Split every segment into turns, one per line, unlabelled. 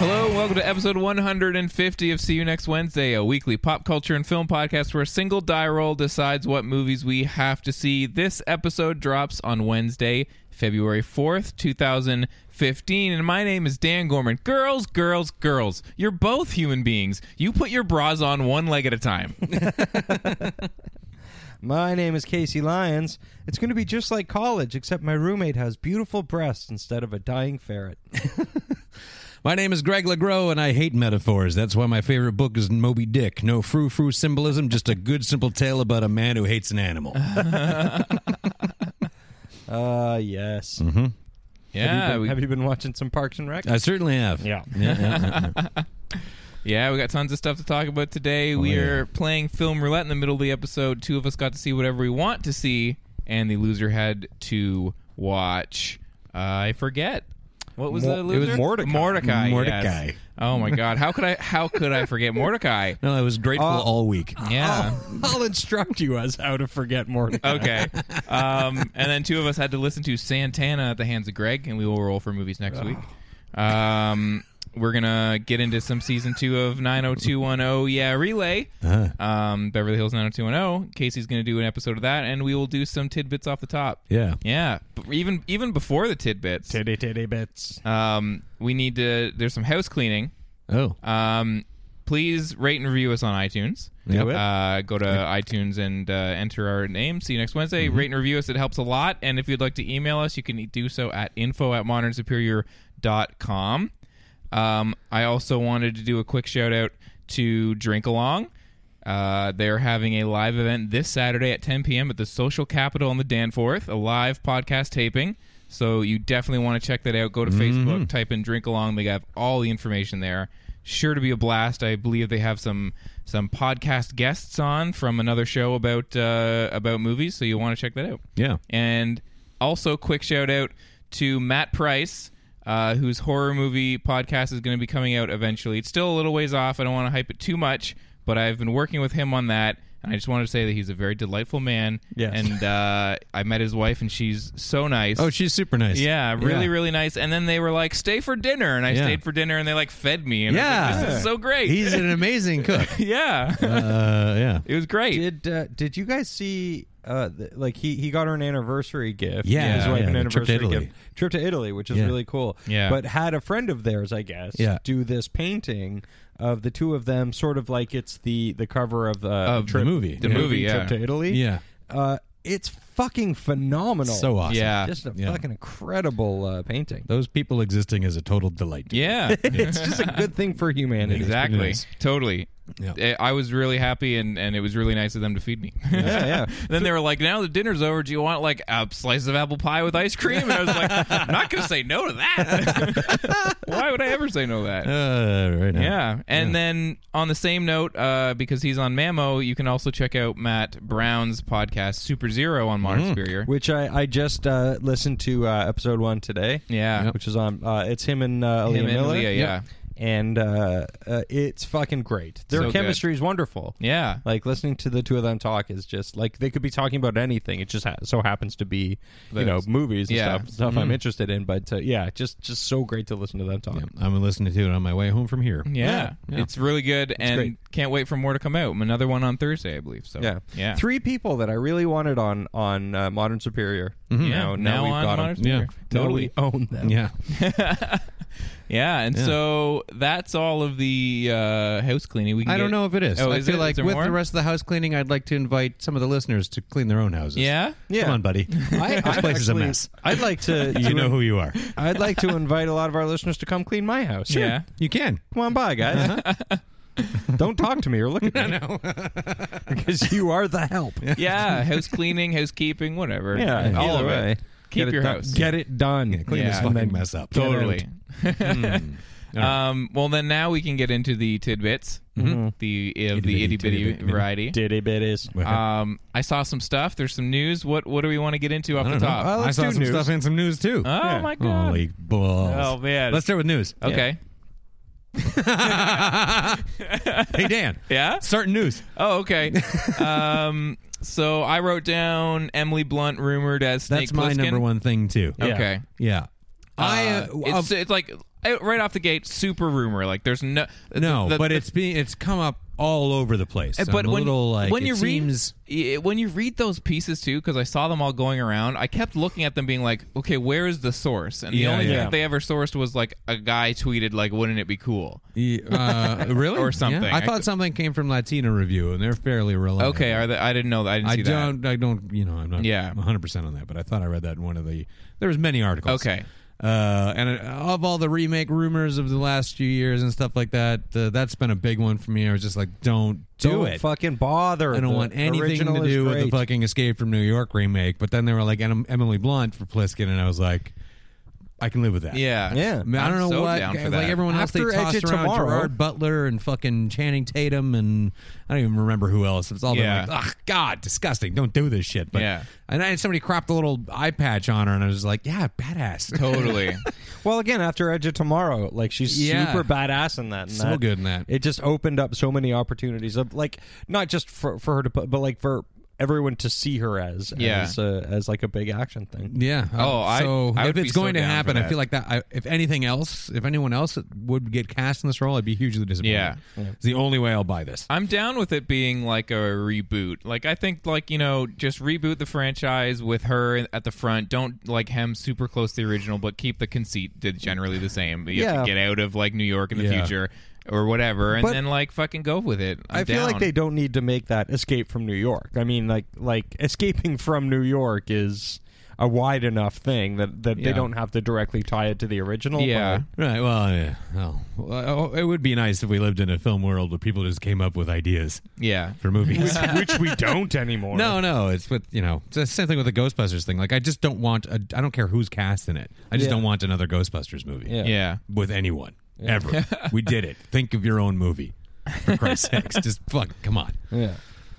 Hello, and welcome to episode 150 of See You Next Wednesday, a weekly pop culture and film podcast where a single die roll decides what movies we have to see. This episode drops on Wednesday, February 4th, 2015, and my name is Dan Gorman. Girls, girls, girls, you're both human beings. You put your bras on one leg at a time.
My name is Casey Lyons. It's going to be just like college, except my roommate has beautiful breasts instead of a dying ferret.
My name is Greg LeGros, and I hate metaphors. That's why my favorite book is Moby Dick. No frou frou symbolism, just a good simple tale about a man who hates an animal.
Ah, yes. Have, you
yeah,
been,
we,
have you been watching some Parks and Rec?
I certainly have.
Yeah.
yeah, yeah.
yeah, we got tons of stuff to talk about today.
Oh,
we are playing film roulette in the middle of the episode. Two of us got to see whatever we want to see, and the loser had to watch. Uh, I forget. What was
Mo-
the
it
loser?
was Mordecai.
Mordecai. yes.
Mordecai.
Oh my God! How could I? How could I forget Mordecai?
Oh,
No, I was grateful
Uh,
all week.
Yeah.
I'll instruct you as how to forget more.
Okay. Um, and then two of us had to listen to Santana at the hands of Greg, and we will roll for movies next week. Um, we're gonna get into some season two of 90210. Yeah, relay. Um, Beverly Hills 90210. oh. Casey's gonna do an episode of that, and we will do some tidbits off the top.
Yeah.
Yeah. But even even before the tidbits,
Titty titty bits.
um, we need to. There's some house cleaning.
Oh.
Um, please rate and review us on iTunes.
Do it.
Uh, go to iTunes and uh, enter our name. See you next Wednesday. Rate and review us. It helps a lot. And if you'd like to email us, you can do so at info at modernsuperior.com. Um, I also wanted to do a quick shout out to Drink Along. Uh, they're having a live event this Saturday at 10 p.m. at the Social Capital on the Danforth, a live podcast taping. So you definitely want to check that out. Go to Facebook, type in "Drink Along." They have all the information there. Sure to be a blast. I believe they have some some podcast guests on from another show about uh, about movies. So you want to check that out.
Yeah.
And also, quick shout out to Matt Price, uh, whose horror movie podcast is going to be coming out eventually. It's still a little ways off. I don't want to hype it too much, but I've been working with him on that. And I just wanted to say that he's a very delightful man.
Yes.
And uh, I met his wife, and she's so nice.
Oh, she's super nice.
Yeah, really, really nice. And then they were like, "Stay for dinner," and I
Yeah.
stayed for dinner, and they like fed me. And I was
Yeah.
like, this is so great.
He's an amazing cook.
yeah,
Uh, yeah.
it was great.
Did uh, did you guys see? Uh, th- like he he got her an anniversary gift.
Yeah,
his wife
yeah,
an
the trip to
anniversary
Italy.
gift. Trip to Italy, which is
Yeah.
really cool.
Yeah.
but had a friend of theirs, I guess.
Yeah.
do this painting of the two of them, sort of like it's the the cover of the
Of the
trip,
movie.
The movie, yeah.
trip to Italy.
Yeah.
uh, it's fucking phenomenal.
So awesome.
yeah,
just a
Yeah.
fucking incredible uh, painting.
Those people existing is a total delight. to me.
yeah.
It's just a good thing for humanity.
Exactly.
nice.
Totally.
Yeah.
Eh, I was really happy, and, and it was really nice of them to feed me.
Yeah, yeah.
then they were like, "Now the dinner's over. Do you want like a slice of apple pie with ice cream?" And I was like, "I'm not going to say no to that. Why would I ever say no to that?"
Uh, right now.
Yeah. And then on the same note, uh, because he's on Mammo, you can also check out Matt Brown's podcast, Super Zero, on Modern
Mm-hmm.
Superior.
Which I, I just uh, listened to uh, episode one today.
Yeah.
Which is on, uh, it's him and uh, Aaliyah
Him and
Miller.
Aaliyah, yeah.
and uh, uh, it's fucking great. Their
So good.
chemistry is wonderful.
Yeah.
Like listening to the two of them talk is just like they could be talking about anything. It just ha- so happens to be you know movies and
Yeah.
stuff stuff
Mm.
I'm interested in. But uh, yeah, just just so great to listen to them talk.
I'm listening to it on my way home from here.
Yeah. It's really good and
great.
can't wait for more to come out. Another one on Thursday, I believe. So
Yeah.
Yeah.
Three people that I really wanted on on uh, Modern Superior.
Yeah.
Now, now,
Now
we've
on
got 'em.
Modern Superior.
Yeah.
Totally own them.
Mm-hmm. Yeah.
Yeah, and so that's all of the uh, house cleaning. We can
I don't
get-
know if it is.
Oh,
I
is
feel
it? Is
like
there
with
more?
the rest of the house cleaning, I'd like to invite some of the listeners to clean their own houses.
Yeah?
Yeah.
Come on, buddy.
I,
this
I
place is a
actually-
mess.
I'd like to.
You
to-
know who you are.
I'd like to invite a lot of our listeners to come clean my house.
Yeah.
You can.
Come on by, guys.
Uh-huh.
Don't talk to me or look at me. No, because you are the help. Yeah,
Yeah, house cleaning, housekeeping, whatever. all
either
of
way.
it. Keep
Get it
your
done-
house.
Get it done.
Clean
Yeah.
this
And
fucking mess up.
totally.
Hmm.
um, well, then now we can get into the tidbits,
Mm-hmm.
the of the itty
Itty bitty,
bitty
tiddy bitty.
variety.
Diddy bitties.
Um, I saw some stuff. There's some news. What What do we want to get into off the top?
Well,
I
let's
saw
do
some
news.
stuff and some news too.
Oh my god!
Holy balls!
Oh, man.
Let's start with news.
okay.
Hey Dan.
Yeah?
Starting news.
Oh, okay. um, so I wrote down Emily Blunt rumored as Snake
That's my
Plissken.
number one thing too.
Okay.
Yeah. I
Uh,
uh,
it's,
of-
it's like uh, right off the gate, super rumor. Like there's no
no,
the-
but
the-
it's being it's come up all over the place.
but
I'm a
when
little like
when
it
you
seems
read i- when you read those pieces too, because I saw them all going around. I kept looking at them, being like, okay, where is the source? And the
Yeah,
only
yeah.
thing that they ever sourced was like a guy tweeted like, wouldn't it be cool?
uh, really
Or something.
Yeah. I thought something came from Latina Review, and they're fairly reliable.
Okay, are they, I didn't know that. I didn't
I
see that.
don't. I don't. You know, I'm not.
Yeah.
100 percent on that, but I thought I read that in one of the. There was many articles.
Okay.
Uh, and uh, of all the remake rumors of the last few years and stuff like that, uh, that's been a big one for me. I was just like, don't do
Don't
it.
fucking bother.
I don't
The
want anything
original
to
is
do with the
great.
fucking Escape from New York remake. But then they were like em- Emily Blunt for Pliskin, and I was like, I can live with that.
Yeah.
Yeah.
I, mean, I
I'm
don't know
so
what.
down for
like
that.
everyone else,
After
they
Edge
tossed
of
around
Tomorrow.
Gerard Butler and fucking Channing Tatum, and I don't even remember who else. It's all
Yeah.
been like, oh god, disgusting. Don't do this shit. But
Yeah.
and I, somebody cropped a little eye patch on her, and I was like, yeah, badass.
Totally.
Well, again, after Edge of Tomorrow, like she's
Yeah.
super badass in that. and
So
that-
good in that.
It just opened up so many opportunities of like not just for for her to put, but like for everyone to see her as
Yeah.
as, uh, as like a big action thing.
Yeah. Uh,
Oh, I-
so
I
if
would be
it's
so
going to
down for
happen,
that.
I feel like that. I, if anything else, if anyone else would get cast in this role, I'd be hugely disappointed.
Yeah.
it's the only way I'll buy this.
I'm down with it being like a reboot. Like I think like, you know, just reboot the franchise with her at the front. Don't like hem super close to the original, but keep the conceit to generally the same. You have to
Yeah.
get out of like New York in the
Yeah.
future or whatever and
But-
then like fucking go with it. i
I feel like they don't need to make that escape from New York. I mean, like like escaping from New York is a wide enough thing that that
Yeah.
they don't have to directly tie it to the original.
Yeah.
Right. Well, yeah. Oh, well, it would be nice if we lived in a film world where people just came up with ideas
Yeah.
for movies.
but- which we don't anymore.
no, no. It's with you know. It's the same thing with the Ghostbusters thing. Like, I just don't want. A, I don't care who's cast in it. I just
Yeah.
don't want another Ghostbusters movie.
Yeah.
Yeah.
With anyone ever. we did it. Think of your own movie. For Christ's sakes, just fuck. Come on.
yeah.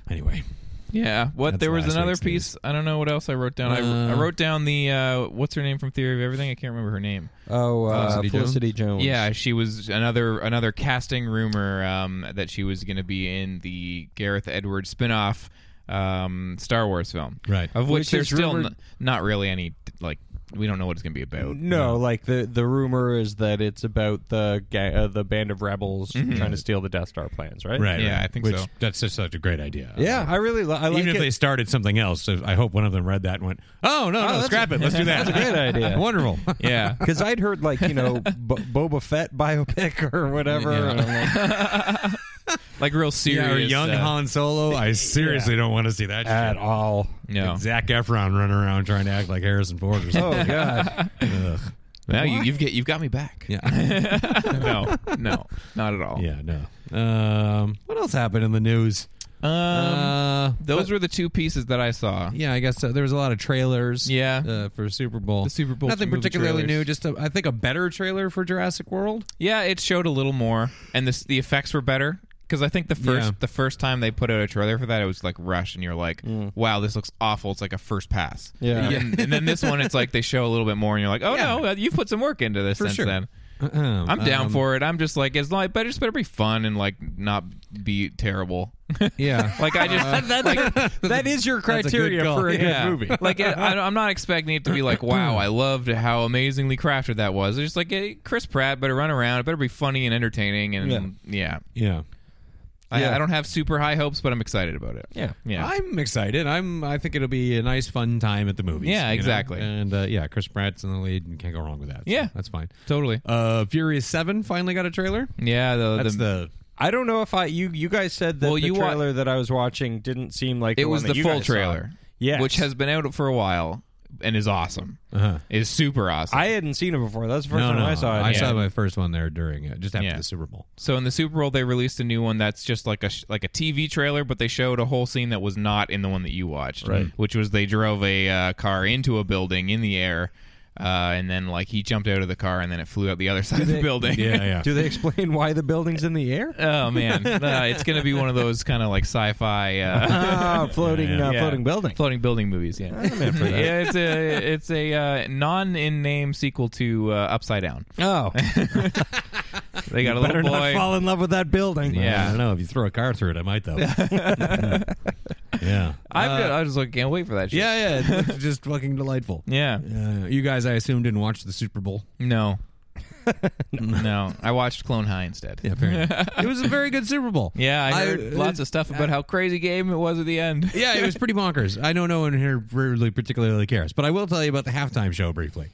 Anyway.
Yeah. What
That's
there was
last
another
week's
piece. I don't know what else I wrote down. I, I
Uh,
wrote down the uh what's her name from Theory of Everything? I can't remember her name.
Oh, uh,
Felicity
Felicity,
Jones?
Jones.
Yeah, she was another another casting rumor um, that she was going to be in the Gareth Edwards spin-off um, Star Wars film.
Right.
Of which,
Which
there's
is
still
rumored-
n- not really any like we don't know what it's going to be about.
No, like the the rumor is that it's about the ga- uh, the band of rebels trying to steal the Death Star plans, right?
Right.
Yeah,
right.
I think
Which,
so.
That's just such a great idea.
Yeah, I really li- I like
Even if
it.
they started something else, I hope one of them read that and went, "Oh no, no,
that's
scrap it. Let's do that."
That's a good idea.
Wonderful.
Yeah.
Because I'd heard like you know B- Boba Fett biopic or whatever.
Yeah.
and I'm like,
Like real serious.
Yeah, or young
uh,
Han Solo. I seriously don't want to see that
at
shit.
all.
No.
Zach Efron running around trying to act like Harrison Ford or
Oh
something.
god.
Ugh.
Now you, you've get you've got me back.
Yeah.
no, no, not at all.
yeah, no. Um, what else happened in the news?
Um,
uh,
those were the two pieces that I saw.
yeah, I guess uh, there was a lot of trailers.
Yeah.
uh, for Super Bowl.
The Super Bowl
Nothing
movie
particularly
trailers.
new. Just a, I think a better trailer for Jurassic World.
Yeah, it showed a little more, and the the effects were better. Because I think the first
Yeah.
the first time they put out a trailer for that, it was like rush, and you're like,
Mm.
"Wow, this looks awful." It's like a first pass.
Yeah.
And, and then this one, it's like they show a little bit more, and you're like, "Oh no, uh, you've put some work into this
For
since
sure. Uh-huh. Um,
then." I'm down for it. I'm just like as long, but it just better be fun and like not be terrible.
Yeah. Uh,
like I just that, like,
that is your
That's a good
criteria
call.
for a
yeah.
good movie.
like it, I, I'm not expecting it to be like wow, I loved how amazingly crafted that was. It's just like eh, Chris Pratt better run around. It better be funny and entertaining. And yeah,
yeah.
I, I don't have super high hopes, but I'm excited about it.
Yeah.
yeah.
I'm excited. I'm. I think it'll be a nice, fun time at the movies.
Yeah,
you know?
exactly.
And uh, yeah, Chris Pratt's in the lead. You can't go wrong with that. so
Yeah.
that's fine.
Totally.
Uh, Furious Seven finally got a trailer.
yeah, the,
That's the,
I don't know if I you you guys said that
Well,
the
you wa-
trailer that I was watching didn't seem like
it
the
was the
one that you
full
guys saw.
trailer.
Yes.
which has been out for a while and is awesome. Uh-huh. Is super awesome.
I hadn't seen it before. That's the first
no,
time
no,
I saw it.
I saw my first one there during it, just after
Yeah.
the Super Bowl.
So in the Super Bowl, they released a new one that's just like a sh- like a TV trailer, but they showed a whole scene that was not in the one that you watched, right. which was they drove a uh, car into a building in the air, uh, and then like he jumped out of the car and then it flew out the other side of the building.
Yeah, yeah.
Do they explain why the building's in the air?
oh man, Uh, it's gonna be one of those kind of like sci-fi. Uh,
Ah, floating, Uh,
Yeah.
floating building.
Floating building movies, yeah. yeah, it's a it's a uh, non in name sequel to uh, Upside Down.
Oh,
They got a
better
little boy.
not fall in love with that building.
Yeah.
I don't know if you throw a car through it, I might though. yeah.
I'm good. I was like, can't wait for that. Shit.
Yeah, yeah. It looks just fucking delightful.
yeah.
Uh, you guys, I assume, didn't watch the Super Bowl.
No. no, I watched Clone High instead. Yeah,
it was a very good Super Bowl. uh,
I heard lots of stuff about how crazy game it was at the end.
Yeah, it was pretty bonkers. I know no one here really particularly cares, but I will tell you about the halftime show briefly.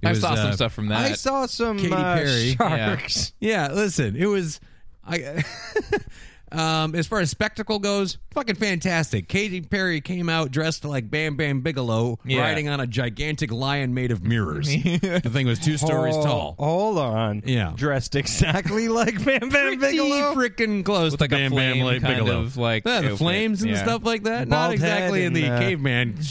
It
I
was,
saw some
uh,
stuff from that.
I saw some
Katy
uh,
Perry.
sharks.
Yeah, listen, it was. I, um, as far as spectacle goes, fucking fantastic. Katy Perry came out dressed like Bam Bam Bigelow,
Yeah.
riding on a gigantic lion made of mirrors. the thing was two stories
Oh,
tall.
Hold on.
Yeah.
Dressed exactly like Bam Bam
Pretty
Bigelow.
freaking close
With
to
like a
Bam Bam
flame
like
kind
Bigelow.
of, like,
yeah, the
outfit.
flames and
Yeah.
stuff like that.
Bald
Not exactly
head
in the
and, uh,
caveman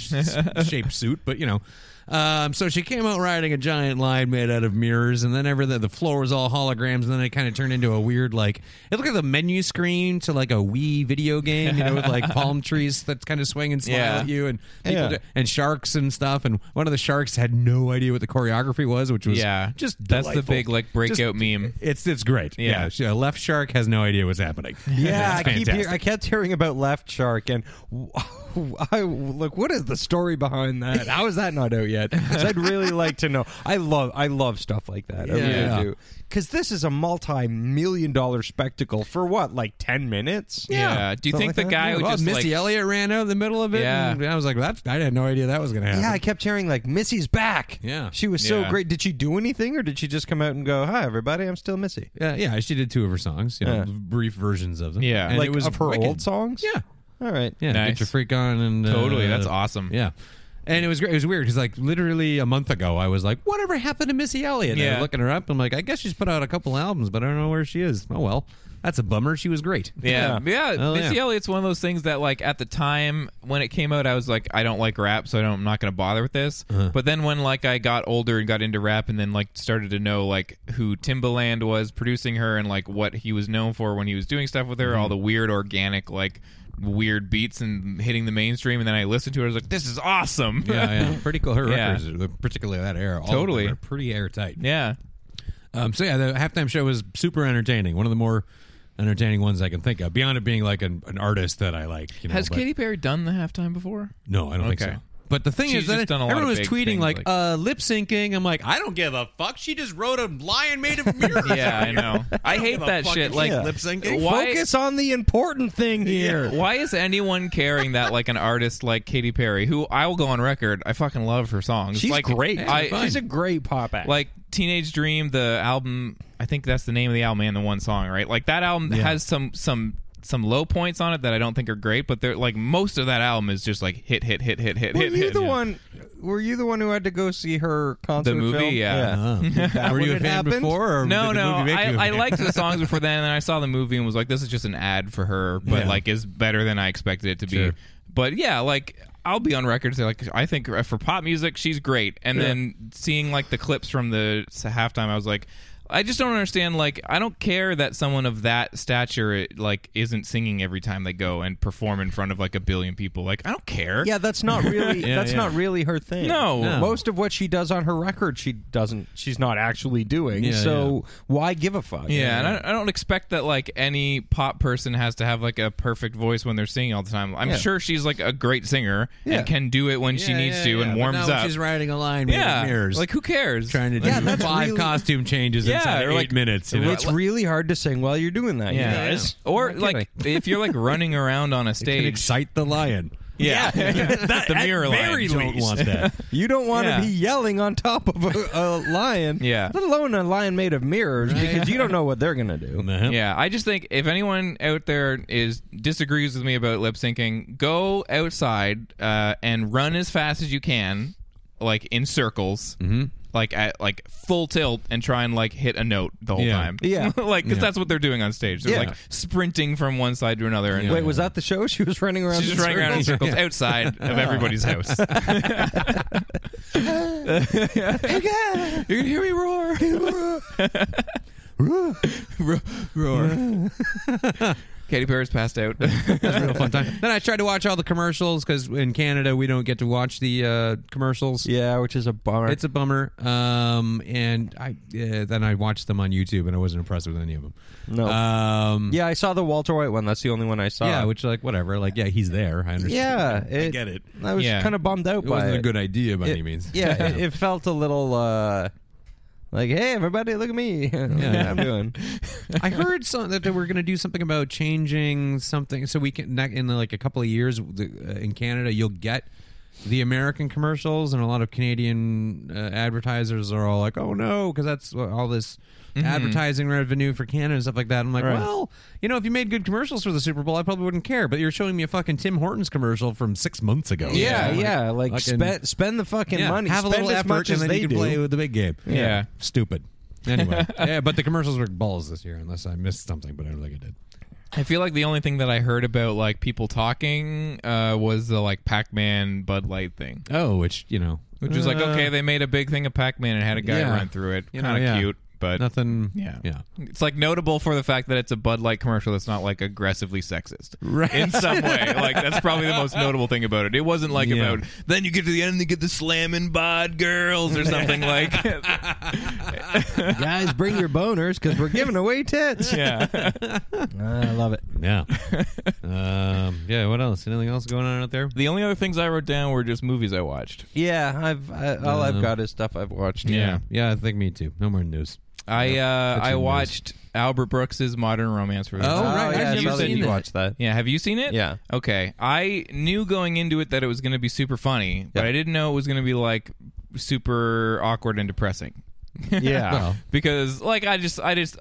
shaped suit, but you know. Um, so she came out riding a giant lion made out of mirrors, and then everything the floor was all holograms, and then it kind of turned into a weird like it looked like the menu screen to like a Wii video game, you know, with like palm trees that kind of swing and smile
Yeah.
at you, and people
Yeah.
do- and sharks and stuff. And one of the sharks had no idea what the choreography was, which was
Yeah.
just
That's the
delightful.
big, like,
Just-
breakout meme.
it's it's great.
Yeah.
Yeah, she- a left shark has no idea what's happening.
Yeah,
It's
I keep hear,
fantastic.
I kept hearing about Left Shark, and I look. What is the story behind that? How is that not out yet? 'Cause I'd really like to know. I love, I love stuff like that. I
Yeah.
really do. Because this is a multi-million dollar spectacle for what, like ten minutes?
Yeah. Do you
Something
think the
like that?
guy who
Well,
just
Missy
like,
Elliott ran out in the middle of it.
Yeah.
and I was like, that's I had no idea that was going to happen.
Yeah, I kept hearing like Missy's back.
Yeah.
she was so
Yeah.
great. Did she do anything, or did she just come out and go, "Hi, everybody, I'm still Missy"?
yeah, yeah. She did two of her songs, you know, brief versions of them.
Yeah.
and
like
it was
of her
wicked.
old songs.
Yeah,
All right.
yeah.
Nice.
Get your freak on and uh,
Totally, that's awesome.
Yeah. And it was great. It was weird because, like, literally a month ago, I was like, "Whatever happened to Missy Elliott?" And
Yeah.
I'm looking her up. I'm like, "I guess she's put out a couple albums, but I don't know where she is." Oh well, that's a bummer. She was great.
Yeah, yeah.
Oh,
Missy
yeah.
Elliott's one of those things that, like, at the time when it came out, I was like, I don't like rap, so I don't, I'm not going to bother with this.
Uh-huh.
But then when like I got older and got into rap, and then like started to know like who Timbaland was producing her and like what he was known for when he was doing stuff with her,
Mm-hmm.
all the weird organic like weird beats and hitting the mainstream, and then I listened to it, I was like, this is awesome.
yeah, yeah. Pretty cool. Her
Yeah.
records, particularly that era, all of them
Totally.
are pretty airtight.
yeah.
Um, so yeah, the halftime show was super entertaining. One of the more entertaining ones I can think of. Beyond it being like an, an artist that I like. You know,
Has
but-
Katy Perry done the halftime before?
No, I don't think
Okay.
so. But the thing
She's
is that
just done a lot
everyone was
of big
tweeting
things,
like,
like-
uh, lip syncing. I'm like, I don't give a fuck. She just wrote a lion made of mirrors.
Yeah, I know. I hate
give a
that
fuck
shit.
if
Like
she's lip syncing.
Why?
Focus on the important thing here.
Why is anyone caring that like an artist like Katy Perry, who I will go on record, I fucking love her songs.
She's
like,
great.
I,
she's a great pop act.
like Teenage Dream, the album. I think that's the name of the album and the one song, right? Like that album has some some some low points on it that I don't think are great, but they're like most of that album is just like hit hit hit hit hit
were
hit.
you
hit,
the
Yeah.
one? Were you the one who had to go see her concert?
The movie,
film? Uh-huh.
yeah.
That
Were
when
you a
it
fan
happened?
before? Or
No,
did the
no,
movie make you a
I, I
fan?
liked the songs before then, and then I saw the movie and was like, "This is just an ad for her," but
Yeah.
like is better than I expected it to be.
Sure.
But yeah, like I'll be on record to say like I think for pop music she's great, and then seeing like the clips from the s- halftime, I was like. I just don't understand. Like, I don't care that someone of that stature it, like isn't singing every time they go and perform in front of like a billion people. Like, I don't care.
Yeah, that's not really
Yeah,
that's
yeah.
not really her thing.
No. No.
most of what she does on her record, she doesn't. She's not actually doing.
Yeah,
so why give a fuck?
Yeah, and I, I don't expect that like any pop person has to have like a perfect voice when they're singing all the time. I'm sure she's like a great singer
Yeah.
and can do it when she
Yeah,
needs
yeah,
to
yeah,
and
but
warms
now
up.
She's riding a line made
yeah,
of mirrors,
like who cares?
trying to do
Yeah, that's
five
really-
costume changes
Yeah,
inside
or
of
like-
eight minutes. You know?
it's really hard to sing while you're doing that.
yeah,
you guys.
or like if you're like running around on a
It can
stage.
excite the lion.
yeah, the mirror line.
Very don't want that.
You don't want
Yeah.
to be yelling on top of a, a lion,
Yeah.
let alone a lion made of mirrors, because you don't know what they're gonna do.
Uh-huh.
Yeah, I just think if anyone out there is disagrees with me about lip syncing, go outside uh, and run as fast as you can, like in circles,
Mm-hmm.
like at like full tilt, and try and like hit a note the whole
Yeah.
time.
Yeah.
like because that's what they're doing on stage. They're
Yeah.
like sprinting from one side to another. And
Wait, was that the show? She was running around.
She's
in
just running around in
circles?
circles outside of everybody's house. You're
Oh,
gonna hear me roar, roar, roar. Katy Perry's passed out.
That's a real fun time. Then I tried to watch all the commercials because in Canada we don't get to watch the uh, commercials.
Yeah, which is a bummer.
It's a bummer. Um, and I uh, then I watched them on YouTube and I wasn't impressed with any of them.
No.
Um,
yeah, I saw the Walter White one. That's the only one I saw.
yeah, which like whatever. Like yeah, he's there. I understand.
yeah, it,
get it.
I was
Yeah.
kind of bummed out
It
by
wasn't
it.
a good idea by
It-
any means.
Yeah, it, it felt a little uh, like, hey, everybody, look at me. yeah, I'm doing.
I heard some, that they were going to do something about changing something, so we can not- in like a couple of years the- uh, in Canada, you'll get the American commercials, and a lot of Canadian uh, advertisers are all like, "Oh no," because that's what all this
Mm-hmm.
advertising revenue for Canada and stuff like that. I'm like, well, you know, if you made good commercials for the Super Bowl, I probably wouldn't care. But you're showing me a fucking Tim Hortons commercial from six months ago.
Yeah,
You know,
yeah, like
fucking-
spend spend the fucking
yeah,
money.
Have a
spend
little
as
effort,
much
and
as
then
they
you can
do.
play with the big game.
Yeah.
stupid. Anyway, yeah, but the commercials were balls this year, unless I missed something, but I don't think I did.
I feel like the only thing that I heard about like people talking uh, was the like Pac-Man Bud Light thing,
Oh, which you know,
which was like
uh,
okay, they made a big thing of Pac-Man and had a guy
yeah.
run through it.
You know,
Kind of
yeah.
cute, but
nothing.
Yeah.
yeah.
It's like notable for the fact that it's a Bud Light commercial that's not like aggressively sexist. Right. In some way. Like that's probably the most notable thing about it. It wasn't like
Yeah.
about then you get to the end and you get the slamming bod girls or something like
Guys, bring your boners because we're giving away tits.
Yeah.
I love it.
Yeah. um, yeah. What else? Anything else going on out there?
The only other things I wrote down were just movies I watched.
Yeah, I've I, all I've got is stuff I've watched.
Yeah.
Uh, Yeah, I think me too. No more news.
I uh
That's
I
in news.
watched Albert Brooks's Modern Romance for
Oh, right.
yeah,
I've
I
never
saw that
seen
you
that.
watched that.
Yeah, have you seen it?
Yeah.
Okay. I knew going into it that it was going to be super funny, but I didn't know it was going to be like super awkward and depressing.
Yeah.
because like I just I just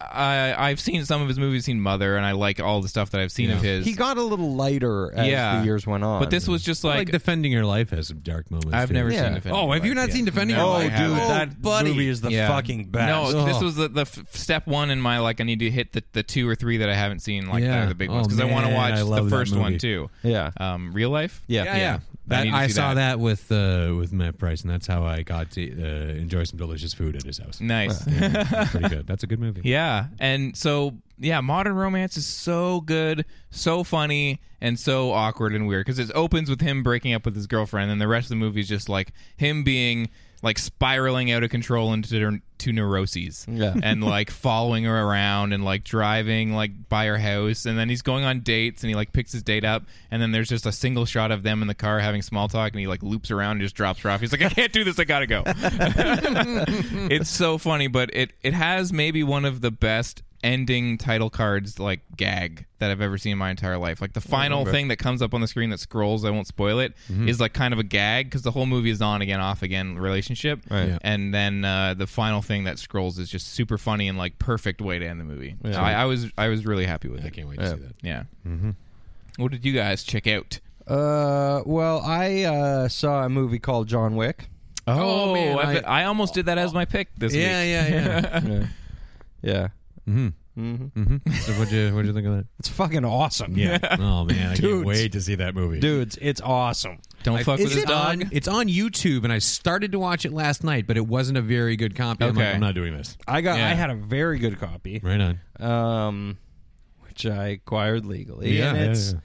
I I've seen some of his movies, seen Mother, and I like all the stuff that I've seen of his.
he got a little lighter as
Yeah.
the years went on.
but this was just
Like,
like,
defending your life has some dark moments.
I've
too.
never
Yeah.
seen. Defending
Oh, have you
Life
not
yet.
seen Defending
No,
Your
oh,
I
dude,
haven't.
that
buddy.
movie is the
Yeah.
fucking best.
No, this
Ugh.
was the, the f- step one in my like. I need to hit the, the two or three that I haven't seen, like that
Yeah.
are the big
Oh,
ones, because I want to
man, I
watch
love that
the first one
movie.
too.
Yeah.
Um, real life.
Yeah.
Yeah, yeah.
I need
That
to
I,
see
saw
that.
that, with uh, with Matt Price, and that's how I got to uh, enjoy some delicious food at his house.
Nice.
That's pretty good. That's a good movie.
Yeah. And so, yeah, Modern Romance is so good, so funny, and so awkward and weird because it opens with him breaking up with his girlfriend, and the rest of the movie is just like him being like spiraling out of control into to neuroses
Yeah.
and like following her around and like driving like by her house and then he's going on dates and he like picks his date up and then there's just a single shot of them in the car having small talk and he like loops around and just drops her off he's like i can't do this i gotta go it's so funny, but it it has maybe one of the best ending title cards like gag that I've ever seen in my entire life. Like the final thing that comes up on the screen that scrolls, I won't spoil it, is like kind of a gag because the whole movie is on again, off again relationship,
Yeah.
and then uh, the final thing that scrolls is just super funny and like perfect way to end the movie. So I, I was I was really happy with
I
it.
can't wait to see that.
Yeah. Mm-hmm. What did you guys check out?
Uh, well, I uh, saw a movie called John Wick.
Oh,
man,
I,
I-
bet- I almost did that as my pick this
Yeah,
week.
yeah, yeah.
yeah. yeah,
so what'd you what'd you think of that?
it's fucking awesome.
Yeah. oh man, I
Dudes.
can't wait to see that movie.
dudes, it's awesome.
Don't fuck with
Is
his
it
dog.
on- it's on YouTube, and I started to watch it last night, but it wasn't a very good copy. I'm
Okay.
like, I'm not doing this. Uh,
I got.
Yeah.
I had a very good copy,
Right on.
um, which I acquired legally,
Yeah,
and
yeah,
it's
yeah.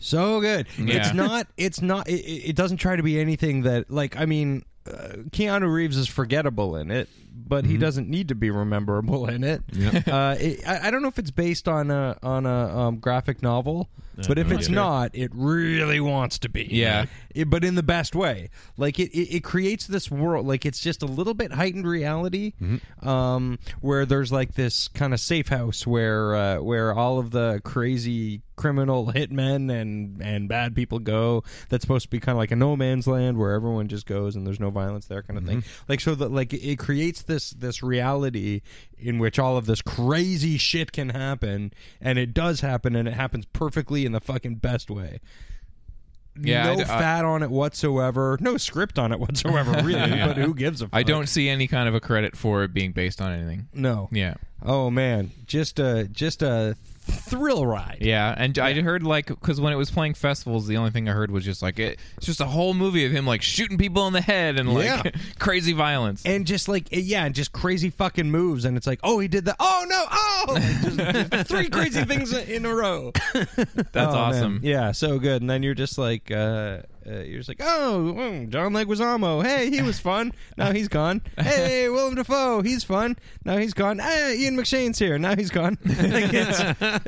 so good.
Yeah.
It's not. It's not. It, it it doesn't try to be anything that. Like I mean, uh, Keanu Reeves is forgettable in it, but
Mm-hmm.
he doesn't need to be rememberable in it. Uh, it I, I don't know if it's based on a on a um, graphic novel, but if
no
it's
idea.
not, it really wants to be.
Yeah.
It- but in the best way. Like it, it, it creates this world. Like it's just a little bit heightened reality, um, where there's like this kind of safe house where uh, where all of the crazy criminal hitmen and and bad people go. That's supposed to be kind of like a no man's land where everyone just goes and there's no violence there, kind of thing. Like so that like it- it creates this this reality in which all of this crazy shit can happen, and it does happen, and it happens perfectly in the fucking best way
Yeah, I
no
d- uh, I-
fat on it whatsoever, no script on it whatsoever, really. But who gives a fuck?
I don't see any kind of a credit for it being based on anything.
No.
Yeah.
Oh man, just a just a thrill ride.
Yeah, and I heard like because when it was playing festivals, the only thing I heard was just like it, it's just a whole movie of him like shooting people in the head and like
Yeah.
crazy violence.
And just like eh, yeah, and just crazy fucking moves, and it's like, oh, he did that. Oh no, oh, Like, just three crazy things in a row.
That's
Oh, man.
awesome.
Yeah, so good. And then you're just like, uh, uh, you're just like, oh, mm, John Leguizamo. Hey, he was fun. Now he's gone. Hey, Willem Dafoe. He's fun. Now he's gone. Hey, Ian McShane's here. Now he's gone. like it's,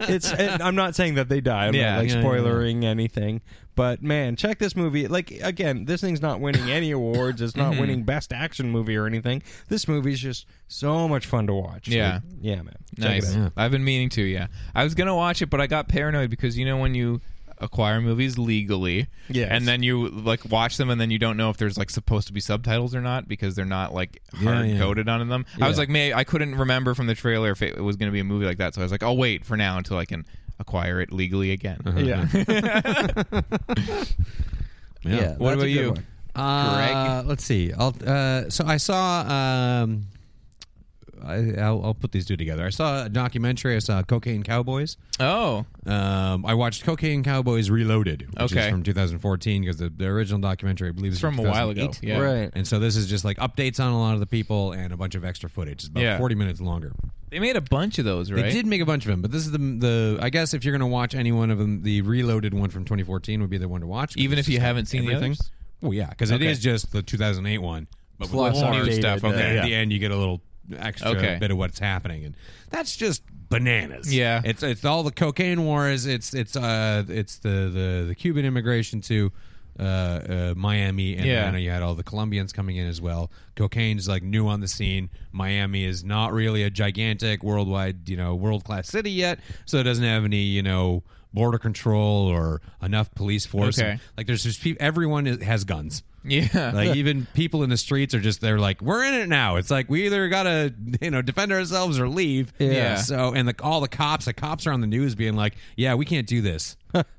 it's. and I'm not saying that they die. I'm
Yeah.
not like
Yeah,
yeah,
spoilering anything. But man, check this movie. Like again, this thing's not winning any awards. It's
Mm-hmm.
not winning best action movie or anything. This movie's just so much fun to watch.
Yeah.
Like, yeah, man. Check it
Nice.
out.
I've been meaning to. Yeah, I was gonna watch it, but I got paranoid because you know when you acquire movies legally,
Yes.
and then you like watch them, and then you don't know if there's like supposed to be subtitles or not because they're not like
Yeah,
hard
yeah.
coded onto them. I was like, may I couldn't remember from the trailer if it was gonna be a movie like that, so I was like, I'll wait for now until I can acquire it legally again.
Uh-huh.
Yeah.
Yeah.
What
that's a
about
good
you?
one.
Uh, let's see. I'll, uh, so I saw. Um, I, I'll, I'll put these two together. I saw a documentary. I saw Cocaine Cowboys.
Oh,
Um, I watched Cocaine Cowboys Reloaded, which
Okay.
is from 2014 because the, the original documentary, I believe, is
from a while ago.
2008.
Yeah.
Right.
And so this is just like updates on a lot of the people and a bunch of extra footage. It's about
Yeah.
40 minutes longer.
They made a bunch of those, right?
They did make a bunch of them, but this is the the. I guess if you're going to watch any one of them, the Reloaded one from 2014 would be the one to watch, 'cause
Even
it's
if you
just
haven't seen the others?
Well, yeah, because
Okay.
it is just the 2008 one, but
Plus
with
our
new
updated,
stuff. Okay,
uh,
at the end you get a little extra
Okay.
bit of what's happening, and that's just bananas.
Yeah.
it's it's all the cocaine wars. It's it's uh it's the the, the Cuban immigration to. Uh, uh, Miami, and
Yeah.
then you had all the Colombians coming in as well. Cocaine's like new on the scene. Miami is not really a gigantic worldwide, you know, world class city yet, so it doesn't have any, you know, border control or enough police force.
Okay.
Like there's just people. Everyone is, has guns.
Yeah.
Like even people in the streets are just they're like we're in it now. It's like we either gotta you know defend ourselves or leave.
Yeah.
So and the, all the cops, the cops are on the news being like, yeah, we can't do this.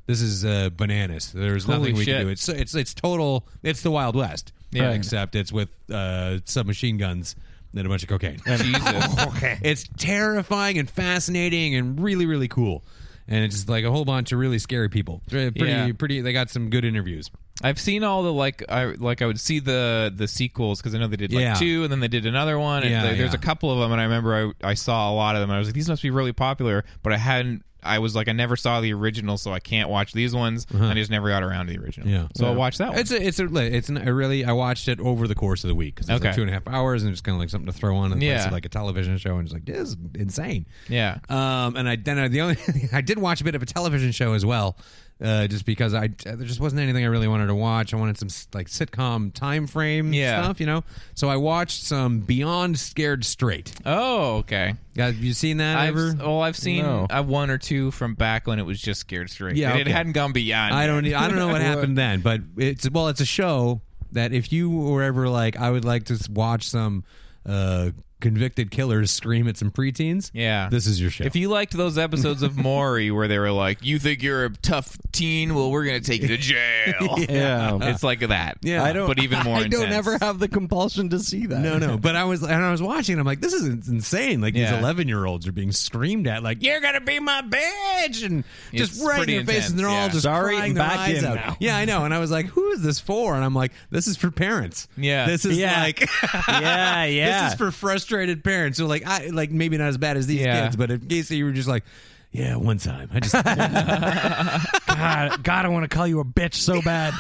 this is uh, bananas. There's
Holy
nothing we
shit.
can do. It's it's it's total. It's the Wild West.
Yeah.
Except it's with uh, submachine guns and a bunch of cocaine.
Jesus.
It's terrifying and fascinating and really really cool. And it's just like a whole bunch of really scary people. Pretty
Yeah.
pretty. They got some good interviews.
I've seen all the like I like I would see the the sequels because I know they did like
Yeah.
two and then they did another one and
Yeah,
there- there's
yeah.
a couple of them and I remember I I saw a lot of them and I was like these must be really popular but I hadn't I was like I never saw the original so I can't watch these ones I just never got around to the original
Uh-huh. Yeah.
so I'll watch that one
It's a, it's a, it's an, I really, I watched it over the course of the week because it's
Okay.
like two and a half hours and it's kind of like something to throw on in place
Yeah.
of like a television show and it's like, this is insane.
Yeah.
Um, and I, then I, the only, I did watch a bit of a television show as well, uh, just because I, there just wasn't anything I really wanted to watch. I wanted some s- like sitcom time frame
Yeah.
stuff, you know? So I watched some Beyond Scared Straight.
oh okay
Have you seen that
I've
ever?
well I've seen
No.
uh, one or two from back when it was just scared straight
Yeah,
it,
okay.
it hadn't gone beyond
I
yet.
don't. e- I don't know what happened then, but it's well, it's a show that if you were ever like, I would like to s- watch some uh, convicted killers scream at some preteens,
Yeah.
this is your show.
If you liked those episodes of Maury where they were like, "You think you're a tough teen? Well, we're gonna take you to jail."
Yeah.
it's like that.
Um, Yeah. I don't-
but even more.
I don't
intense.
ever have the compulsion to see that.
no, no, but I was and I was watching. I'm like, this is insane. Like
Yeah.
these 11 year olds are being screamed at, like you're gonna be my bitch, and just
It's
right in
pretty
your face, and they're all
intense,
just
yeah. Sorry,
crying
and
their
back
eyes
in
out.
now.
Yeah, I know. And I was like, who is this for? And I'm like, this is for parents.
Yeah.
this is
Yeah.
like,
Yeah, yeah.
this is for frustrated parents who like, I like maybe not as bad as these
Yeah.
kids, but in case you were just like. Yeah, one time. I just
God, God, I want to call you a bitch so bad.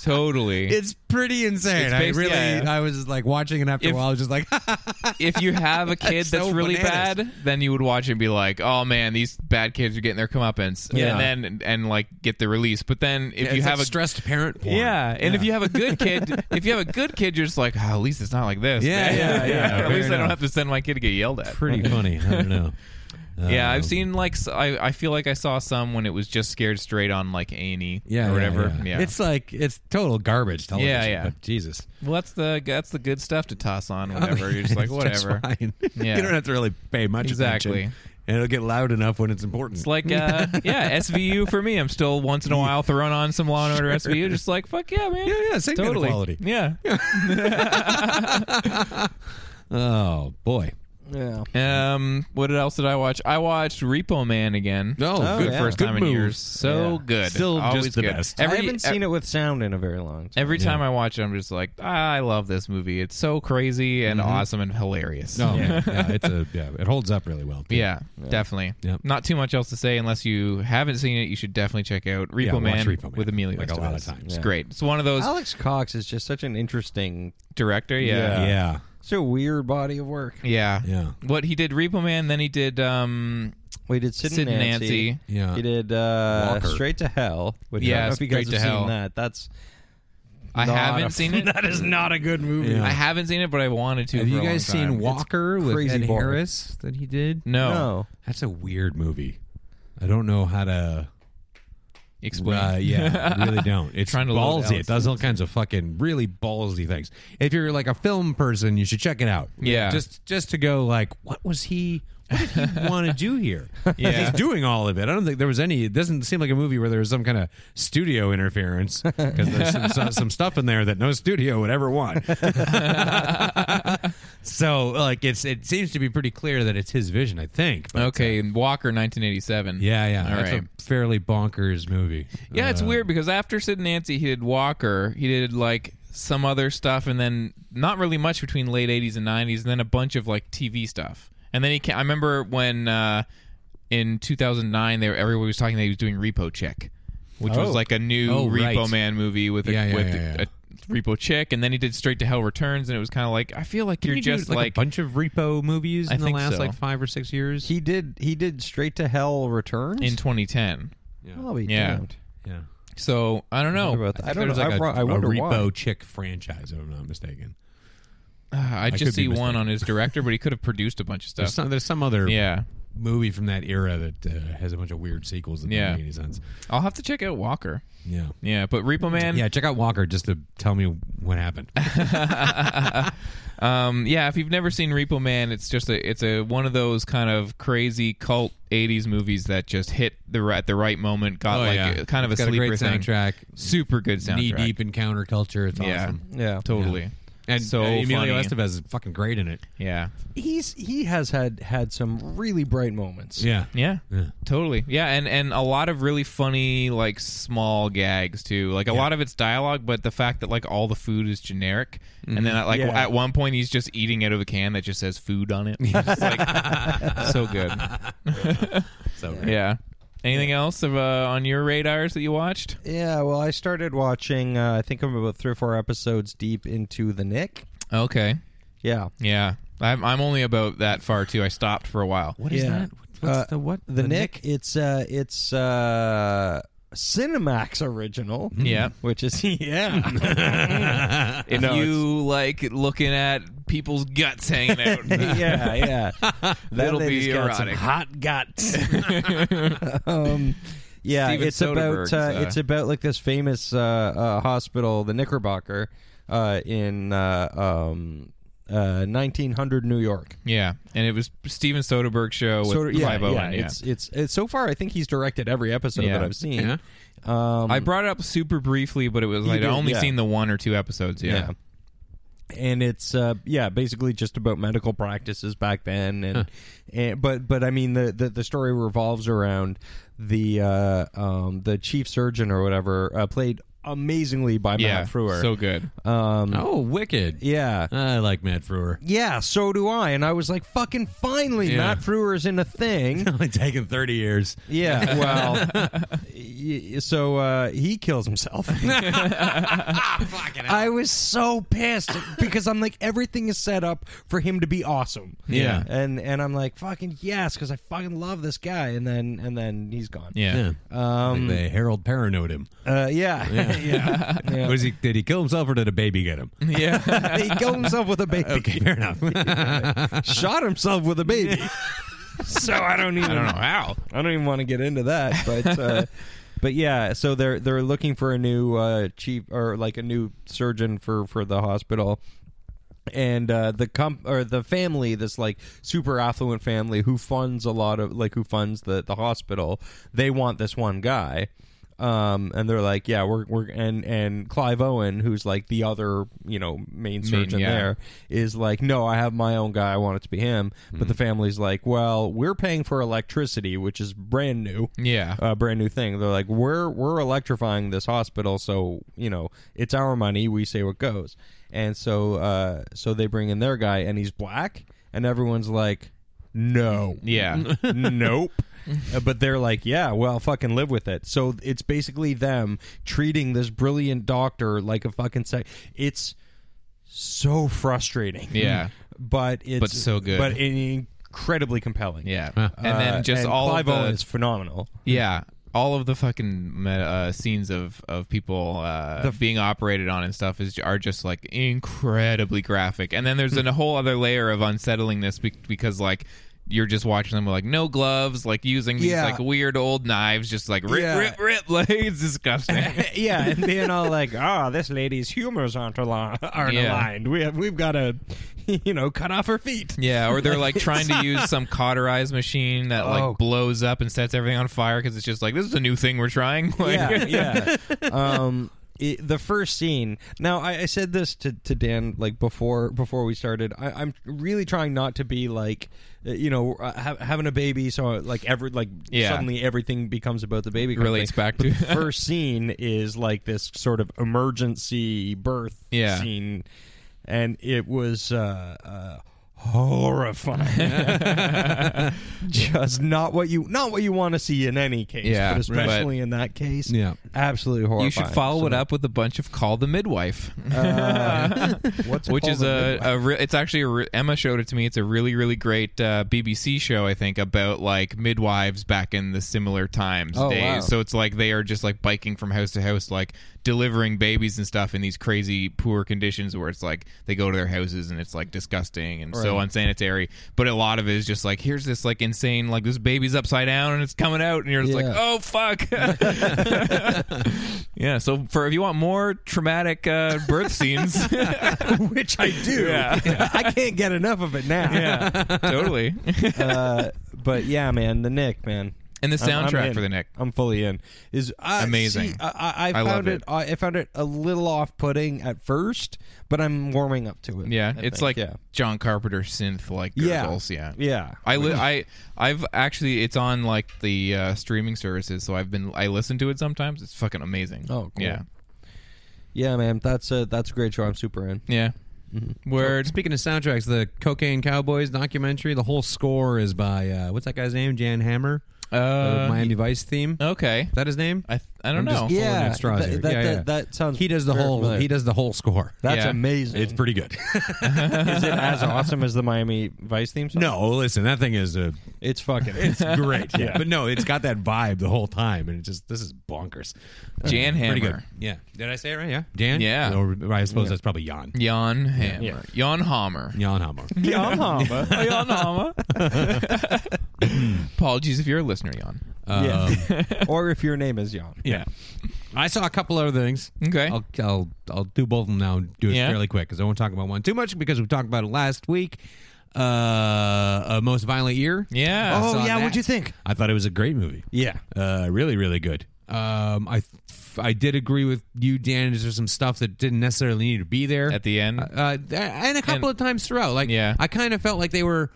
Totally.
it's pretty insane.
It's
I
based-
really
yeah.
I was just like watching it after
If-
a while, I was just like
if you have a kid that's,
so
really
bananas.
bad, then you would watch it and be like, "Oh man, these bad kids are getting their comeuppance,"
Yeah.
and then and, like get the release. But then if you
It's
have
like
a
stressed parent porn.
yeah, and if you have a good kid, if you have a good kid, you're just like, oh, at least it's not like this.
Yeah,
man."
yeah, yeah.
at
Fair
least I don't
enough.
have to send my kid to get yelled at.
pretty um, funny. I don't know.
Yeah, I've seen like s- I, I feel like I saw some when it was just scared straight on like A and E
Yeah,
or whatever. Yeah,
It's like it's total garbage television.
Yeah, yeah.
but Jesus.
well, that's the that's the good stuff to toss on whatever. You're just like
It's just
whatever.
fine.
Yeah.
you don't have to really pay much
Exactly.
attention. And it'll get loud enough when it's important.
It's like uh, yeah, SVU for me. I'm still once in a while throwing on some Law and Order SVU. Just like fuck yeah, man.
Yeah, yeah, same kind of
totally.
quality.
Yeah.
oh boy.
yeah.
Um, what else did I watch? I watched Repo Man again.
Oh,
for the
yeah.
first
Good
time in
move.
years. So
Yeah.
good.
Still
Always
just the
good.
best.
Every,
I haven't
e-
seen it with sound in a very long time.
Every time I watch it, I'm just like, ah, I love this movie. It's so crazy and awesome and hilarious.
Mm-hmm. No, yeah. it's a yeah, it holds up really well. too.
Yeah, definitely.
Yep.
Not too much else to say unless you haven't seen it. You should definitely check out Repo,
Yeah, watch
Man,
Repo Man,
with Emilio
like a lot of
Estevez.
times.
It's
Yeah.
great. It's one of those
Alex Cox is just such an interesting,
director. Yeah.
Yeah.
yeah,
such a weird body of work.
Yeah.
What he did Repo Man, then he did um,
We did Sid,
Sid
and
and
Nancy.
Nancy.
Yeah.
He did uh,
Walker.
Straight to Hell. Which I
Yeah,
don't know if you
Straight
guys
to
have
Hell.
seen that. That's
I
Not
haven't
a-
seen it.
That is not a good movie.
Yeah.
I haven't seen it, but I wanted to.
Have
for
you
a
guys
long time.
seen Walker with
crazy
Ed
boring.
Harris that he did?
No.
No.
That's a weird movie. I don't know how to
Explain.
Uh, yeah, I really don't. It's
Trying to
ballsy.
load
It
Alex
does all kinds of fucking really ballsy things. If you're like a film person, you should check it out.
Yeah.
just just to go like, what was he? What did he want to do here?
Yeah.
he's doing all of it. I don't think there was any. It doesn't seem like a movie where there was some kind of studio interference because there's some, some, some stuff in there that no studio would ever want. so like, it's it seems to be pretty clear that it's his vision. I think. But,
Okay, Walker, 1987.
Yeah, yeah.
All
that's
right.
a fairly bonkers movie.
Yeah, it's
Uh,
weird because after Sid and Nancy, he did Walker. He did like some other stuff, and then not really much between late '80s and '90s, and then a bunch of like TV stuff. And then he, ca- I remember when uh, in 2009, they were, everybody was talking that he was doing Repo Chick, which was
Oh.
like a new
Oh,
Repo
right.
Man movie with a,
Yeah, yeah,
with
yeah,
a,
yeah.
a Repo Chick, and then he did Straight to Hell Returns, and it was kind of like I feel like you're
Didn't he do,
just
a bunch of repo movies
I
in the
think
last
so.
like five or six years.
He did. He did Straight to Hell returns.
in 2010.
I'll be
Yeah.
damned.
yeah,
So I don't know.
wonder about that. I don't
There's
know.
like
I
a-
brought- I wonder
a
why.
repo chick franchise, if I'm not mistaken.
I
could
just
be
see one
mistaken.
on his director, but he could have produced a bunch of stuff.
There's some, there's some other
yeah,
movie from that era that uh, has a bunch of weird sequels that
Yeah.
don't make any sense.
I'll have to check out Walker.
Yeah.
Yeah, but Repo Man.
Mm, yeah, check out Walker just to tell me what happened.
Um, yeah. If you've never seen Repo Man, it's just a it's a one of those kind of crazy cult '80s movies that just hit the ri- at the right moment. Got
Oh,
like
yeah.
a, kind of
It's
a
got a
sleeper
great
thing.
soundtrack.
Super good soundtrack.
Knee deep in counterculture. It's
Yeah.
awesome.
Yeah.
Totally.
And
so
uh, Emilio
funny.
Estevez is fucking great in it.
Yeah.
He's he has had had some really bright moments.
Yeah.
Yeah,
Yeah.
totally. Yeah, and and a lot of really funny like small gags too. Like a lot of it's dialogue, but the fact that like all the food is generic, and then
Mm-hmm.
like
Yeah.
at one point he's just eating out of a can that just says food on it. It's just, like, so good.
So
Yeah. Anything else of, uh, on your radars that you watched?
Yeah, well, I started watching. Uh, I think I'm about three or four episodes deep into the Nick.
Okay.
Yeah,
Yeah. I'm, I'm only about that far too. I stopped for a while.
What is
Yeah.
that? What's
Uh,
the what?
the, Nick, It's uh, it's uh, Cinemax original.
Mm-hmm. Yeah.
which is yeah,
If
No,
you like looking at people's guts hanging out,
yeah, yeah. That
It'll
lady's
be
got some
erotic.
hot guts. um, yeah,
Steven
it's about
Soderbergh's,
uh,
uh,
it's about like this famous uh, uh, hospital, the Knickerbocker, uh, in uh, um, uh, 1900 New York.
Yeah, and it was Steven Soderbergh's show with
Soder- yeah,
Clive Owen. Yeah,
It's, it's it's so far. I think he's directed every episode
Yeah.
that I've seen.
Yeah.
Um,
I brought it up super briefly, but it was I'd
did,
only
yeah.
seen the one or two episodes. Yeah.
Yeah. and it's uh, yeah, basically just about medical practices back then, and, and but but I mean the, the the story revolves around the uh, um, the chief surgeon or whatever uh, played amazingly by
Yeah,
Matt Frewer. Uh,
so good.
oh, wicked.
yeah.
I like Matt Frewer.
yeah, so do I. And I was like, fucking finally,
Yeah.
Matt Frewer is in a thing.
Only taken thirty years.
Yeah, well, y- so uh, he kills himself. I was so pissed because I'm like everything is set up for him to be awesome.
Yeah.
and and I'm like fucking yes because I fucking love this guy, and then and then he's gone.
yeah.
Yeah. Um, they Harold paranoid him.
uh, yeah, yeah. yeah.
Was he? Did he kill himself or did a baby get him?
he killed himself with a baby.
Okay, fair enough.
Shot himself with a baby. so I don't even.
I don't know how.
I don't even want to get into that, but uh, but yeah, so they're they're looking for a new uh, chief or like a new surgeon for for the hospital. And uh, the comp or the family, this like super affluent family who funds a lot of like who funds the the hospital, they want this one guy, um, and they're like, yeah, we're we're and and Clive Owen, who's like the other you know main surgeon
yeah.
there, is like, no, I have my own guy. I want it to be him. But the family's like, well, we're paying for electricity, which is brand new.
Yeah.
A brand new thing. They're like, we're we're electrifying this hospital, so you know it's our money. We say what goes, and so uh, so they bring in their guy, and he's black, and everyone's like, no,
Yeah.
nope. Uh, but they're like, yeah, well, fucking live with it. So it's basically them treating this brilliant doctor like a fucking sec. It's so frustrating.
Yeah.
but it's
But so good.
but incredibly compelling.
Yeah. And
Uh,
then just all
Clive
of the
Owen is phenomenal.
yeah, all of the fucking me- uh, scenes of of people uh, being operated on and stuff is are just like incredibly graphic. And then there's a whole other layer of unsettlingness be- because like. You're just watching them with like no gloves, like using these
Yeah.
like weird old knives, just like rip,
Yeah.
rip, rip. Like it's disgusting.
yeah, and being all like, "Ah, this lady's humors aren't, al- aren't
Yeah.
aligned. We have, we've got to, you know, cut off her feet."
Yeah, or they're like trying to use some cauterize machine that
Oh.
like blows up and sets everything on fire because it's just like this is a new thing we're trying. Like,
yeah, yeah. Um, it, the first scene. Now, I, I said this to, to Dan like before before we started. I, I'm really trying not to be like, uh, you know, uh, ha- having a baby, so like every like
Yeah.
suddenly everything becomes about the baby. kind of
Relates
thing.
back
But
to-
the first scene is like this sort of emergency birth
Yeah.
scene, and it was. Uh, uh, horrifying just not what you not what you want to see in any case
Yeah,
but
right.
especially in that case.
Yeah.
absolutely horrible.
you should follow it up with a bunch of call the midwife,
Oh, What's it
which
called?
is a, a re- it's actually a re- Emma showed it to me. It's a really really great uh, BBC show I think about like midwives back in the similar times
Oh,
days.
wow.
So it's like they are just like biking from house to house, like delivering babies and stuff in these crazy poor conditions where it's like they go to their houses and it's like disgusting and so unsanitary. But a lot of it is just like here's this like insane like this baby's upside down and it's coming out and you're just like
Yeah.
oh fuck. yeah. So for if you want more traumatic uh, birth scenes. uh,
which I do. I can't get enough of it now.
yeah, totally.
Uh, but yeah, man, the Nick, man,
And the
I'm- I'm
soundtrack
in.
for the Nick.
I'm fully in. Is I-
Amazing.
see, I, I, I
I
found
love
it.
it.
I, I found it a little off-putting at first, but I'm warming up to it.
yeah,
I
it's
think.
like
yeah,
John Carpenter synth like
yeah,
gurgles. Yeah,
yeah.
I li- I I've actually it's on like the uh, streaming services, so I've been I listen to it sometimes. It's fucking amazing.
Oh, cool.
Yeah,
yeah, man, that's a that's a great show. I'm super in.
yeah.
Mm-hmm.
Word.
Speaking of soundtracks, the Cocaine Cowboys documentary, the whole score is by uh, what's that guy's name? Jan Hammer,
Uh,
the Miami Vice theme.
okay.
Is that his name?
I th- I don't
I'm
know.
just pulling
Oh. Yeah,
at straws
that-
here.
that-
yeah, yeah.
that- that sounds
He does the
very
whole.
familiar.
He does the whole score.
That's
Yeah.
amazing.
it's pretty good.
Is it as awesome as the Miami Vice theme song?
no, listen, that thing is a.
it's fucking.
It's great, yeah. But no, it's got that vibe the whole time, and it's just this is bonkers.
Jan
Pretty good.
Hammer.
Yeah. Did I say it right? Yeah. Jan.
Yeah.
Or I suppose that's probably Jan.
Jan Hammer. Jan Hammer.
Jan Hammer.
Mm-hmm.
Yamaha.
Jan Hammer. Apologies if you're a listener, Jan.
Um, Yeah. or if your name is Jan.
Yeah. I saw a couple other things.
Okay.
I'll I'll, I'll do both of them now. and Do it
Yeah.
fairly quick because I won't talk about one too much because we talked about it last week. Uh, a most violent year.
Yeah.
I
Oh,
saw
yeah,
that.
what'd you think?
I thought it was a great movie.
Yeah.
Uh, really, really good. Um, I I did agree with you, Dan. There's some stuff that didn't necessarily need to be there
At the end.
uh, th- and a couple
And-
of times throughout. Like,
Yeah.
I kind of felt like they were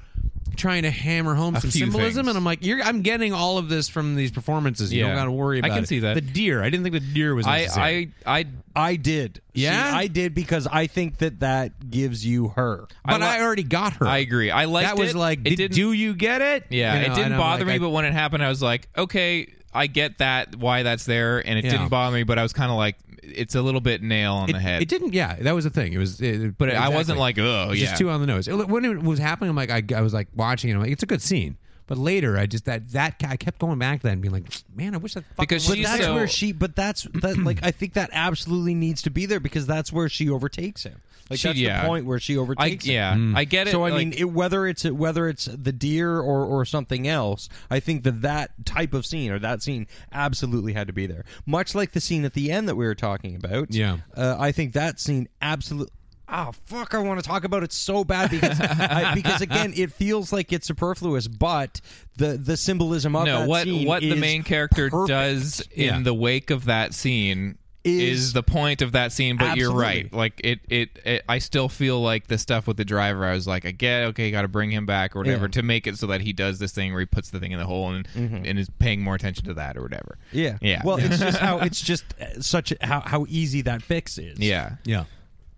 trying to hammer home
A
some
few
symbolism,
things.
and I'm like, You're, I'm getting all of this from these performances. You
Yeah.
don't got to worry
I
about.
can
it.
see that.
the deer. I didn't think the deer was. Necessary.
I I I
I did. See,
Yeah?
I did because I think that that gives you her.
but
I
I,
li-
already got her.
I agree. I liked
that was
it.
like,
It
did,
didn't-
do you get it?
Yeah,
You know,
it didn't
and I'm
bother
like,
me,
I-
but when it happened, I was like, okay, I get that why that's there, and it
Yeah.
didn't bother me. But I was kind of like, it's a little bit nail on
it,
the head.
it didn't. Yeah, that was the thing. It was, it,
but I wasn't like, oh,
It was
yeah.
just too on the nose. It- when it was happening, I'm like, I, I was like watching, it. I'm like, it's a good scene. But later, I just that that I kept going back to that and being like, man, I wish that fucking
Because
was
she's
there."
That's
So-
where she. But that's that. Like I think that absolutely needs to be there because that's where she overtakes him. Like
She-
that's
yeah.
the point where she
I,
overtakes. him.
yeah, I get it.
So I
like-
mean, it, whether it's whether it's the deer or or something else, I think that that type of scene or that scene absolutely had to be there. Much like the scene at the end that we were talking about.
Yeah.
uh, I think that scene absolutely. Ah, fuck! I want to talk about it so bad because I, because again, it feels like it's superfluous, but the the symbolism of
no,
that
what
scene
what the
is
main character
perfect.
does in
Yeah.
the wake of that scene is,
Is-
the point of that scene. But you're
Absolutely.
right. Like it, it, it, I still feel like the stuff with the driver. I was like, I get, okay, got to bring him back or whatever to make it so that he does this thing where he puts the thing in the hole and and is paying more attention to that or whatever.
Yeah.
yeah.
Well, it's just how it's just uh, such a, how how easy that fix is.
yeah.
Yeah.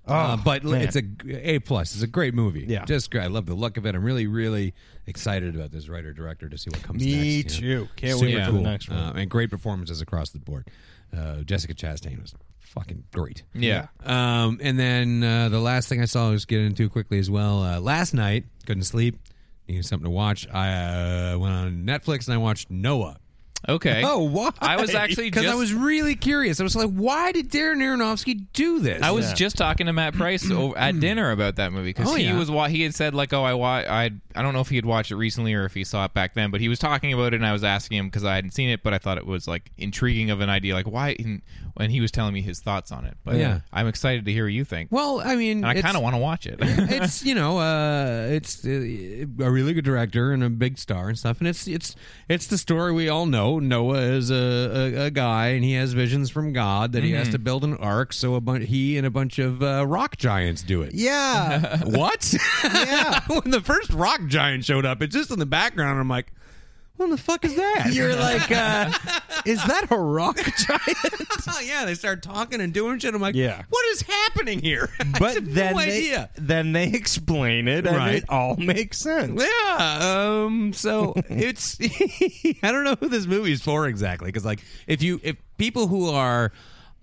uh, but
Oh, man.
it's a A plus. It's a great movie.
Yeah.
just great. I love the look of it. I'm really, really excited about this writer director to see what comes
Me
next. you
too.
know.
Can't
Super
wait for the
cool.
next one.
Uh, and great performances across the board. Uh, Jessica Chastain was fucking great.
Yeah.
Um, and then uh, the last thing I saw was get into quickly as well. Uh, last night, couldn't sleep, needed something to watch. I uh, went on Netflix and I watched Noah.
Okay.
Oh, why?
I was actually
because
just
I was really curious. I was like, why did Darren Aronofsky do this?
I was just talking to Matt Price over, at dinner about that movie because
Oh,
he
yeah.
was wa- he had said like oh I wa- I I don't know if he had watched it recently or if he saw it back then but he was talking about it and I was asking him because I hadn't seen it but I thought it was like intriguing of an idea like why and, and he was telling me his thoughts on it but
Yeah.
I'm excited to hear what you think
Well, I mean,
and I
it's-
kind of want to watch it
it's you know uh, it's uh, a really good director and a big star and stuff and it's it's it's the story we all know Noah is a, a, a guy and he has visions from God that he has to build an ark so a bunch he and a bunch of uh, rock giants do it
Yeah.
what yeah when the first rock giant showed up it's just in the background I'm like what the fuck is that
You're like, uh, is that a rock giant?
yeah they start talking and doing shit I'm like
Yeah.
what is happening here I
But
have
then
no
they
idea.
then they explain it, and
Right.
it all makes sense.
Yeah. Um. So it's I don't know who this movie is for exactly because like if you if people who are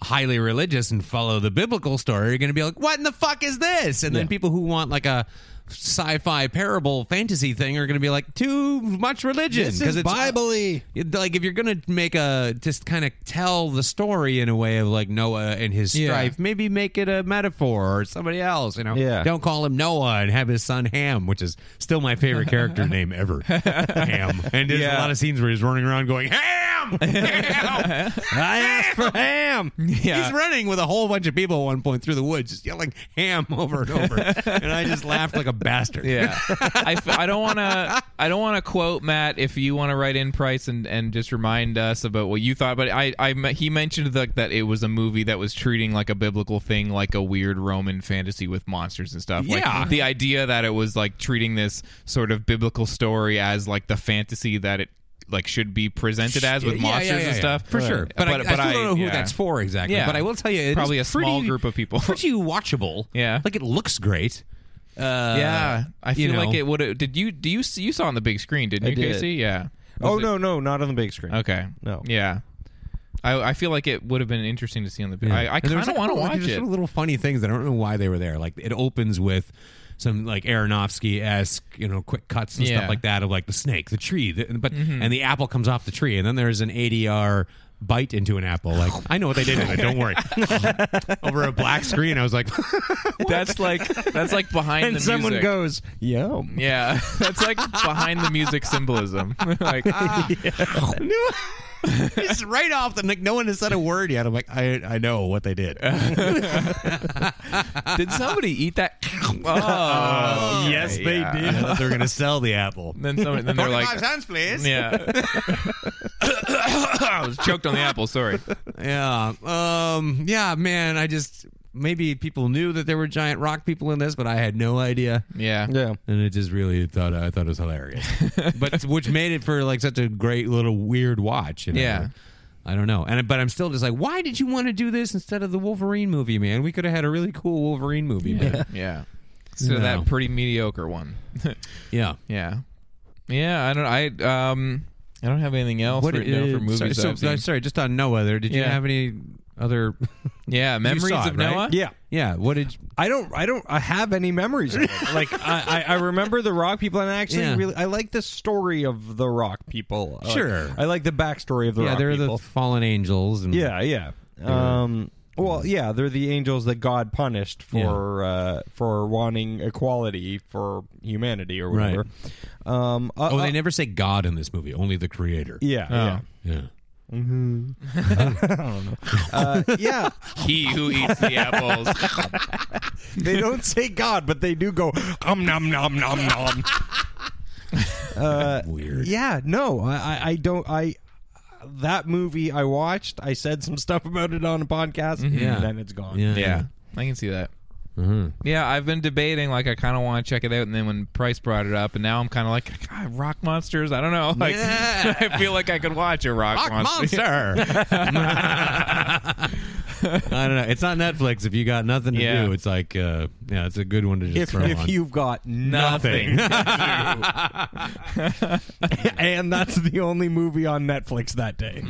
highly religious and follow the biblical story are going to be like, what in the fuck is this? And then people who want like a sci-fi parable fantasy thing are going to be like too much religion
This is
it's
Bible-y.
it- like if you're gonna make a just kind of tell the story in a way of like Noah and his
Yeah.
strife, maybe make it a metaphor or somebody else. You know,
Yeah.
Don't call him Noah and have his son Ham, which is still my favorite character name ever. Ham, and there's a
Yeah.
lot of scenes where he's running around going Ham. Ham!
I asked for ham.
He's running with a whole bunch of people at one point through the woods, just yelling ham over and over. and I just laughed like a bastard.
yeah I, f- I don't want to I don't want to quote Matt if you want to write in Price and, and just remind us about what you thought but I, I me- he mentioned that that it was a movie that was treating like a biblical thing like a weird Roman fantasy with monsters and stuff like
Yeah.
the idea that it was like treating this sort of biblical story as like the fantasy that it like should be presented as with
Yeah, yeah,
monsters
yeah,
and
yeah.
stuff
for sure. But, I, I still don't know who
yeah.
that's for exactly.
Yeah.
But I will tell you, it's
Probably a small group of people.
pretty watchable.
Yeah.
like it looks great. Uh,
yeah I
you
feel like
know.
it would did you do you see- you saw on the big screen didn't
I
you
did.
Casey yeah
Oh no, no, not on the big screen.
Okay.
No.
Yeah. I, I feel like it would have been interesting to see on the. I, I
And there
kind
was
of
a
want to
couple, like, oh,
watch
just
it.
Sort of little funny things that I don't know why they were there. Like it opens with some like Aronofsky esque, you know, quick cuts and
Yeah. Mm-hmm.
stuff like that of like the snake, the tree, the, but and the apple comes off the tree, and then there's an ADR bite into an apple. Like I know what they did with it. Don't worry. Over a black screen, I was like,
That's like that's like behind
And
the
someone
music.
goes, "Yum."
ah, Yeah, that's like behind the music symbolism. like
It's right off the like, no one has said a word yet. I'm like, I I know what they did.
Did somebody eat that? Oh,
yes, they
yeah.
did. I thought they were gonna sell the apple.
Then somebody, then they're like,
cents, please.
yeah. I was choked on the apple. Sorry.
Yeah. Um, yeah, man, I just maybe people knew that there were giant rock people in this, but I had no idea.
Yeah.
Yeah.
And it just really thought I thought it was hilarious. but which made it for like such a great little weird watch, you know?
Yeah.
I don't know. And but I'm still just like, why did you want to do this instead of the Wolverine movie, man? We could have had a really cool Wolverine movie. Yeah.
Yeah. So
No.
that pretty mediocre one.
yeah.
yeah. Yeah. I don't. I um. I don't have anything else
What,
written down
uh,
for movies.
sorry,
that
so-
I've seen.
sorry, just on Noah there. Did you
Yeah.
have any other
Yeah, memories
saw
of
it, right?
Noah.
Yeah.
Yeah, what did
I don't. I don't. I have any memories. Of it. Like I, I, I remember the Rock people, and I actually
Yeah.
really I like the story of the Rock people. Like,
Sure.
I like the backstory of the
Yeah,
Rock
they're
people.
the fallen angels and
yeah, yeah. Um. Well, yeah, they're the angels that God punished for uh, for wanting equality for humanity or
Right.
whatever. Um. uh,
Oh,
uh,
they never say God in this movie. Only the Creator.
yeah. Yeah.
Yeah.
Uh, yeah.
He who eats the apples.
They don't say God, but they do go um nom nom nom nom.
Weird.
Yeah, no, I, I, I don't. I that movie I watched. I said some stuff about it on a podcast,
Yeah.
and then it's gone.
Yeah.
yeah, Mm-hmm. I can see that. Yeah, I've been debating. Like, I kind of want to check it out, and then when Price brought it up, and now I'm kind of like, God, Rock Monsters. I don't know. Like,
Yeah.
I feel like I could watch a Rock,
Rock
Monster.
monster. I don't know. It's on Netflix. If you got nothing to
Yeah.
do, it's like, uh, yeah, it's a good one to just
If,
throw
if
on.
you've got nothing, and that's the only movie on Netflix that day.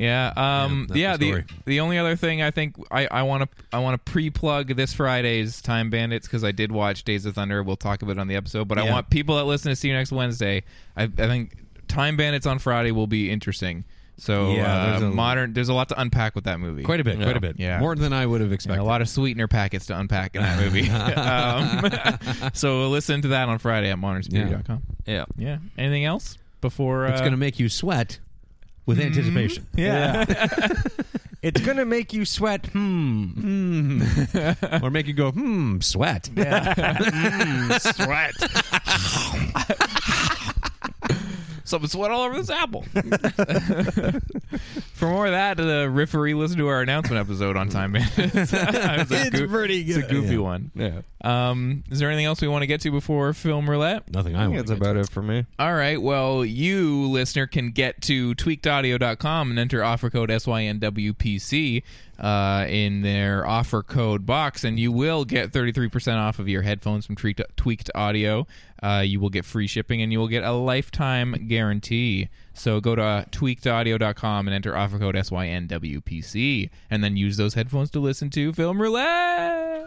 Yeah. Um.
that's
Yeah.
the
the,
story.
the only other thing I think I I want to I want to pre-plug this Friday's Time Bandits because I did watch Days of Thunder. We'll talk about it on the episode, but I want people that listen to see you next Wednesday. I I think Time Bandits on Friday will be interesting. So
Yeah,
uh,
there's a-
modern. There's a lot to unpack with that movie.
quite a bit, quite a bit,
Yeah.
more than I would have
Yeah,
expected.
a lot of sweetener packets to unpack in that movie. um, so listen to that on Friday at modernspear.com.
yeah,
Yeah. Anything else before? Uh,
it's gonna make you sweat with anticipation.
Yeah, it's gonna make you sweat. Hmm.
or make you go, hmm, sweat. Yeah.
Sweat.
some sweat all over this apple. For more of that, the riffery, listen to our announcement episode on Time Bandits. it's a
It's
goo-
pretty good.
It's a goofy one.
yeah.
Um, is there anything else we want to get to before film roulette?
Nothing I,
I think
want.
that's about it for me.
All right. Well, you, listener, can get to tweakedaudio.com and enter offer code SYNWPC uh, in their offer code box, and you will get 33% off of your headphones from Tweaked, tweaked Audio. Uh, you will get free shipping, and you will get a lifetime guarantee. So go to uh, tweakedaudio.com and enter offer code SYNWPC, and then use those headphones to listen to Film Roulette.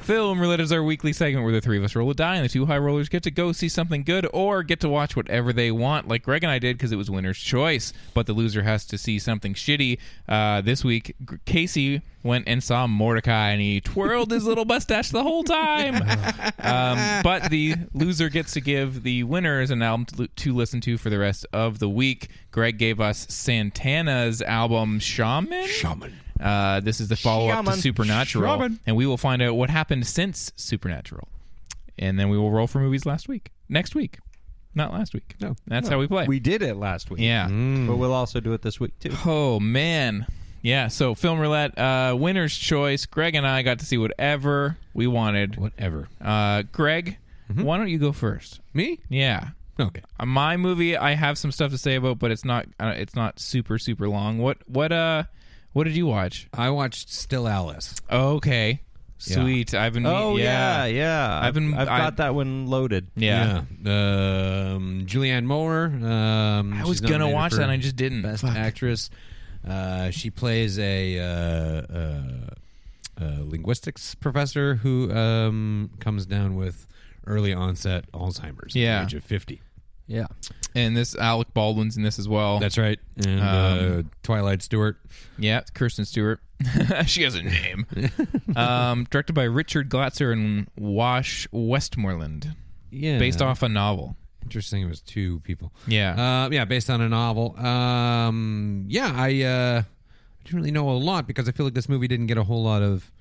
Film Roulette is our weekly segment where the three of us roll a die, and the two high rollers get to go see something good or get to watch whatever they want, like Greg and I did because it was winner's choice. But the loser has to see something shitty. Uh, this week, G- Casey went and saw Mordecai, and he twirled his little mustache the whole time. um, but the loser gets to give the winners an album to, to listen to for the rest of the week. Greg gave us Santana's album Shaman. Shaman. Uh, this is the follow up to
Shaman.
Supernatural,
Shaman.
and we will find out what happened since Supernatural, and then we will roll for movies last week, next week, not last week. No, that's how we play.
We Mm-hmm. did it last week.
yeah.
But we'll also do it this week too.
Oh man. Yeah. So film roulette, uh, winner's choice. Greg and I got to see whatever we wanted.
Whatever.
Uh, Greg, why don't you go first?
Me?
Yeah.
Okay.
Uh, My movie, I have some stuff to say about, but it's not uh, it's not super super long. What what uh what did you watch?
I watched Still Alice.
Okay, sweet. I've been.
Oh yeah, yeah.
I've been-
I've
I-
got that one loaded.
Yeah.
Um, Julianne Moore. Um,
I
she's
was gonna
nominated
watch
for
that and I just didn't.
Best
Fuck.
actress. Uh, she plays a uh, uh, uh, linguistics professor who um, comes down with early onset Alzheimer's at
Yeah.
the age of 50.
Yeah.
And this Alec Baldwin's in this as well.
That's right. And uh, Twilight Stewart.
yeah, it's Kirsten Stewart. she has a name. um, directed by Richard Glatzer and Wash Westmoreland,
Yeah.
based off a novel.
Interesting. It was two people.
Yeah.
Uh, yeah. Based on a novel. Um, yeah. I uh, I didn't really know a lot because I feel like this movie didn't get a whole lot of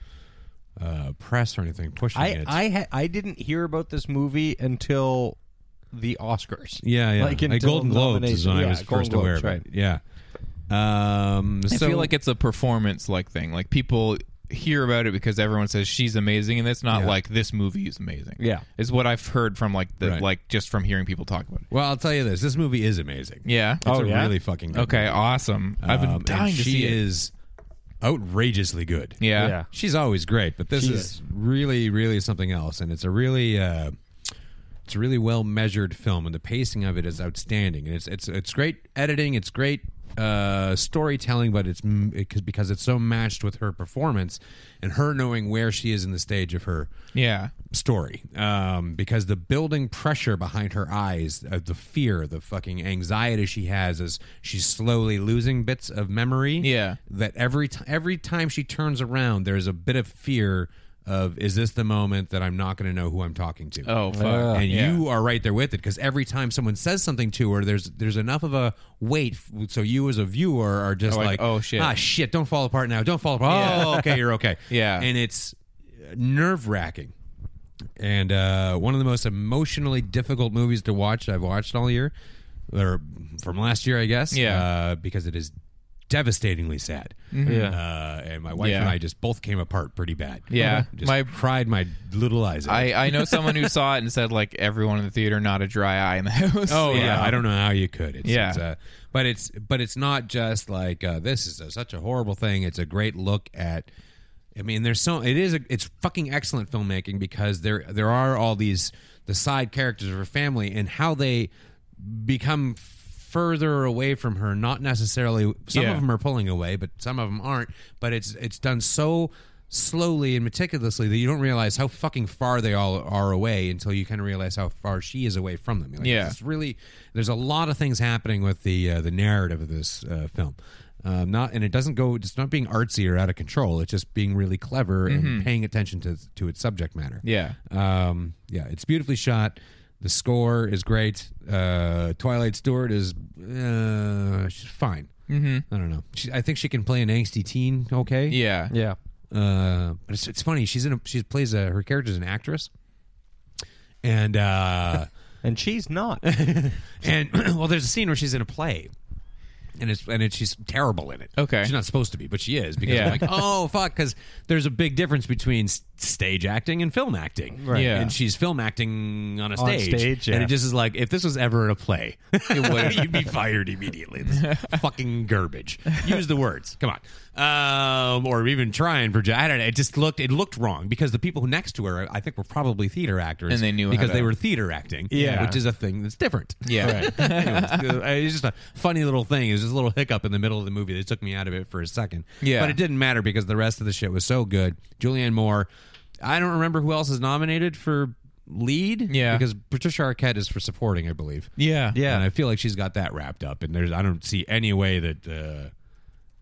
uh, press or anything pushing
I
it.
I ha- I didn't hear about this movie until the Oscars.
yeah. Yeah.
Like
Like
until
Golden Globes is
nomination.
when I
Yeah,
was
Golden
first aware
Globes,
of it. Yeah. Um,
I
so
feel like it's a performance like thing. Like people hear about it because everyone says she's amazing, and it's not like this movie is amazing.
Yeah.
is what I've heard from like the
Right.
like just from hearing people talk about it.
Well, I'll tell you this: this movie is amazing.
Yeah.
it's
Oh,
a
yeah?
really fucking good
Okay, awesome. I've
Um,
been
and
dying to
she
see it.
is outrageously good.
Yeah.
Yeah.
she's always great, but this
She
is,
is.
really, really something else, and it's a really. Uh, it's a really well measured film, and the pacing of it is outstanding. And it's it's it's great editing, it's great uh, storytelling, but it's m- it, 'cause- because it's so matched with her performance and her knowing where she is in the stage of her
Yeah.
story um, because the building pressure behind her eyes, uh, the fear, the fucking anxiety she has as she's slowly losing bits of memory.
Yeah.
that every t- every time she turns around, there's a bit of fear of is this the moment that I'm not going to know who I'm talking to?
Oh, fuck.
and
Yeah.
you are right there with it because every time someone says something to her, there's there's enough of a wait, f- so you as a viewer are just
Like,
like,
oh, shit.
ah shit, don't fall apart now, don't fall apart. Oh, okay, you're okay.
Yeah.
and it's nerve wracking and uh, one of the most emotionally difficult movies to watch I've watched all year, or from last year, I guess.
Yeah. Mm-hmm.
uh, because it is devastatingly sad.
Yeah.
Uh, and my wife
Yeah.
and I just both came apart pretty bad.
Yeah.
just
My-
cried my little eyes out.
I, I know someone who saw it and said like everyone in the theater not a dry eye in the house.
Oh yeah. I don't know how you could. It's,
Yeah.
it's, uh, but it's but it's not just like uh, this is a, such a horrible thing. It's a great look at. I mean, there's so it is a, it's fucking excellent filmmaking because there there are all these the side characters of her family and how they become further away from her. Not necessarily some
Yeah.
of them are pulling away, but some of them aren't. But it's it's done so slowly and meticulously that you don't realize how fucking far they all are away until you kind of realize how far she is away from them. You're like,
Yeah.
"This is really there's a lot of things happening with the uh, the narrative of this uh, film um, not and it doesn't go it's not being artsy or out of control it's just being really clever and paying attention to to its subject matter
Mm-hmm. Yeah.
um, yeah it's beautifully shot the score is great uh, twilight stewart is uh, she's fine mm-hmm. i don't know she, i think she can play an angsty teen okay
Yeah.
Yeah.
uh, but it's, it's funny she's in a she plays a her character's an actress and uh
And she's not.
and well, there's a scene where she's in a play, and it's and it, she's terrible in it.
Okay.
she's not supposed to be, but she is because
Yeah.
I'm like, oh fuck, because there's a big difference between s- stage acting and film acting.
Right.
Yeah.
and she's film acting on a
On
stage,
stage,
and
yeah.
it just is like if this was ever in a play, it would you'd be fired immediately. This fucking garbage. Use the words. Come on. Um, or even try and project. I don't know. It just looked it looked wrong because the people next to her, I think, were probably theater actors,
And they knew how
because
to-
they were theater acting,
Yeah.
which is a thing that's different.
Yeah.
Anyways, uh, it's just a funny little thing. It was just a little hiccup in the middle of the movie that took me out of it for a second.
Yeah.
But it didn't matter because the rest of the shit was so good. Julianne Moore. I don't remember who else is nominated for lead.
Yeah.
Because Patricia Arquette is for supporting, I believe.
Yeah.
And I feel like she's got that wrapped up. And there's I don't see any way that uh,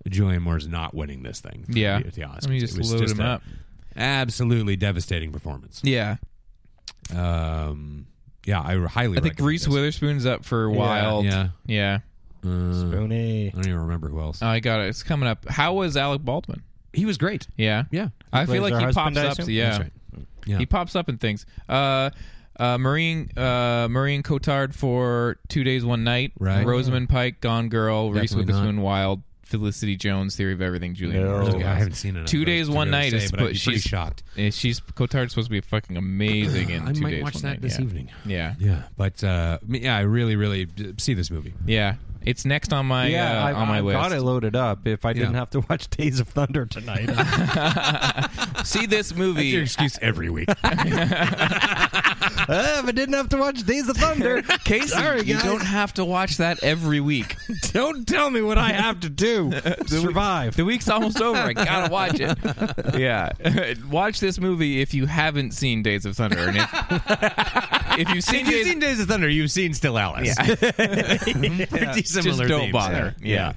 Julianne Moore's not winning this thing.
Yeah.
At the Oscars.
I mean, you just
It was
load 'em
a
up.
Absolutely devastating performance.
Yeah.
Um, yeah, I highly
I think
recommend
Reese
this.
Witherspoon's up for Wild.
yeah.
Yeah.
Mm.
Oh,
Booney.
I don't even remember who else.
I got it. It's coming up. How was Alec Baldwin?
He was great.
Yeah.
Yeah.
I feel
plays
like
her
he
husband, I
pops up.
assume?
Yeah.
That's right. Yeah.
He pops up in things. Uh, uh, Marine uh, Marine Cotard for Two Days One Night.
Right.
Rosamund Pike, Gone Girl, Reese
Definitely not.
Witherspoon, Wild, Felicity Jones, Theory of Everything, Julian.
No.
Moore's
Okay,
Guys.
I haven't seen it.
Two Days One Night is
but I'd be
she's
pretty shocked.
eh, She's Cotard's supposed to be fucking amazing in
I
Two
might
Days
watch
One
that
Night.
this
yeah.
evening.
Yeah.
Yeah, but uh, I mean, yeah, I really, really d- see this movie.
Yeah. It's next on my
yeah,
uh,
I've,
on my
I've
list.
got it loaded up. If I didn't
Yeah.
have to watch Days of Thunder tonight,
See this movie.
excuse every week.
"Ah, if I didn't have to watch Days of Thunder, Casey,
Sorry, you don't have to watch that every week.
don't tell me what I have to do to survive.
The week's almost over. I gotta watch it. Yeah, watch this movie if you haven't seen Days of Thunder, and if, if you've
If
seen
you've
Days,
seen Days of Thunder, you've seen Still Alice. Pretty
just
similar
don't
themes.
bother. Yeah.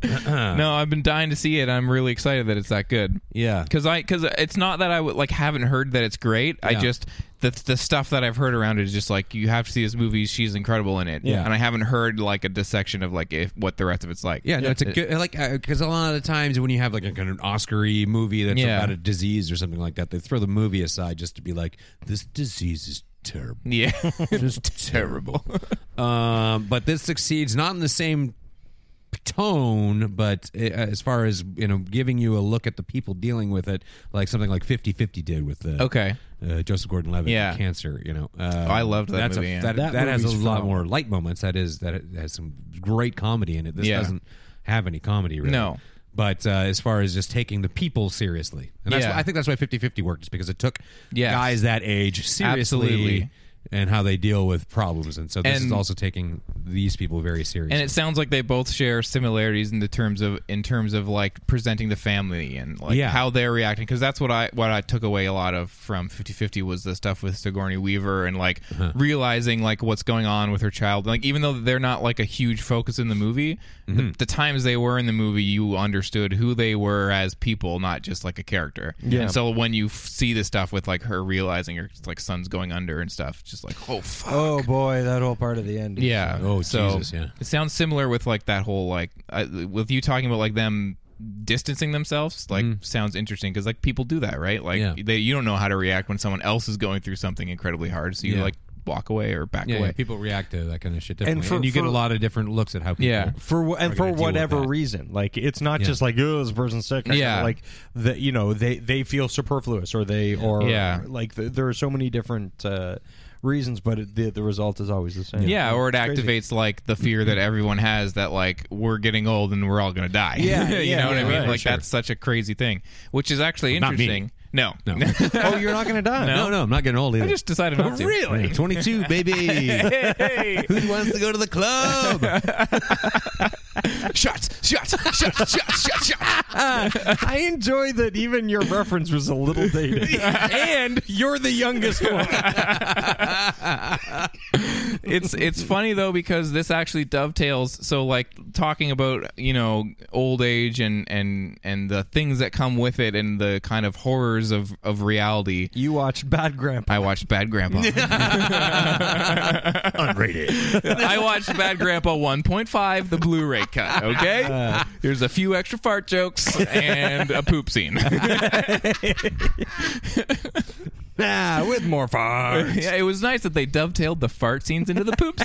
no, I've been dying to see it. I'm really excited that it's that good.
Yeah.
Because I because it's not that I would like haven't heard that it's great. I
Yeah.
just the the stuff that I've heard around it is just like you have to see this movie. She's incredible in it.
Yeah.
And I haven't heard like a dissection of like if, what the rest of it's like.
Yeah, no, it's a good like because a lot of the times when you have like a kind of Oscar-y movie that's
Yeah.
about a disease or something like that, they throw the movie aside just to be like, "This disease is terrible,
Yeah.
just terrible." um, but this succeeds not in the same tone, but uh, as far as you know, giving you a look at the people dealing with it, like something like 50-50 did with the
okay.
uh, Joseph Gordon-Levitt
Yeah. Oh,
cancer. You know, uh,
I loved that
that's a-
movie, yeah.
that
That
that has a
movie's
lot
phenomenal.
more light moments. That is that it has some great comedy in it. This
Yeah.
doesn't have any comedy really.
No.
But uh, as far as just taking the people seriously, and that's
Yeah.
why, I think that's why 50-50 worked, is because it took
Yes.
guys that age seriously
Absolutely.
and how they deal with problems, and so this is
And-
also taking these people very seriously.
And it sounds like they both share similarities in the terms of in terms of like presenting the family and like
Yeah.
how they're reacting because that's what I what I took away a lot of from 50-50 was the stuff with Sigourney Weaver and like realizing like what's going on with her child like even though they're not like a huge focus in the movie the, the times they were in the movie you understood who they were as people not just like a character yeah. and so when you f- see the stuff with like her realizing her like son's going under and stuff it's just like oh fuck
Oh boy, that whole part of the end. is-
yeah.
Oh,
so
Jesus, yeah.
It sounds similar with like that whole like I, with you talking about like them distancing themselves. Like sounds interesting because like people do that, right? Like
Mm-hmm. Yeah.
they you don't know how to react when someone else is going through something incredibly hard, so you
Yeah.
like walk away or back
yeah,
away.
yeah, people react to that kind of shit differently, and,
for-
you get
for-
a lot of different looks at how people.
Yeah.
for wh- and
are gonna
for
deal with
whatever
that.
reason. Like it's not just like oh this person's sick. I gotta,"
Yeah.
like that you know they they feel superfluous or they or
Yeah.
like th- there are so many different uh, reasons, but it, the the result is always the same.
yeah, or it
It's crazy.
activates like the fear
Mm-hmm.
that everyone has that like we're getting old and we're all gonna die.
Yeah,
you
yeah,
know what I
yeah,
mean.
right,
like
sure.
that's such a crazy thing, which is actually
Not me.
interesting. No,
No.
oh, you're not gonna die.
No, no, I'm not getting old either.
I just decided not to.
Really? 22, baby. Who wants to go to the club?
shots, shots, shots, shots, shots, shots.
I enjoy that even your reference was a little dated. and you're the youngest one.
it's it's funny though because this actually dovetails so like talking about you know old age and and and the things that come with it and the kind of horrors of of reality
You watched Bad Grandpa.
I watched Bad Grandpa.
Unrated.
I watched Bad Grandpa 1.5, the Blu-ray cut.
Uh.
Okay, there's a few extra fart jokes and a poop scene.
Nah, with more fun.
yeah, it was nice that they dovetailed the fart scenes into the poop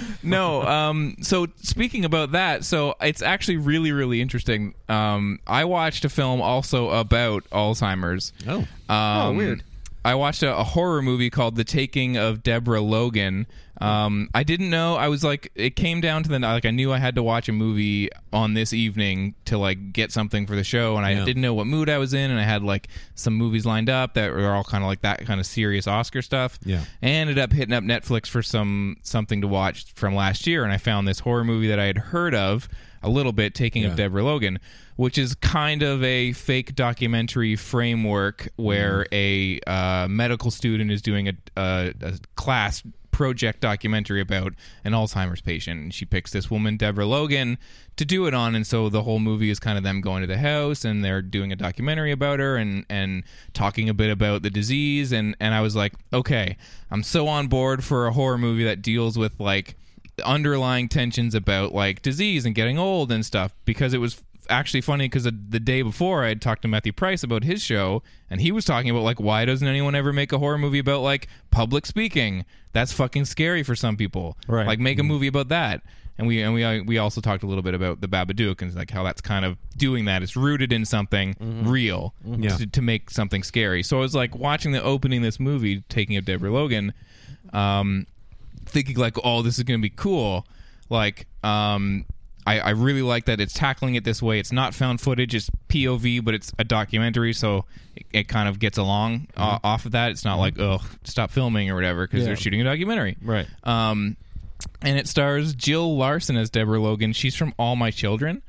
scene. no, um, so speaking about that, so it's actually really, really interesting. Um, I watched a film also about Alzheimer's.
Oh.
Um, weird. I watched a, a horror movie called The Taking of Deborah Logan. Um, I didn't know. I was like, it came down to the like I knew I had to watch a movie on this evening to like get something for the show, and I
Yeah.
didn't know what mood I was in, and I had like some movies lined up that were all kind of like that kind of serious Oscar stuff.
Yeah.
I ended up hitting up Netflix for some something to watch from last year, and I found this horror movie that I had heard of a little bit, taking of Deborah Logan, which is kind of a fake documentary framework where a uh, medical student is doing a, a, a class project documentary about an Alzheimer's patient, and she picks this woman, Deborah Logan, to do it on. And so the whole movie is kind of them going to the house, and they're doing a documentary about her and and talking a bit about the disease. And and I was like, okay, I'm so on board for a horror movie that deals with like underlying tensions about like disease and getting old and stuff because it was actually funny because the, the day before I had talked to Matthew Price about his show, and he was talking about like why doesn't anyone ever make a horror movie about like public speaking? That's fucking scary for some people.
Right.
Like make a movie about that. And we and we uh, we also talked a little bit about the Babadook and like how that's kind of doing that. It's rooted in something real
Yeah.
to, to make something scary. So I was like watching the opening of this movie, taking of Deborah Logan. Um, thinking like, oh, this is gonna be cool. Like, um, I, I really like that it's tackling it this way. It's not found footage; it's POV, but it's a documentary, so it, it kind of gets along uh, off of that. It's not like oh, stop filming or whatever because they're shooting a documentary,
Right.
Um, and it stars Jill Larson as Deborah Logan. She's from All My Children,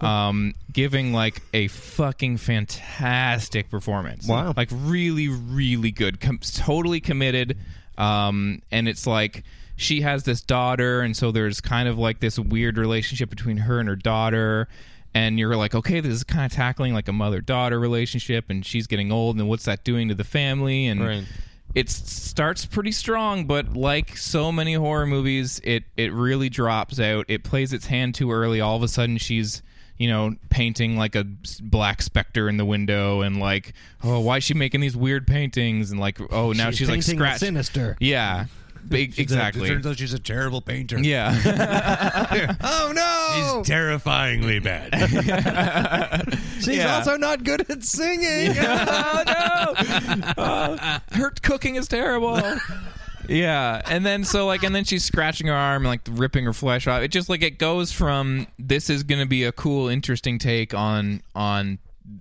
um, giving like a fucking fantastic performance.
Wow.
like really, really good. Com- totally committed. Um, and it's like she has this daughter, and so there's kind of like this weird relationship between her and her daughter. And you're like, okay, this is kind of tackling like a mother daughter relationship, and she's getting old, and what's that doing to the family? And
Right.
it starts pretty strong, but like so many horror movies, it it really drops out. It plays its hand too early. All of a sudden, she's you know painting like a s- black specter in the window, and like oh, why is she making these weird paintings? And like oh, now she's, like
painting the
scratch
sinister.
Yeah, Big- exactly.
turns out she's a terrible painter.
yeah.
Oh no! She's terrifyingly bad.
She's
Yeah.
also not good at singing.
oh no! Uh, her cooking is terrible. Yeah, and then so like, and then she's scratching her arm, and, like ripping her flesh off. It just like it goes from this is going to be a cool, interesting take on on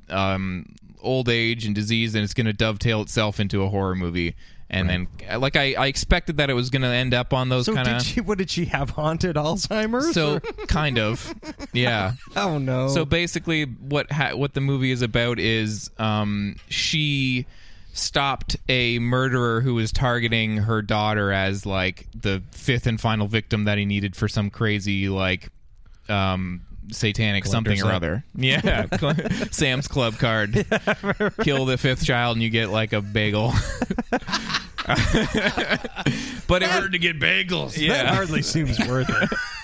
um, old age and disease, and it's going to dovetail itself into a horror movie. And then like I, I expected that it was going to end up on those
So
kind
did
of
she? What did she have? Haunted Alzheimer's?
so
Or-
kind of yeah.
oh no.
So basically, what ha- what the movie is about is um, she stopped a murderer who was targeting her daughter as like the fifth and final victim that he needed for some crazy like um, satanic something or other. Yeah, Cl- Sam's Club card. Kill the fifth child and you get like a bagel. but it
to get bagels.
yeah
that hardly seems worth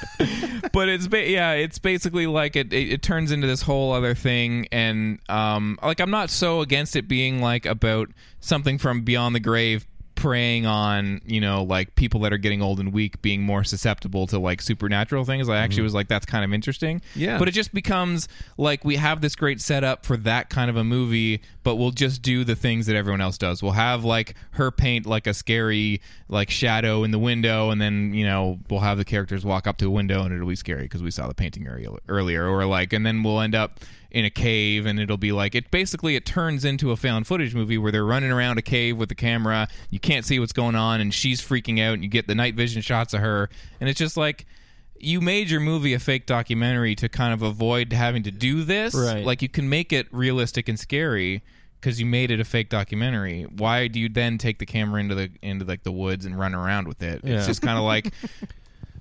it.
but it's ba- yeah, it's basically like it, it it turns into this whole other thing, and um, like I'm not so against it being like about something from beyond the grave preying on you know like people that are getting old and weak being more susceptible to like supernatural things i actually was like that's kind of interesting
Yeah.
but it just becomes like we have this great setup for that kind of a movie but we'll just do the things that everyone else does we'll have like her paint like a scary like shadow in the window and then you know we'll have the characters walk up to a window and it'll be scary because we saw the painting earlier, earlier or like and then we'll end up in a cave and it'll be like it basically it turns into a found footage movie where they're running around a cave with the camera you can't see what's going on and she's freaking out and you get the night vision shots of her and it's just like you made your movie a fake documentary to kind of avoid having to do this.
Right.
Like you can make it realistic and scary because you made it a fake documentary. Why do you then take the camera into the into like the woods and run around with it? It's
Yeah.
just kind of like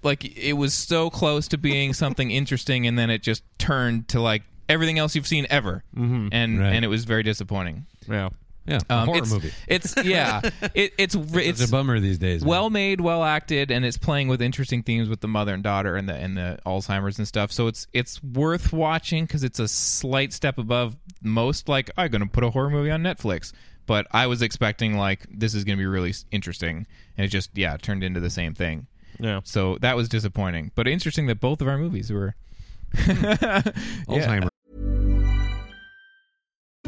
like it was so close to being something interesting, and then it just turned to like everything else you've seen ever, mm-hmm. and
Right.
and it was very disappointing.
Yeah.
Yeah, a horror
Um, it's,
movie.
It's yeah. it, it's
It's, a bummer these days. man.
well made, well acted, and it's playing with interesting themes with the mother and daughter and the and the Alzheimer's and stuff. So it's it's worth watching because it's a slight step above most. Like I'm going to put a horror movie on Netflix, but I was expecting like this is going to be really s- interesting, and it just yeah turned into the same thing.
Yeah.
So that was disappointing, but interesting that both of our movies were.
Alzheimer.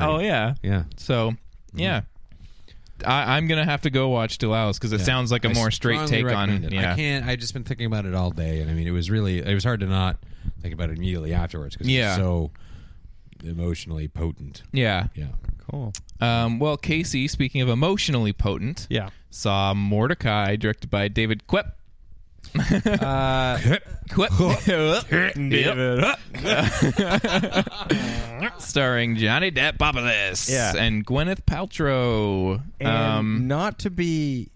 Oh yeah,
Yeah. Mm-hmm.
So yeah. I, I'm gonna have to go watch Delau's because it sounds like a
I
more straight
strongly
take on.
recommend it.
Yeah,
I can't. I just been thinking about it all day, and I mean, it was really. It was hard to not think about it immediately afterwards because
Yeah.
it's so emotionally potent.
yeah.
Yeah.
Cool.
Um, well, Casey, speaking of emotionally potent,
Yeah.
saw Mordecai, directed by David Quep.
uh,
Starring Johnny Depp Papadis
Yeah.
and Gwyneth Paltrow.
And
Um,
not to be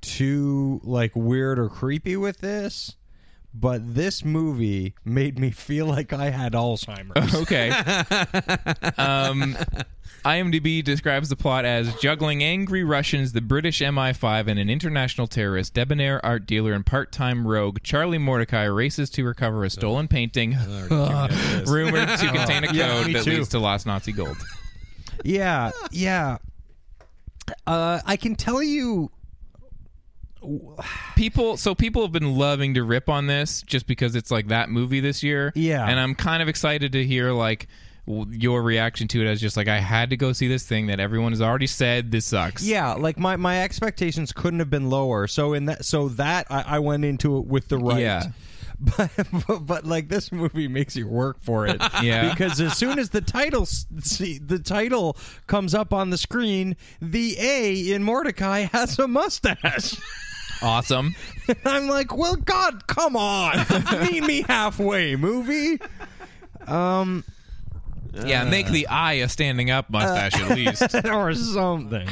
too like weird or creepy with this, but this movie made me feel like I had Alzheimer's.
Okay. um, IMDb describes the plot as juggling angry Russians, the British MI5, and an international terrorist, debonair art dealer, and part time rogue Charlie Mordecai races to recover a stolen painting rumored to contain a code
me
that
too.
leads to lost Nazi gold.
yeah, yeah. Uh, I can tell you
People, so people have been loving to rip on this just because it's like that movie this year.
Yeah.
and I'm kind of excited to hear like w- your reaction to it as just like I had to go see this thing that everyone has already said this sucks.
Yeah, like my, my expectations couldn't have been lower. So in that so that I, I went into it with the right.
Yeah.
But, but but like this movie makes you work for it.
Yeah.
Because as soon as the title s- see, the title comes up on the screen, the A in Mordecai has a mustache.
awesome.
I'm like, well, God, come on, meet me halfway, movie.
Yeah, make the eye a standing up mustache at least.
or something.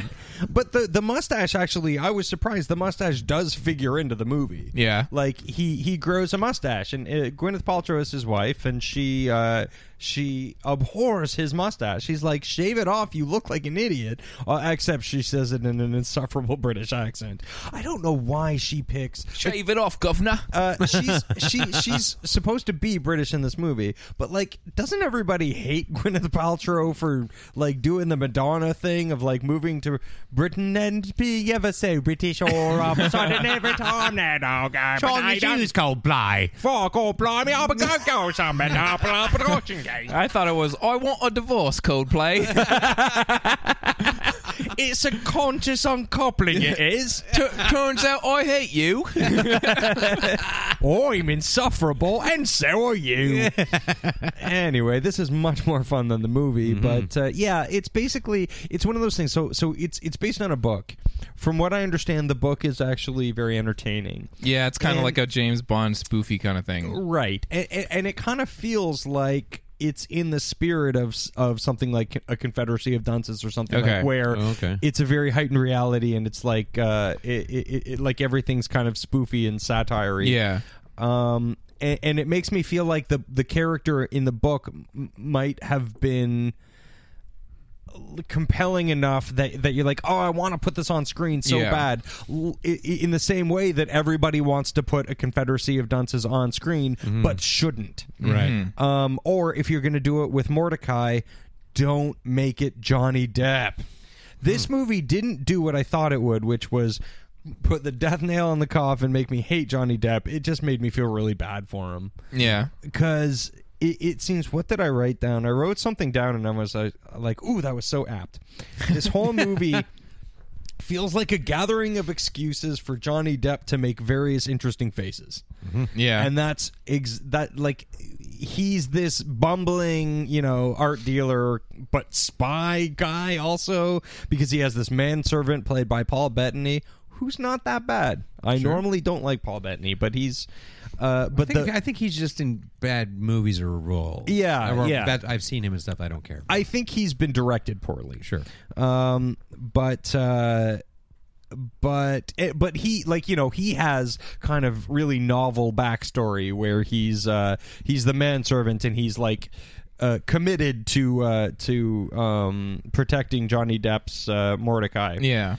But the the mustache actually, I was surprised. The mustache does figure into the movie.
Yeah.
like he he grows a mustache, and uh, Gwyneth Paltrow is his wife, and she uh, she abhors his mustache. She's like, shave it off. You look like an idiot. Uh, except she says it in an insufferable British accent. I don't know why she picks
Shave it off, governor.
uh, she's she she's supposed to be British in this movie, but like, doesn't everybody hate Gwyneth Paltrow for like doing the Madonna thing of like moving to Britain and be ever so British or um, sudden every time now, dog? uh, but I don't
called Bly.
Fuck or blimey, I'm a go go something.
I thought it was I want a divorce, Coldplay.
It's a conscious uncoupling. It is.
T- turns out I hate you.
Oh, I'm insufferable, and so are you. anyway, this is much more fun than the movie, but uh, yeah, it's basically it's one of those things. So, so it's it's based on a book. From what I understand, the book is actually very entertaining.
yeah, it's kind of
And-
like a James Bond spoofy kind of thing.
Right, and, and, and it kind of feels like it's in the spirit of s- of something like a Confederacy of Dunces or something
Okay.
like where
Oh, okay.
it's a very heightened reality, and it's like uh, it, it, it- it, like everything's kind of spoofy and satire.
Yeah.
um, and, and it makes me feel like the the character in the book m- might have been compelling enough that, that you're like oh i want to put this on screen so
Yeah.
bad L- i- i- in the same way that everybody wants to put a confederacy of dunces on screen but shouldn't
Right.
um, or if you're going to do it with Mordecai, don't make it Johnny Depp. This movie didn't do what I thought it would, which was put the death nail in the coffin, make me hate Johnny Depp. It just made me feel really bad for him
Yeah.
because it, it seems what did I write down? I wrote something down and I was like, like ooh, that was so apt. This whole movie. Feels like a gathering of excuses for Johnny Depp to make various interesting faces
Mm-hmm.
Yeah.
and that's ex- that like he's this bumbling you know art dealer but spy guy also because he has this manservant played by paul bettany who's not that bad i normally don't like paul bettany but he's uh but
I think,
the
I think he's just in bad movies or roles.
Yeah,
Or
yeah.
That, I've seen him and stuff. I don't care.
I think he's been directed poorly.
Sure.
Um, but uh, but eh, but he like you know he has kind of really novel backstory where he's uh he's the manservant and he's like. Uh, committed to uh, to um, protecting Johnny Depp's uh, Mordecai,
yeah.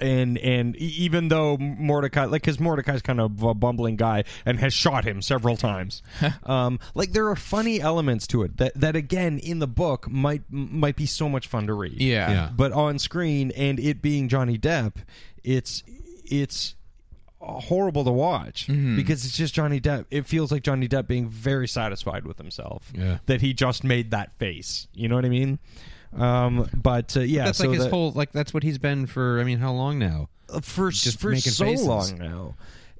and and e- even though Mordecai, like, because Mordecai's kind of a bumbling guy and has shot him several times, um, like there are funny elements to it that that again in the book might might be so much fun to read.
Yeah.
Yeah.
but on screen and it being Johnny Depp, it's it's horrible to watch
Mm-hmm.
because it's just Johnny Depp. It feels like Johnny Depp being very satisfied with himself
Yeah.
that he just made that face. You know what I mean? Um, but uh, yeah,
that's
so
like his
that-
whole like that's what he's been for. I mean, how long now?
uh, for
Just
for
making
so
faces.
long now.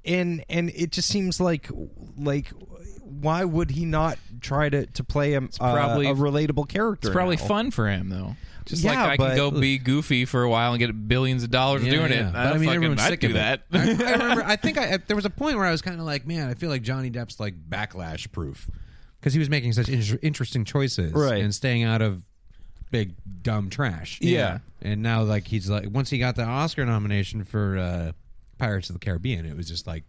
and and it just seems like like why would he not try to to play a,
probably-
a, a relatable character?
It's probably
now?
fun for him though. Just like
Yeah,
I
but-
can go be goofy for a while and get billions of dollars
Yeah,
doing
yeah.
it.
But,
I, mean, fucking,
everyone's
I'd
sick
do
of
that.
it. I, I remember. I think I, there was a point where I was kind of like, man, I feel like Johnny Depp's like backlash proof because he was making such inter- interesting choices,
Right.
and staying out of big dumb trash.
Yeah.
and now like he's like once he got the Oscar nomination for uh, Pirates of the Caribbean, it was just like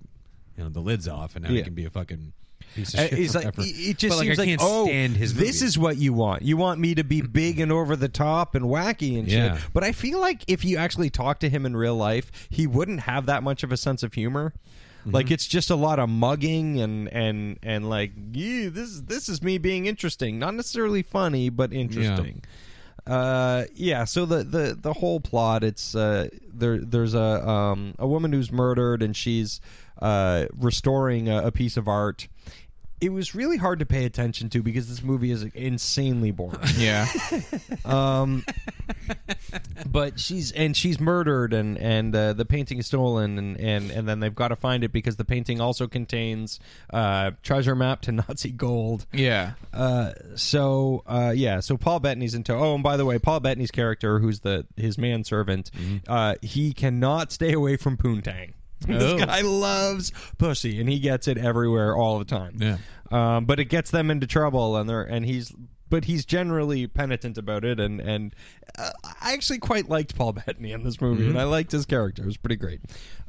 you know the lids off, and now he
Yeah.
can be a fucking piece of
Uh,
shit.
It's like
forever.
it- it just
But,
seems
I
like
can't
oh,
stand his
this
movies.
is what you want. You want me to be big and over the top and wacky and
Yeah.
shit. But I feel like if you actually talk to him in real life, he wouldn't have that much of a sense of humor.
Mm-hmm.
Like it's just a lot of mugging and and and like yeah, this this is me being interesting, not necessarily funny, but interesting. Uh, yeah. So the the the whole plot, it's uh, there. There's a um a woman who's murdered, and she's uh restoring a, a piece of art. It was really hard to pay attention to because this movie is insanely boring.
yeah.
but she's and she's murdered, and and uh, the painting is stolen, and and and then they've got to find it because the painting also contains uh treasure map to Nazi gold.
Yeah.
Uh, so uh, yeah, so Paul Bettany's into. Oh, and by the way, Paul Bettany's character, who's the his manservant, uh, he cannot stay away from poontang. This guy loves pussy, and he gets it everywhere all the time.
Yeah.
um, but it gets them into trouble, and they're and he's but he's generally penitent about it, and and uh, I actually quite liked Paul Bettany in this movie, and I liked his character. It was pretty great.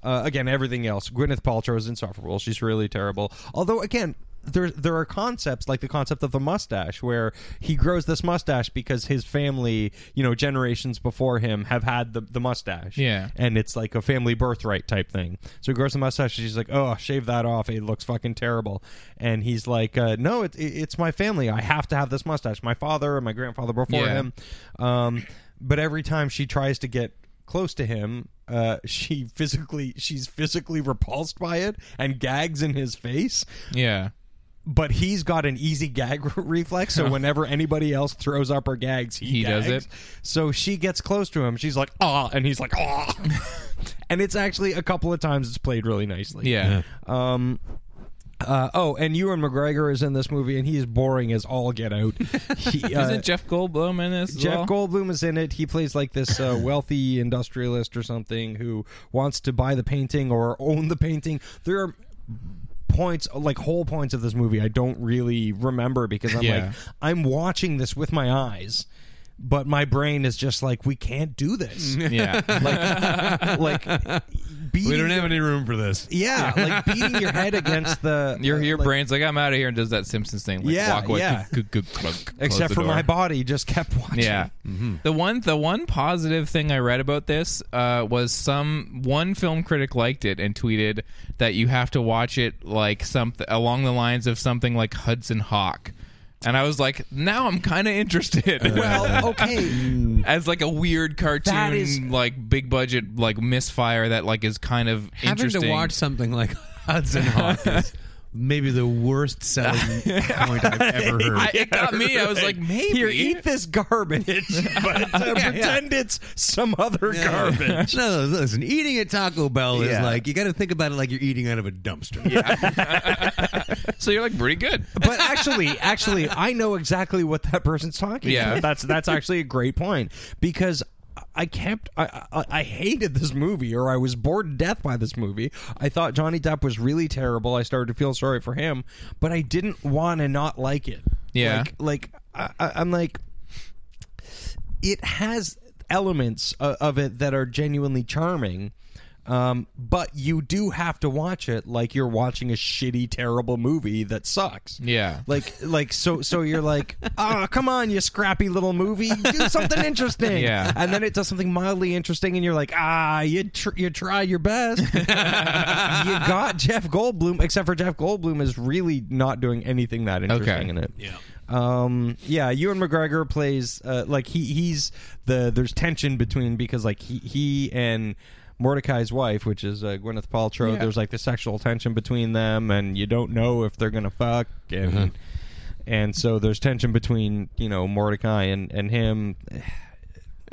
Uh, again, everything else, Gwyneth Paltrow is insufferable. She's really terrible. Although, again, there there are concepts like the concept of the mustache where he grows this mustache because his family you know generations before him have had the, the mustache
Yeah.
and it's like a family birthright type thing so he grows the mustache and she's like oh shave that off it looks fucking terrible and he's like uh, no it, it, it's my family i have to have this mustache my father and my grandfather before
Yeah.
him um, but every time she tries to get close to him uh, she physically she's physically repulsed by it and gags in his face
Yeah.
but he's got an easy gag reflex. So whenever anybody else throws up or gags, he,
He does
gags.
it.
So she gets close to him. She's like, ah, and he's like, ah. and it's actually a couple of times it's played really nicely.
Yeah.
Um, uh, oh, and Ewan McGregor is in this movie, and he is boring as all get out. He, uh,
Isn't Jeff Goldblum in this? as
Jeff
well?
Goldblum is in it. He plays like this uh, wealthy industrialist or something who wants to buy the painting or own the painting. There are points, like whole points of this movie, I don't really remember because I'm
Yeah.
like, I'm watching this with my eyes, but my brain is just like, we can't do this.
Yeah.
like, like beating
We don't have
your-
any room for this.
yeah, like beating your head against the
Your,
uh,
your
like-
brain's like, I'm out of here and does that Simpsons thing. Like,
Yeah,
walk away.
yeah.
Good, good, good, close
Except
the
for
door.
my Mm-hmm. body, just kept watching.
Yeah. The one the one positive thing I read about this uh, was some one film critic liked it and tweeted that you have to watch it like something along the lines of something like Hudson Hawk. And I was like, now I'm kind of interested.
Well, okay.
As like a weird cartoon,
That is-
like big budget, like misfire that like is kind of
having
interesting.
to watch something like Hudson Hawk is maybe the worst selling point I've ever heard.
I, it got me. I was like, maybe
Here, eat this garbage, but uh, pretend it's some other garbage.
No, listen. Eating at Taco Bell is
Yeah.
like you got to think about it like you're eating out of a dumpster. Yeah,
So you're like pretty good.
But actually, actually, I know exactly what that person's talking
Yeah.
about. That's that's actually a great point because I kept I, I I hated this movie or I was bored to death by this movie. I thought Johnny Depp was really terrible. I started to feel sorry for him, but I didn't want to not like it.
Yeah.
like, like I, I- I'm like it has elements o- of it that are genuinely charming um, but you do have to watch it like you're watching a shitty terrible movie that sucks
Yeah.
like like so so you're like oh come on you scrappy little movie do something interesting
Yeah.
and then it does something mildly interesting and you're like ah you tr- you tried your best you got jeff goldblum except for jeff goldblum is really not doing anything that interesting
Okay.
in it yeah um yeah ewan mcgregor plays uh like he he's the there's tension between because like he he and Mordecai's wife, which is uh, Gwyneth Paltrow, there's like the sexual tension between them, and you don't know if they're gonna fuck, and and so there's tension between you know Mordecai and and him.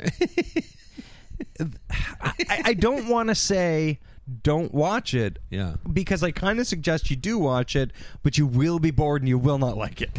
I, I don't want to say don't watch it.
Yeah.
Because I kind of suggest you do watch it, but you will be bored and you will not like it.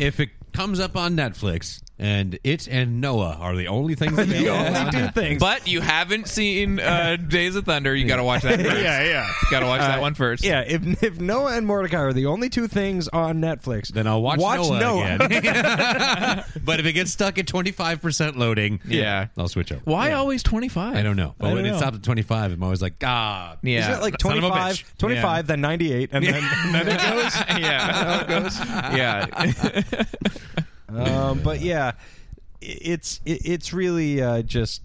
If it comes up on Netflix and it and Noah are the only things that
you only do things.
But you haven't seen uh, Days of Thunder. You got to watch that first.
yeah, yeah.
Got to watch that one first.
Yeah, if, if Noah and Mordecai are the only two things on Netflix,
then I'll watch,
watch
Noah, again. but if it gets stuck at 25% loading,
Yeah.
I'll switch over.
Why always 25?
I don't know. But
I
when
don't
it
know.
stops at 25, I'm always like, ah.
Yeah.
Isn't it like
Son of a
25,
bitch.
25
Yeah.
then 98, and then, and then it goes?
yeah. yeah.
Um, but yeah, i- it's i- it's really uh, just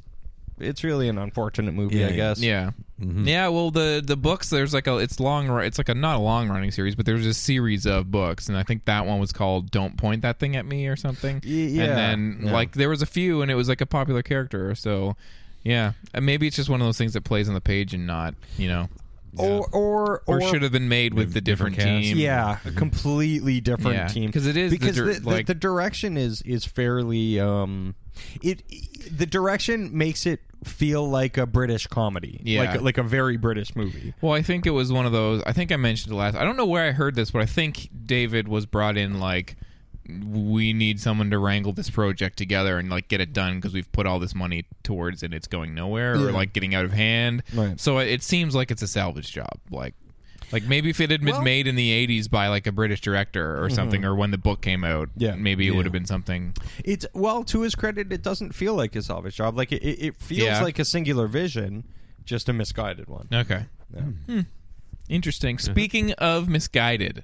it's really an unfortunate movie,
Yeah,
I
yeah.
guess.
Yeah. Yeah, well the the books there's like a it's long ru- it's like a not a long running series, but there's a series of books and I think that one was called Don't Point That Thing at Me or something.
yeah.
And then
Yeah.
like there was a few and it was like a popular character, so yeah. And maybe it's just one of those things that plays on the page and not, you know.
Or or
Or, should have been made with the different,
different cast.
team.
Yeah, a completely different
Yeah,
team
'cause it is the
because
dir-
the, the,
like-
the direction is is fairly um, it the direction makes it feel like a British comedy,
Yeah.
like like a very British movie.
Well, I think it was one of those. I think I mentioned it last. I don't know where I heard this, but I think David was brought in like we need someone to wrangle this project together and like get it done because we've put all this money towards it. It's going nowhere or like getting out of hand.
Right.
So uh, it it seems like it's a salvage job. Like. Like maybe if it had been made in the '80s by like a British director or something, or when the book came out,
Mm-hmm. Yeah.
maybe it would have been something.
It's well to his credit, it doesn't feel like a salvage job. Like it, it it feels
Yeah.
like a singular vision, just a misguided one.
Okay, Hmm. interesting. Speaking of misguided,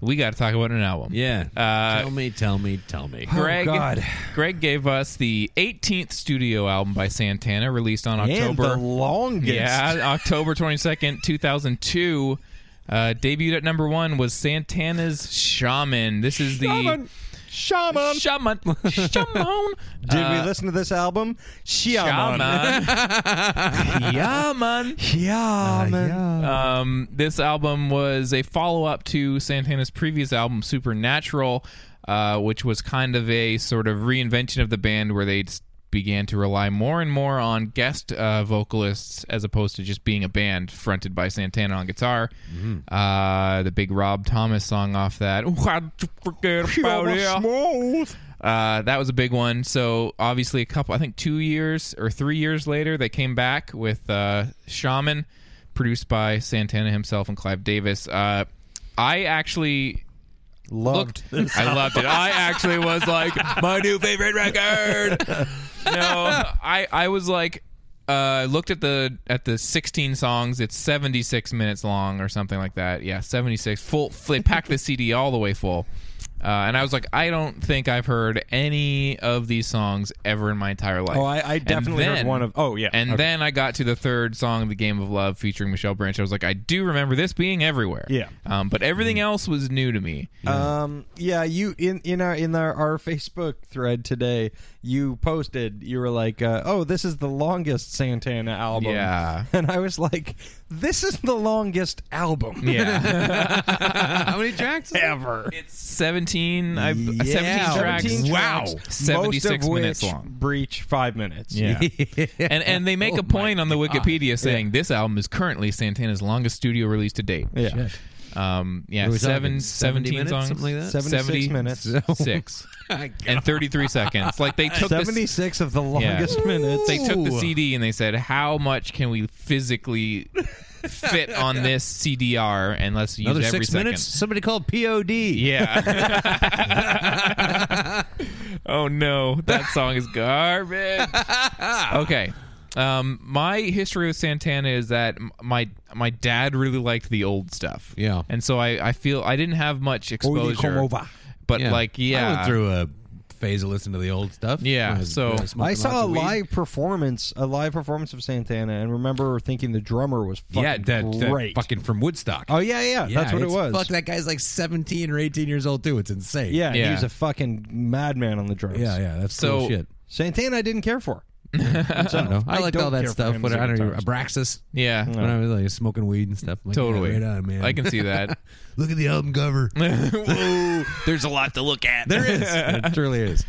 we got to talk about an album.
Yeah.
Uh,
tell me, tell me, tell me.
Greg,
Oh, God.
Greg gave us the 18th studio album by Santana, released on October.
and the longest.
yeah, October 22nd, 2002. Uh, debuted at number one was Santana's Shaman. This is the
Shaman. Shaman.
Shaman. Shaman.
Did
Uh,
we listen to this album? Shaman.
Shaman. Shaman.
Shaman.
Um, this album was a follow up to Santana's previous album, Supernatural, uh, which was kind of a sort of reinvention of the band where they s- began to rely more and more on guest uh, vocalists as opposed to just being a band fronted by Santana on guitar. Uh, the big Rob Thomas song off that. How'd you forget about it?
Smooth.
Uh, that was a big one. So obviously, a couple, I think, two years or three years later, they came back with uh, Shaman, produced by Santana himself and Clive Davis. Uh, I actually
Loved.
looked. I loved it. I actually was like my new favorite record. No, I I was like uh looked at the at the 16 songs it's 76 minutes long or something like that yeah 76 full they packed the cd all the way full uh, and i was like i don't think i've heard any of these songs ever in my entire life
Oh, I- I
And
definitely heard
then-
one of- oh, yeah.
and
Okay.
then i got to the third song the game of love featuring michelle branch i was like i do remember this being everywhere
Yeah. Mm.
um, but everything else was new to me
Um. Yeah. You in in our in our, our Facebook thread today, you posted. You were like, uh, "Oh, this is the longest Santana album."
Yeah.
And I was like, "This is the longest album."
yeah
How many tracks?
Ever.
It's 17, I've,
Yeah.
17 tracks.
17
Wow.
tracks, most
76
of which
minutes long.
Breach five minutes.
Yeah. and and they
Oh
make a point on the Wikipedia saying this album is currently Santana's longest studio release to date.
Yeah.
Um, yeah,
What are we
seven,
talking, 70
17
minutes,
songs.
something like that?
76 minutes.
Six. and 33 seconds. Like they took
Seventy
this,
six of the
yeah.
longest minutes.
They took the CD and they said, how much can we physically fit on this CDR and let's use
Another
every
six
second.
minutes? Somebody called POD.
Yeah. oh no, that song is garbage. okay. Um, my history with Santana is that m- my my dad really liked the old stuff.
Yeah.
and so I, I feel I didn't have much exposure.
Komova.
But like yeah,
I went through a phase of listening to the old stuff.
Yeah,
When I was,
so-
uh, smoking
I saw
lots
a
of weed.
live performance, a live performance of Santana, and remember thinking the drummer was fucking
Yeah, that, that
great.
fucking from Woodstock.
oh yeah, yeah, that's what it
it's-
was.
Fuck, that guy's like 17 or 18 years old, too. It's insane.
Yeah,
Yeah.
he was a fucking madman on the drums.
Yeah, yeah. That's
So- uh,
cool shit.
Santana, I didn't care for.
I don't know. I,
I
liked
don't
all
care
that
for
stuff.
him
What,
as a
I don't know.
guitarist.
Abraxas.
yeah,
When I was like smoking weed and stuff. I'm like, yeah,
totally.
right on, man.
I can see that.
Look at the album cover.
Whoa, there's a lot to look at.
There is. it truly is.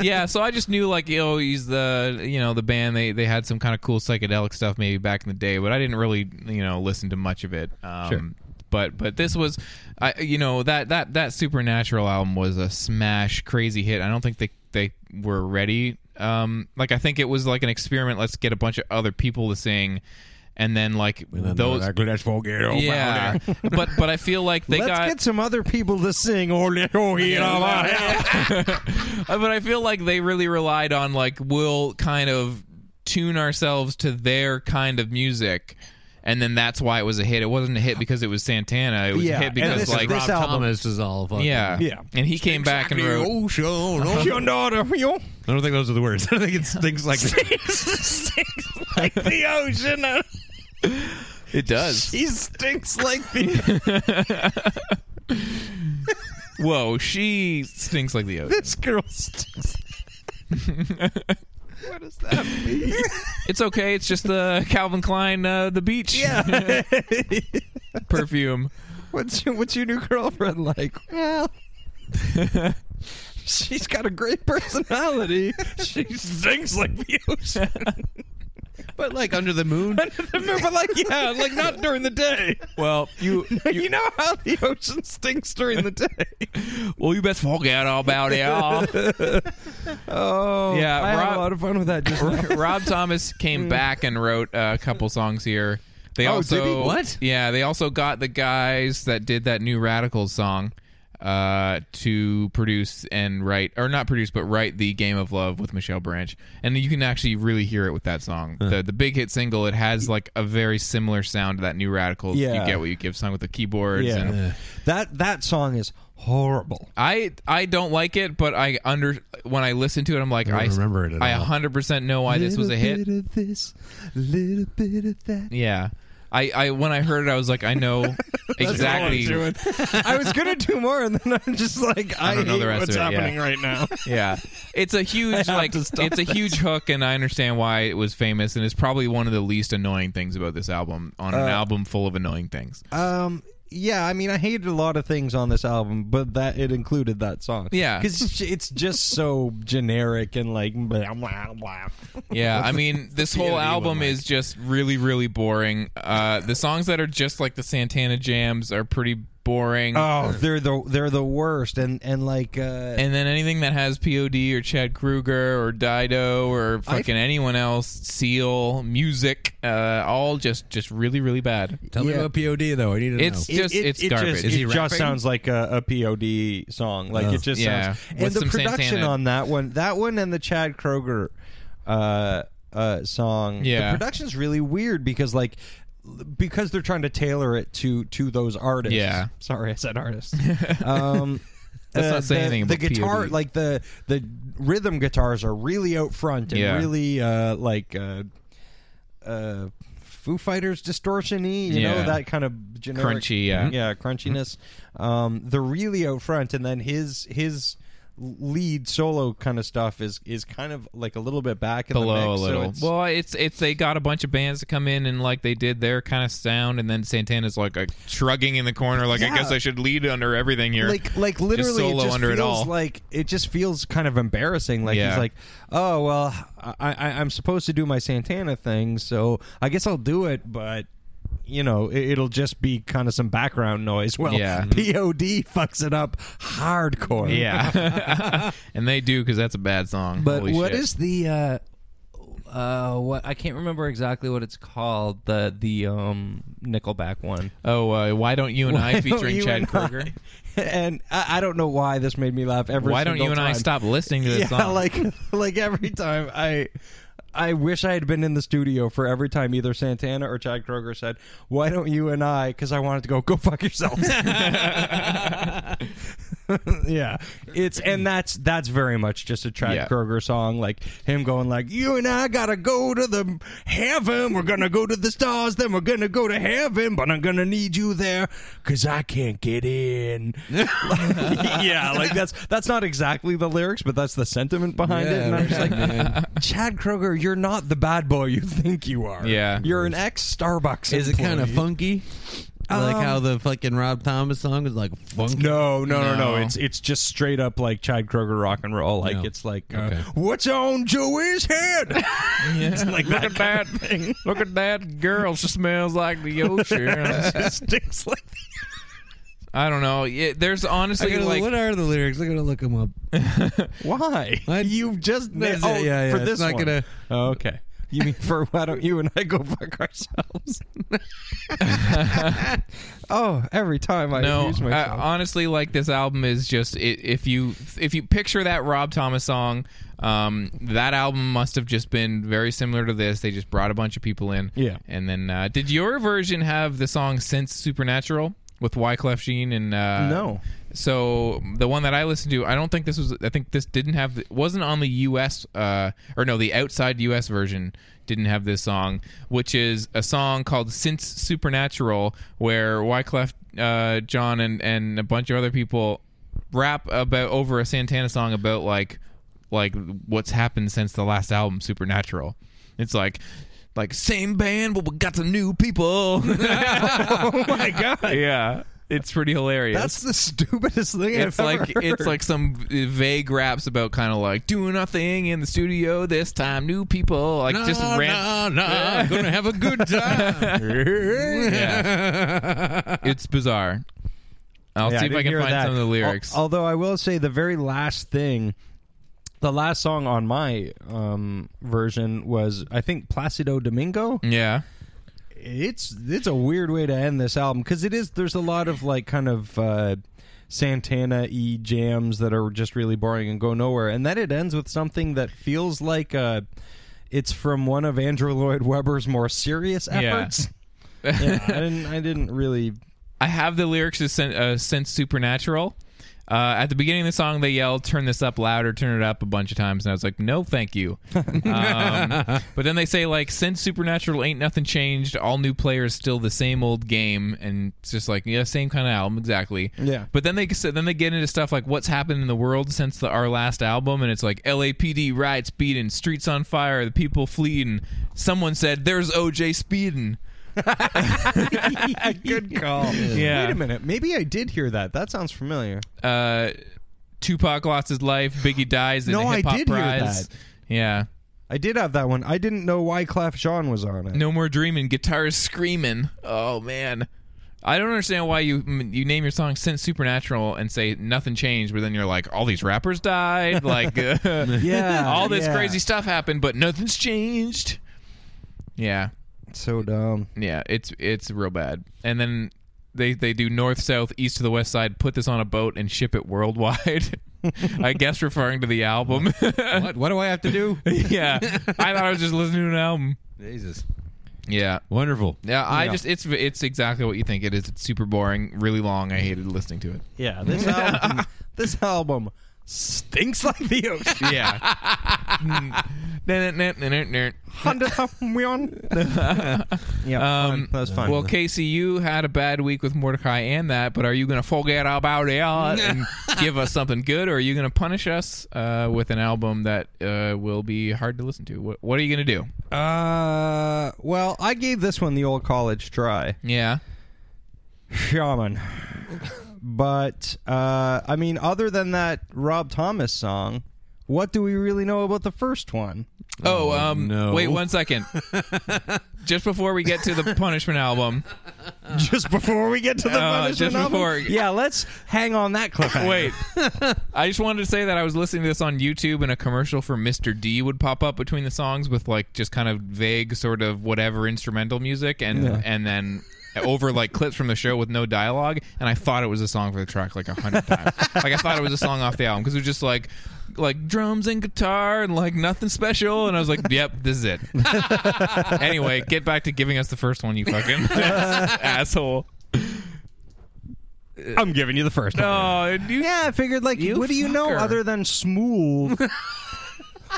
yeah, so I just knew like you know he's the you know the band they they had some kind of cool psychedelic stuff maybe back in the day, but I didn't really you know listen to much of it. Um,
Sure.
But but this was, I you know that that that Supernatural album was a smash, crazy hit. I don't think they they were ready. Um, like I think it was like an experiment. Let's get a bunch of other people to sing, and then like those.
Let's forget all
yeah, but but I feel like they
Let's
got
get some other people to sing. Or let go here, all right.
Uh, but I feel like they really relied on like we'll kind of tune ourselves to their kind of music. And then that's why it was a hit. It wasn't a hit because it was Santana. It was
Yeah,
a hit
and
because
this is-
like
this
Rob
album-
Thomas is all fucking.
yeah,
Yeah.
And he came back and wrote.
Ocean, ocean.
Your daughter, you-
I don't think those are the words. I think it stinks like like the ocean.
It does.
He stinks like the.
Whoa, she stinks like the ocean.
This girl stinks.
It's okay. It's just the Calvin Klein, uh, the beach. Yeah. Perfume.
What's your, what's your new girlfriend like? Well, she's got a great personality. She stinks like the ocean.
But like under the moon.
but like, yeah, like not during the day.
Well, you,
You, know how the ocean stinks during the day.
well, you best forget all about it. all.
Oh,
Yeah,
I had
Rob-
a lot of fun with that. Just now.
Rob Thomas came back and wrote uh, a couple songs here. They
Oh,
also
did he? What?
Yeah, they also got the guys that did that new Radicals song uh, to produce and write, or not produce, but write the Game of Love with Michelle Branch, and you can actually really hear it with that song. The the big hit single. It has like a very similar sound to that new Radicals.
Yeah.
You get what you give song with the keyboards.
yeah.
And,
that that song is horrible.
I I don't like it, but I under when I listen to it, I'm like I,
don't remember it at
I
all.
100 percent know why this was a hit.
Little bit of this, little bit of that.
Yeah. I, I when I heard it, I was like, I know exactly.
I was gonna do more, and then I'm just like, I,
don't know
hate
the rest of
what's
it, yeah.
happening right now.
yeah, it's a huge like
to
it's
stop
a huge hook, and I understand why it was famous, and it's probably one of the least annoying things about this album on
Uh,
an album full of annoying things.
Um, yeah, I mean, I hated a lot of things on this album, but that it included that song.
Yeah.
because it's just so generic and like blah blah blah.
Yeah, I mean, this whole album is just really, really boring. Uh, the songs that are just like the Santana jams are pretty boring.
Oh, they're the they're the worst, and and like uh,
and then anything that has POD or Chad Kruger or Dido or fucking anyone else, Seal, music, uh, all just just really really bad.
Tell me
Yeah.
about POD though. I need to
It's
know.
just it's garbage.
Just,
Is
it
he
just
rapping?
sounds like a, a POD song. Like it just
Yeah.
sounds.
With
And the
some
production
Santana.
on that one, that one, and the Chad Kroger uh, uh, song.
Yeah.
the production's really weird because like because they're trying to tailor it to to those artists.
Yeah.
sorry, I said artists. um,
Let's
uh,
not say
the,
anything
the
about
guitar,
POD.
like the the rhythm guitars, are really out front and
Yeah.
really uh, like. Uh, uh, Foo Fighters distortiony, you
Yeah.
know that kind of generic,
Crunchy, yeah. Mm-hmm.
yeah, crunchiness. Um, the really out front, and then his his lead solo kind of stuff is is kind of like a little bit back in the
below
mix,
a
so
little.
it's-
well, it's it's they got a bunch of bands to come in and like they did their kind of sound, and then Santana's like, like shrugging in the corner, like I guess I should lead under everything here.
like like
Just
literally
solo
it just
under
feels
it all.
like it just feels kind of embarrassing like
Yeah.
he's like oh well I, I i'm supposed to do my santana thing so i guess i'll do it but you know it, it'll just be kind of some background noise well
Yeah.
pod fucks it up hardcore
yeah, and they do because that's a bad song.
But
Holy
what
shit.
is the uh, uh, what I can't remember exactly what it's called the the um Nickelback one.
oh uh, why don't you and I featuring
You
Chad
and I-
Kroger?
and I, I don't know why this made me laugh every
Why don't you
single
and I
time.
stop listening to this
yeah,
song?
like like every time I I wish I had been in the studio for every time either Santana or Chad Kroger said, "Why don't you and I?" Because I wanted to go, "Go fuck yourself." yeah, it's and that's that's very much just a Chad
Yeah.
Kroger song, like him going like, "You and I gotta go to the heaven. We're gonna go to the stars. Then we're gonna go to heaven. But I'm gonna need you there because I can't get in." yeah, like that's that's not exactly the lyrics, but that's the sentiment behind it. And I'm just like, Chad Kroger, you're not the bad boy you think you are.
Yeah.
you're an ex Starbucks.
Is it kind of funky? like
Um,
how the fucking Rob Thomas song was like funky.
No, no, no, no,
No.
It's it's just straight up like Chad Kroger rock and roll. Like
No.
it's like uh,
Okay.
what's on Joey's head? It's like
Look
that
at that
kind of thing.
Look at that girl. She smells like the ocean.
It stinks like
I don't know. Yeah, there's
I
honestly
gotta,
like
what are the lyrics? I'm gonna look them up.
why? You've just
That's
oh,
it, yeah, yeah,
for
it's
this
not
one.
gonna-
Oh, okay. You mean for why don't you and I go fuck ourselves? oh, every time I
no.
abuse
I,
myself.
honestly, like this album is just i if you if you picture that Rob Thomas song, um, that album must have just been very similar to this. They just brought a bunch of people in.
Yeah.
And then uh, did your version have the song "Since Supernatural"? With Wyclef Jean and uh,
No.
so the one that I listened to, I don't think this was. I think this didn't have. the- wasn't on the U.S. Uh, or no, the outside U.S. version didn't have this song, which is a song called "Since Supernatural," where Wyclef uh, John and and a bunch of other people rap about over a Santana song about like like what's happened since the last album, Supernatural. It's like. Like same band, but we got some new people.
oh my god.
yeah, it's pretty hilarious
That's the stupidest thing
it's
I've
like
ever
it's
heard.
like some vague raps about kind of like doing nothing in the studio this time, new people, like just
no,
rant.
no, no, I'm gonna have a good time.
Yeah. It's bizarre. I'll
Yeah,
see if I
didn't
can
hear
find
that.
some of the lyrics.
Al- although I will say the very last thing, the last song on my um, version was I think Placido Domingo.
yeah,
It's it's a weird way to end this album because it is. There's a lot of like kind of. Uh, Santana e jams that are just really boring and go nowhere, and then it ends with something that feels like uh, it's from one of Andrew Lloyd Webber's more serious
Yeah.
efforts. yeah, I didn't. I didn't really
I have the lyrics to sen- uh, "Sense Supernatural." Uh, at the beginning of the song, they yelled, "Turn this up louder, turn it up" a bunch of times, and I was like, "No, thank you." um, but then they say like, "Since Supernatural ain't nothing changed, all new players still the same old game," and it's just like, yeah, same kind of album exactly.
Yeah.
But then they so then they get into stuff like what's happened in the world since the, our last album, and it's like LAPD riots, beating, streets on fire, the people fleeing. Someone said, "There's OJ speeding."
Good call.
Yeah.
Wait a minute. Maybe I did hear that. That sounds familiar.
uh, Tupac lost his life. Biggie dies in
No,
a
I
hip hop
did hear
prize.
that.
Yeah.
I did have that one. I didn't know why Clef Jean was on it.
No more dreaming. Guitars screaming. Oh man. I don't understand why you you name your song "Since Supernatural" and say nothing changed, but then you're like, all these rappers died, like,
Yeah,
all this
yeah.
crazy stuff happened, but nothing's changed. Yeah,
So dumb.
yeah, it's it's real bad. And then they they do north, south, east to the west side. Put this on a boat and ship it worldwide. I guess referring to the album.
what, what do I have to do?
yeah, I thought I was just listening to an album.
Jesus,
Yeah,
wonderful.
yeah. I just it's it's exactly what you think it is. It's super boring, really long. I hated listening to it.
Yeah, this album this album stinks like the ocean.
Yeah.
Hundred thousand million. yeah, fine. that was fine.
Um, well, Casey, you had a bad week with Mordecai and that, but are you going to forget about it and give us something good, or are you going to punish us uh, with an album that uh, will be hard to listen to? What, what are you going to do?
uh, well, I gave this one the old college try.
Yeah.
Shaman. But uh, I mean, other than that Rob Thomas song, what do we really know about the first one?
Oh, um,
no.
wait one second. Just before we get to the punishment album,
just before we get to the
Oh,
punishment
just
album?
before-
Yeah, let's hang on that cliffhanger.
Wait, I just wanted to say that I was listening to this on YouTube, and a commercial for Mr. D would pop up between the songs with like just kind of vague, sort of whatever instrumental music, and and then over like clips from the show with no dialogue. And I thought it was a song for the track like a hundred times. like I thought it was a song off the album because it was just like like drums and guitar and like nothing special. And I was like, yep, this is it. anyway, get back to giving us the first one, you fucking asshole.
I'm giving you the first
Oh, you,
Yeah, I figured like,
You
what do you know
fucker.
other than smooth?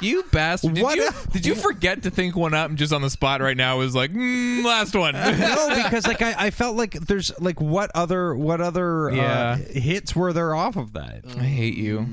You bastard! Did,
What
you,
a-
did you forget to think one up and just on the spot right now was like, mm, last one?
no, because like I, I felt like there's like what other what other
Yeah. Mm-hmm.
uh, hits were there off of that?
I hate you.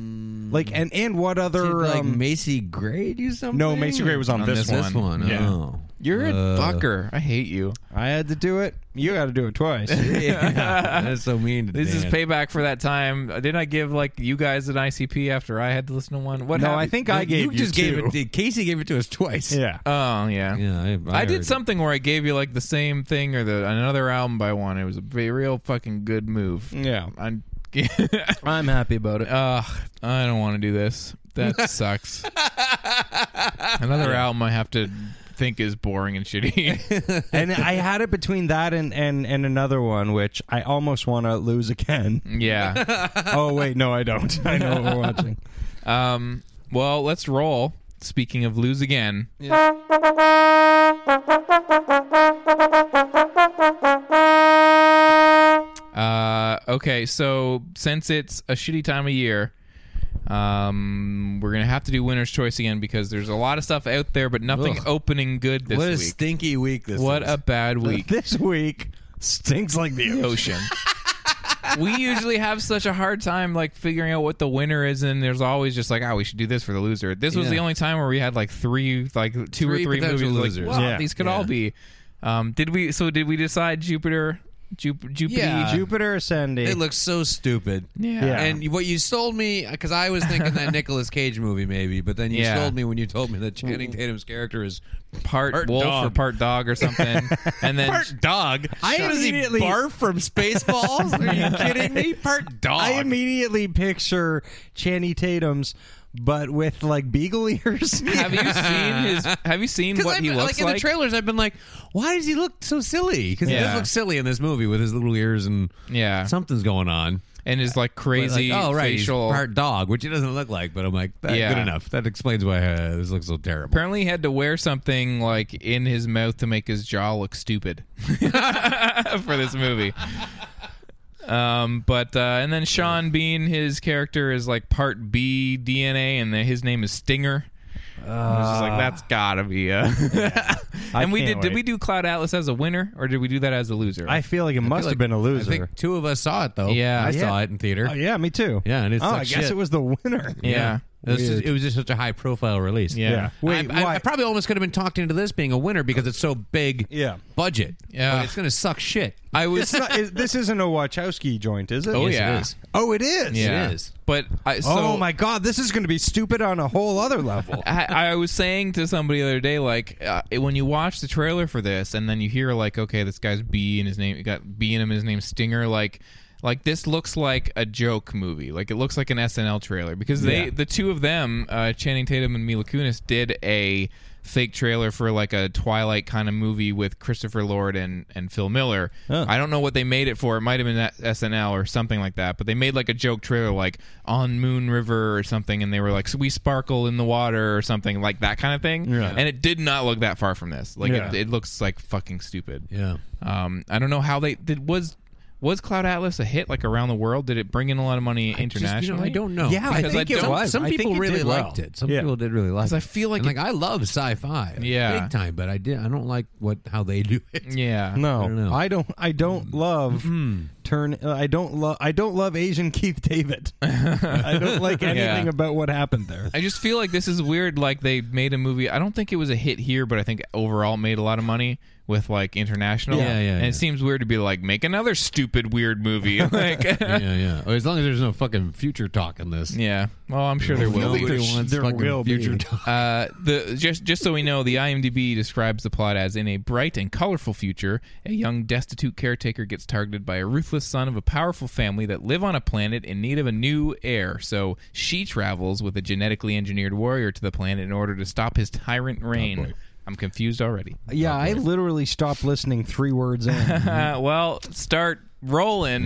Like and and what
Did,
other
like
um,
Macy Gray do something?
No, Macy Gray was on
on
this
this, this
one.
one.
Yeah.
Oh.
You're a
Uh.
fucker. I hate you.
I had to do it. You got to do it twice.
Yeah, that's so mean. To
This is
Dan.
payback for that time. Uh, Didn't I give like you guys an ICP after Oh, I had to listen to one? What?
no, I
happened?
think I gave you,
you just
two.
gave it. Casey gave it to us twice.
Yeah.
Oh yeah.
Yeah, I, I,
I,
heard
did something where I gave you like the same thing or the another album by one. It was a ve- real fucking good move.
Yeah.
I'm,
I'm happy about it.
uh, I don't want to do this. That sucks. another album I have to think is boring and shitty.
and I had it between that and, and, and another one, which I almost want to lose again.
yeah.
oh, wait. No, I don't. I know what we're watching.
Um. Well, let's roll. Speaking of lose again. Uh, okay, so since it's a shitty time of year, um, we're gonna have to do winner's choice again because there's a lot of stuff out there, but nothing opening good this
What a
week.
stinky week this.
what
is.
a bad week.
This week stinks like the ocean.
ocean. we usually have such a hard time like figuring out what the winner is, and there's always just like, oh, we should do this for the loser. This was
Yeah.
the only time where we had like three, like two
Three
or three movies.
potential
Like,
losers.
wow,
Yeah.
these could all be. Um, did we? So did we decide Jupiter? Jupiter? Jupiter?
Yeah.
Ju-
Jupiter ascending.
It looks so stupid.
Yeah.
Yeah.
And what you sold me, because I was thinking that Nicolas Cage movie maybe, but then you
Yeah.
sold me when you told me that Channing Tatum's character is
part,
Part
wolf
dog.
or part dog or something, and then
part dog. I
Shut
does he
immediately-
barf from Spaceballs? Are you kidding me? Part dog.
I immediately picture Channing Tatum's, but with like beagle ears.
have you seen his? Have you seen
'Cause
what
I've-
he looks
like in the trailers, I've been like, why does he look so silly? Because he
Yeah.
does look silly in this movie with his little ears and
Yeah.
something's going on.
and his like
But
crazy
like, oh right, he's
facial.
part dog, which he doesn't look like. But I'm like, that,
Yeah.
good enough. That explains why uh, this looks so terrible.
Apparently, he had to wear something like in his mouth to make his jaw look stupid for this movie. Um, but uh, and then Sean Bean, his character is like part B DNA, and then his name is Stinger. I was just like, that's gotta be. A and we did.
Uh, can't
Did
wait.
we do Cloud Atlas as a winner, or did we do that as a loser?
I feel like it must have been a
I
loser.
think two of us saw it though.
Yeah.
I
Yeah.
saw it in theater.
oh, yeah, me too.
Yeah, and it
oh, I
sucks
guess
shit.
it was the winner.
yeah.
It was, just, it was just such a high profile release.
Yeah. Yeah.
Wait,
I, I-
why-
I probably almost could have been talked into this being a winner because it's so big
Yeah.
budget.
Yeah.
But it's going to suck shit.
I was.
It's not, is, this isn't a Wachowski joint, is it?
Oh
Yes, it
yeah.
is.
Oh, it is.
Yeah.
is.
But I. So,
oh my God, this is going to be stupid on a whole other level.
I, I was saying to somebody the other day, like uh, when you watch the trailer for this, and then you hear like, okay, this guy's B and his name he got B in him, his name's Stinger. Like, like this looks like a joke movie. Like it looks like an SNL trailer because they, the two of them, uh, Channing Tatum and Mila Kunis, did a fake trailer for like a Twilight kind of movie with Christopher Lord and, and Phil Miller. I don't know what they made it for. It might have been that SNL or something like that, but they made like a joke trailer like on Moon River or something and they were like we sparkle in the water or something like that kind of thing. And it did not look that far from this. Like it, it looks like fucking stupid.
Yeah.
Um I don't know how they did was was Cloud Atlas a hit like around the world? Did it bring in a lot of money internationally?
Just, you know, I don't know.
Yeah, I
Because
think it
don't-
was.
Some
I
people
think it
really
did well.
liked it. Some
Yeah.
people did really like it.
'Cause I feel like
And, like I love sci-fi.
Yeah.
Big time, but I did I don't like what how they do it.
Yeah.
No, I
don't know. Mm-hmm.
don't. I don't love turn. uh, I don't love. I don't love Asian Keith David. I don't like anything about what happened there.
I just feel like this is weird. Like they made a movie. I don't think it was a hit here, but I think overall it made a lot of money with like international.
Yeah, yeah,
And
yeah.
it seems weird to be like make another stupid weird movie. like,
yeah, yeah. Or As long as there's no fucking future talk in this.
yeah. Well, I'm sure there will
Nobody
be.
wants
there
fucking
will be.
future talk.
Uh, the just just so we know, the IMDb describes the plot as in a bright and colorful future, a young destitute caretaker gets targeted by a ruthless son of a powerful family that live on a planet in need of a new heir. So she travels with a genetically engineered warrior to the planet in order to stop his tyrant reign. I'm confused already.
Yeah, I literally stopped listening three words in.
Uh, well, start rolling.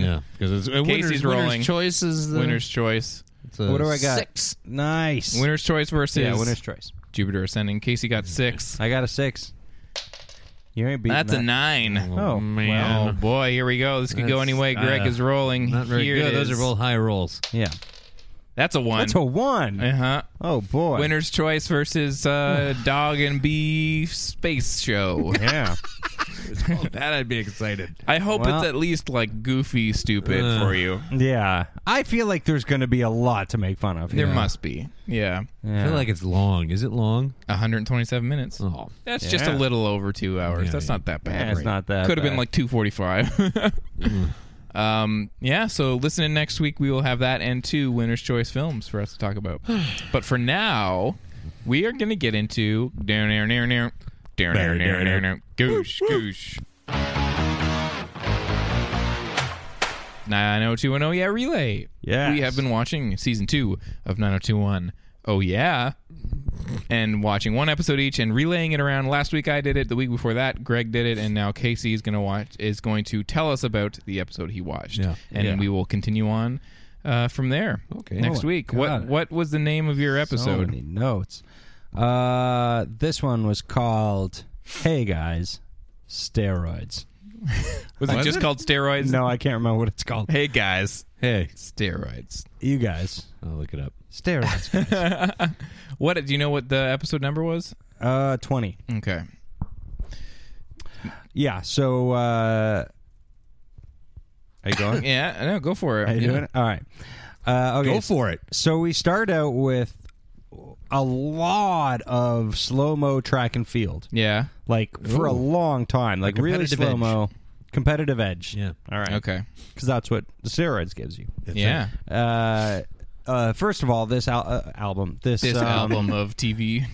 Yeah, because it's uh,
Casey's
winner's,
rolling.
winner's choice is the
Winner's choice.
it's a
what do I got?
Six.
Nice.
Winner's choice versus
yeah, winner's choice.
Jupiter Ascending. Casey got six.
I got a six. You ain't beating
That's
that.
a nine.
Oh
man.
Oh boy, here we go. This could go
That's,
any way. Greg
uh,
is rolling.
Not very
Here it
good. Those
is.
are both high rolls.
yeah.
That's a one.
That's a one.
uh huh.
Oh boy.
Winner's choice versus uh, dog and bee space show.
Yeah.
was called that, I'd be excited.
I hope
Well-
it's at least like goofy stupid for you.
Yeah, I feel like there's going to be a lot to make fun of.
There
here.
must be. Yeah.
I feel like it's long. Is it long?
127 minutes.
Oh.
That's just a
Yeah.
little over two hours.
Yeah,
That's
yeah.
not that bad.
Yeah, it's not that
Could have been
bad. Mm.
like 245. um, yeah, so listen in next week. We will have that and two Winner's Choice films for us to talk about. but for now, we are going to get into. Goosh, goosh. 90210 oh, Yeah Relay.
Yes.
We have been watching season two of 90210 Oh Yeah and watching one episode each and relaying it around. Last week I did it, the week before that Greg did it, and now Casey is going to watch is going to tell us about the episode he watched,
Yeah.
and
Yeah.
we will continue on uh, from there.
Okay.
next
Oh,
week.
God.
What what was the name of your
So
episode?
many notes. Uh, this one was called "Hey Guys, Steroids."
was it just called steroids?
No, I can't remember what it's called.
Hey guys,
Hey,
steroids.
You guys,
I'll look it up.
steroids. guys.
What do you know? What the episode number was?
uh, twenty.
Okay.
Yeah. So, uh, are you going?
Yeah. No, go for it.
Are you
Yeah.
doing it? All right. Uh, okay.
Go for it.
So we start out with a lot of slow mo track and field,
Yeah.
like for a long time, like really
competitive
slow mo, competitive edge.
Yeah.
All right.
Okay.
Because that's what the steroids gives you.
Yeah.
Uh, uh, first of all, this al- uh, album, this
This
um,
album of TV.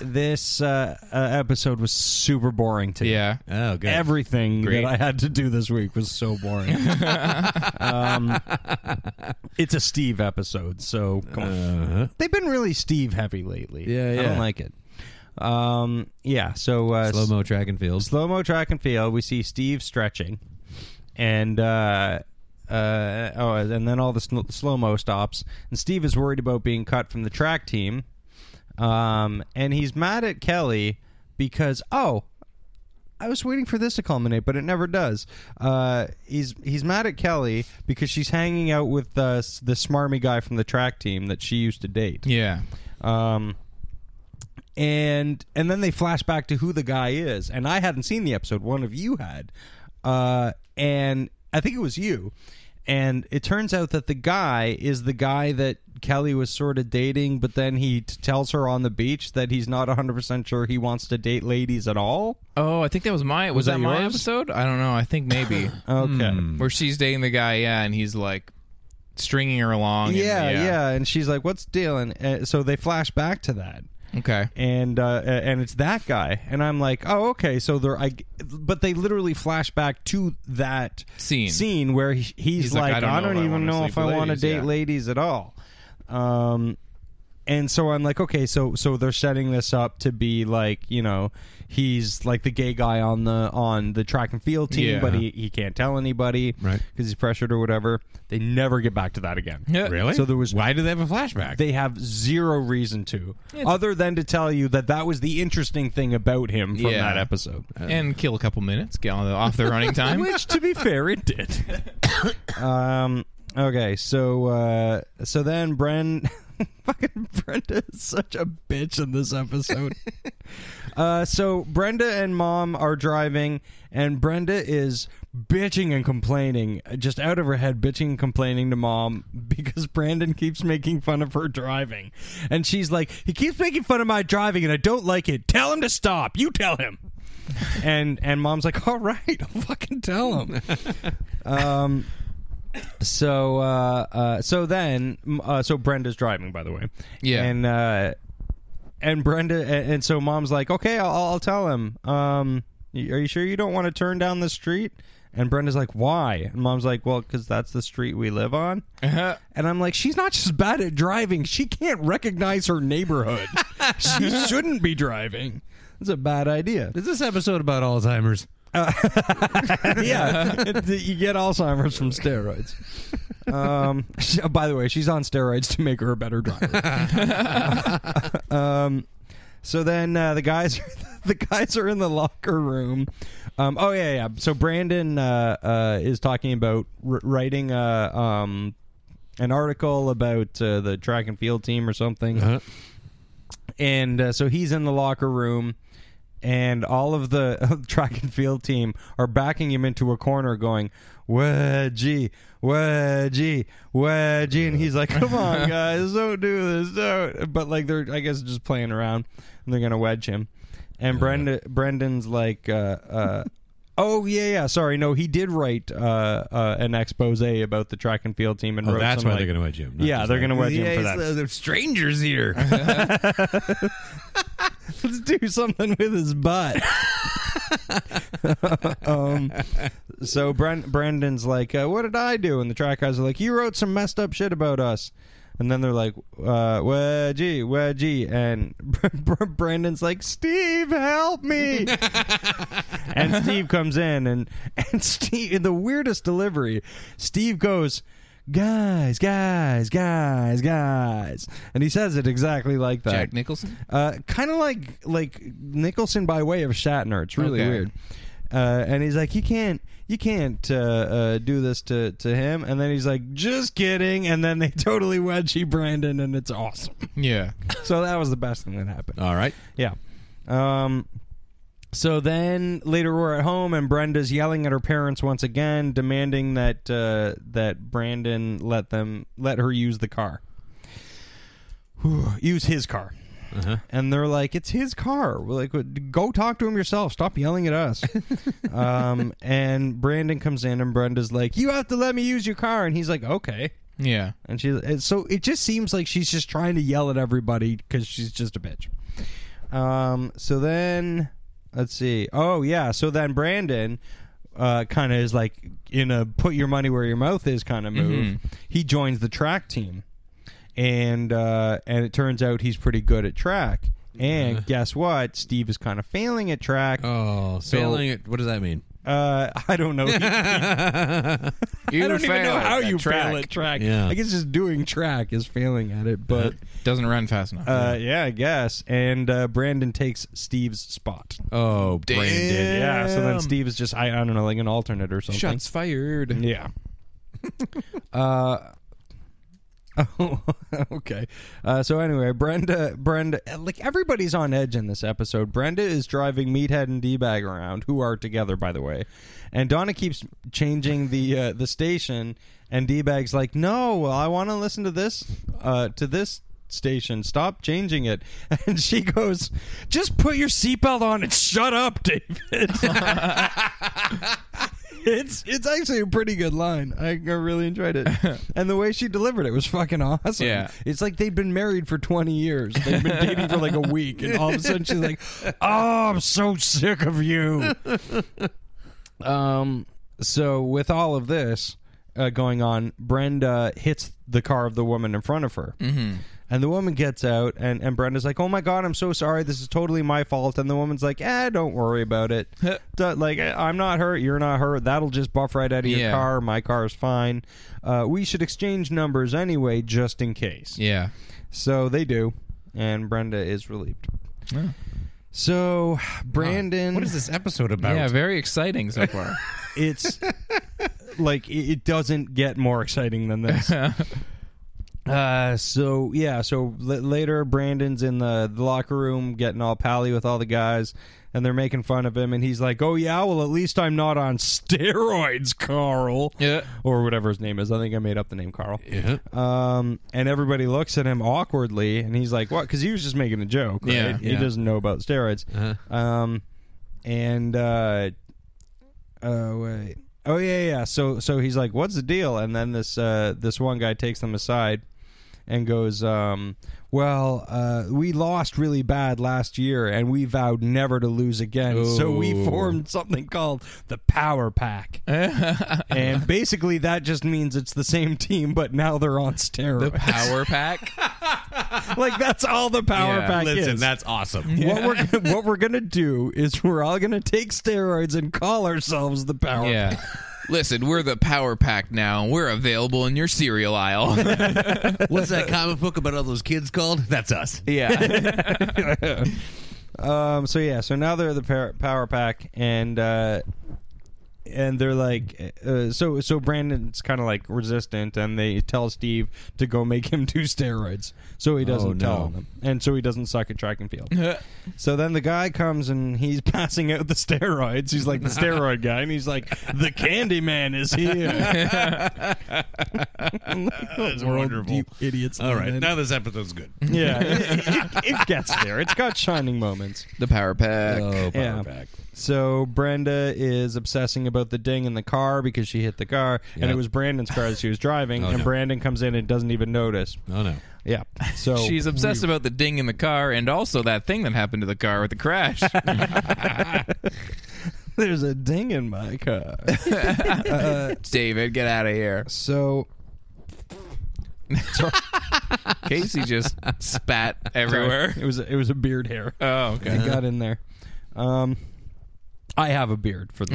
this uh, uh, episode was super boring to me.
Yeah.
Oh, good.
Everything
Great.
that I had to do this week was so boring. um, it's a Steve episode, so come on. They've been really Steve heavy lately.
Uh-huh. Yeah,
I
yeah.
don't like it. Um, yeah. So uh,
slow mo track and field.
slow mo track and field. We see Steve stretching, and uh, uh, oh, and then all the sl- slow mo stops, and Steve is worried about being cut from the track team, um, and he's mad at Kelly because oh. I was waiting for this to culminate, but it never does. Uh, he's he's mad at Kelly because she's hanging out with uh, s- the smarmy guy from the track team that she used to date.
Yeah.
Um, and and then they flash back to who the guy is, and I hadn't seen the episode. One of you had, uh, and I think it was you. And it turns out that the guy is the guy that Kelly was sort of dating, but then he t- tells her on the beach that he's not 100% sure he wants to date ladies at all.
Oh, I think that was my. Was,
that
that, Um, my
yours?
episode? I don't know. I think maybe
Okay.
where she's dating the guy. Yeah, and he's like stringing her along. and-
Yeah, yeah, And she's like, what's the deal? And uh, so they flash back to that.
Okay.
and uh, and it's that guy and i'm like oh okay so they're i but they literally flash back to that
Scene.
scene where he, he's,
He's like,
like,
I don't
i
know
don't,
if I
even
wanna
know
sleep
if i
with
want to
ladies,"
date
yeah.
ladies at all um and so i'm like okay so so they're setting this up to be like you know he's like the gay guy on the on the track and field team
Yeah.
but he, he can't tell anybody
Right.
because he's pressured or whatever they never get back to that again
Yeah.
Really?
So there was-
Why do they have a flashback?
they have zero reason to, other than to tell you that that was the interesting thing about him from
Yeah. Uh,
that episode.
And kill a couple minutes, get on the, off the running time.
Which, to be fair, it did. um. Okay. So. Uh, so then, Bren. Fucking Brenda is such a bitch in this episode. uh, so Brenda and mom are driving, and Brenda is bitching and complaining, just out of her head, bitching and complaining to mom because Brandon keeps making fun of her driving. And she's like, He keeps making fun of my driving, and I don't like it. Tell him to stop. You tell him. and and mom's like, All right, I'll fucking tell him. um, so uh, uh, so then m- uh, so Brenda's driving by the way.
Yeah.
And uh, and Brenda and, and so mom's like, "Okay, I'll, I'll tell him. Um, y- are you sure you don't want to turn down the street?" And Brenda's like, "Why?" And mom's like, "Well, cuz that's the street we live on." And I'm like, "She's not just bad at driving. She can't recognize her neighborhood. she shouldn't be driving." That's a bad idea.
Is this episode about Alzheimer's?
yeah, It- you get Alzheimer's from steroids. Um, she- oh, by the way, she's on steroids to make her a better driver. um, so then uh, the guys, the guys are in the locker room. Um, oh yeah, yeah. So Brandon uh, uh, is talking about r- writing a, um, an article about uh, the track and field team or something
Uh-huh.
and uh, so he's in the locker room and all of the track and field team are backing him into a corner, going wedgie, wedgie, wedgie, and he's like, "Come on, guys, don't do this, don't." But like they're, I guess, just playing around, and they're gonna wedge him. And Brenda, Brendan's like, uh, uh, "Oh yeah, yeah, sorry, no, he did write uh, uh, an expose about the track and field team, and
Oh,
wrote
that's
some,
why
like-
they're going to wedge him. not
yeah,
just
they're
that.
gonna wedge him
yeah,
for
he's-
that.
uh, there's strangers here.
Let's do something with his butt. um, so Brent, Brendan's like, uh, "What did I do?" And the track guys are like, "You wrote some messed up shit about us." And then they're like, uh, "Wedgie, wedgie," and Br- Br- Brendan's like, "Steve, help me!" and Steve comes in, and and Steve, in the weirdest delivery, Steve goes. Guys, guys, guys, guys, and he says it exactly like that.
Jack Nicholson?
Uh, kind of like like Nicholson by way of Shatner. It's really
Okay.
weird. Uh, and he's like, you can't, you can't uh, uh, do this to, to him. And then he's like, just kidding. And then they totally wedgie Brandon, and it's awesome.
Yeah.
so that was the best thing that happened.
All right.
Yeah. Um, so then later we're at home, and Brenda's yelling at her parents once again, demanding that uh, that Brandon let them let her use the car, Whew, use his car. And they're like, "It's his car. We're like, "What- go talk to him yourself. Stop yelling at us." um, and Brandon comes in, and Brenda's like, "You have to let me use your car." And he's like, "Okay."
Yeah.
And she and so it just seems like she's just trying to yell at everybody because she's just a bitch. Um. So then, let's see. Oh yeah. So then Brandon, uh, kind of is like in a put your money where your mouth is kind of move. He joins the track team, and uh, and it turns out he's pretty good at track. And guess what? Steve is kind of failing at track.
oh, failing it. What does that mean?
Uh, I don't know.
You
I don't even know
fail
how
at
you
track.
fail at track.
Yeah.
I guess just doing track is failing at it, but.
Doesn't run fast enough.
Uh, yeah, I guess. And uh, Brandon takes Steve's spot.
Oh, Brandon.
Yeah. So then Steve is just I, I don't know like an alternate or something.
Shots fired.
Yeah. uh. Oh, okay. Uh, so anyway, Brenda, Brenda, like everybody's on edge in this episode. Brenda is driving Meathead and D-Bag around, who are together, by the way. And Donna keeps changing the uh, the station, and D-Bag's like, "No, I want to listen to this, uh, to this station. Stop changing it." And she goes, "Just put your seatbelt on and shut up, David." it's it's actually a pretty good line. I, I really enjoyed it, and the way she delivered it was fucking awesome.
Yeah.
it's like they've been married for twenty years. They've been dating for like a week, and all of a sudden she's like, "Oh, I'm so sick of you." um. So with all of this uh, going on, Brenda hits the car of the woman in front of her. Mm-hmm. And the woman gets out, and, and Brenda's like, "Oh my god, I'm so sorry. This is totally my fault." And the woman's like, "Eh, don't worry about it. Duh, like, eh, I'm not hurt. You're not hurt. That'll just buff right out of your
Yeah.
car. My car is fine. Uh, we should exchange numbers anyway, just in case."
Yeah.
So they do, and Brenda is relieved. So Brandon,
What is this episode about?
Yeah, very exciting so far.
it's like it it doesn't get more exciting than this. Uh, so yeah, so l- later Brandon's in the, the locker room getting all pally with all the guys, and they're making fun of him, and he's like, "Oh yeah, well at least I'm not on steroids, Carl."
Yeah.
or whatever his name is. I think I made up the name Carl.
Yeah. Uh,
Um, and everybody looks at him awkwardly, and he's like, "What?" Because he was just making a joke. Right?
Yeah,
he
yeah. Uh-huh.
doesn't know about steroids. Um, and uh, uh, wait. Oh yeah, yeah. So so he's like, "What's the deal?" And then this uh, this one guy takes them aside and goes, um, "Well, uh, we lost really bad last year, and we vowed never to lose again. So we formed something called the Power Pack, and basically that just means it's the same team, but now they're on
The
steroids.
power pack.
like that's all the Power
Yeah.
Pack
Listen,
is."
that's awesome.
what we're gonna, what we're gonna do is we're all gonna take steroids and call ourselves the Power Pack.
Yeah. Listen, we're the power pack now. We're available in your cereal aisle.
What's that comic book about all those kids called? That's us.
yeah.
Um, so yeah, so now they're the par- power pack, and uh, and they're like, uh, so so Brandon's kind of like resistant, and they tell Steve to go make him do steroids, so he doesn't
Oh,
tell them, and so he doesn't suck at track and field. so then the guy comes and he's passing out the steroids. He's like the steroid guy, and he's like, the Candy Man is here. That's
wonderful.
idiots.
All
live
right,
in.
now this episode's good.
yeah, it, it- it gets there. It's got shining moments.
The power pack.
Oh,
yeah. So Brenda is obsessing about the ding in the car because she hit the car, and it was Brandon's car that she was driving,
Oh,
and Brandon comes in and doesn't even notice.
Oh no.
Yeah. So
She's obsessed about the ding in the car and also that thing that happened to the car with the crash.
there's a ding in my car.
David, get out of here.
so
Casey just spat everywhere.
it was it was a beard hair.
Oh, okay.
it got in there. Um, I have a beard for the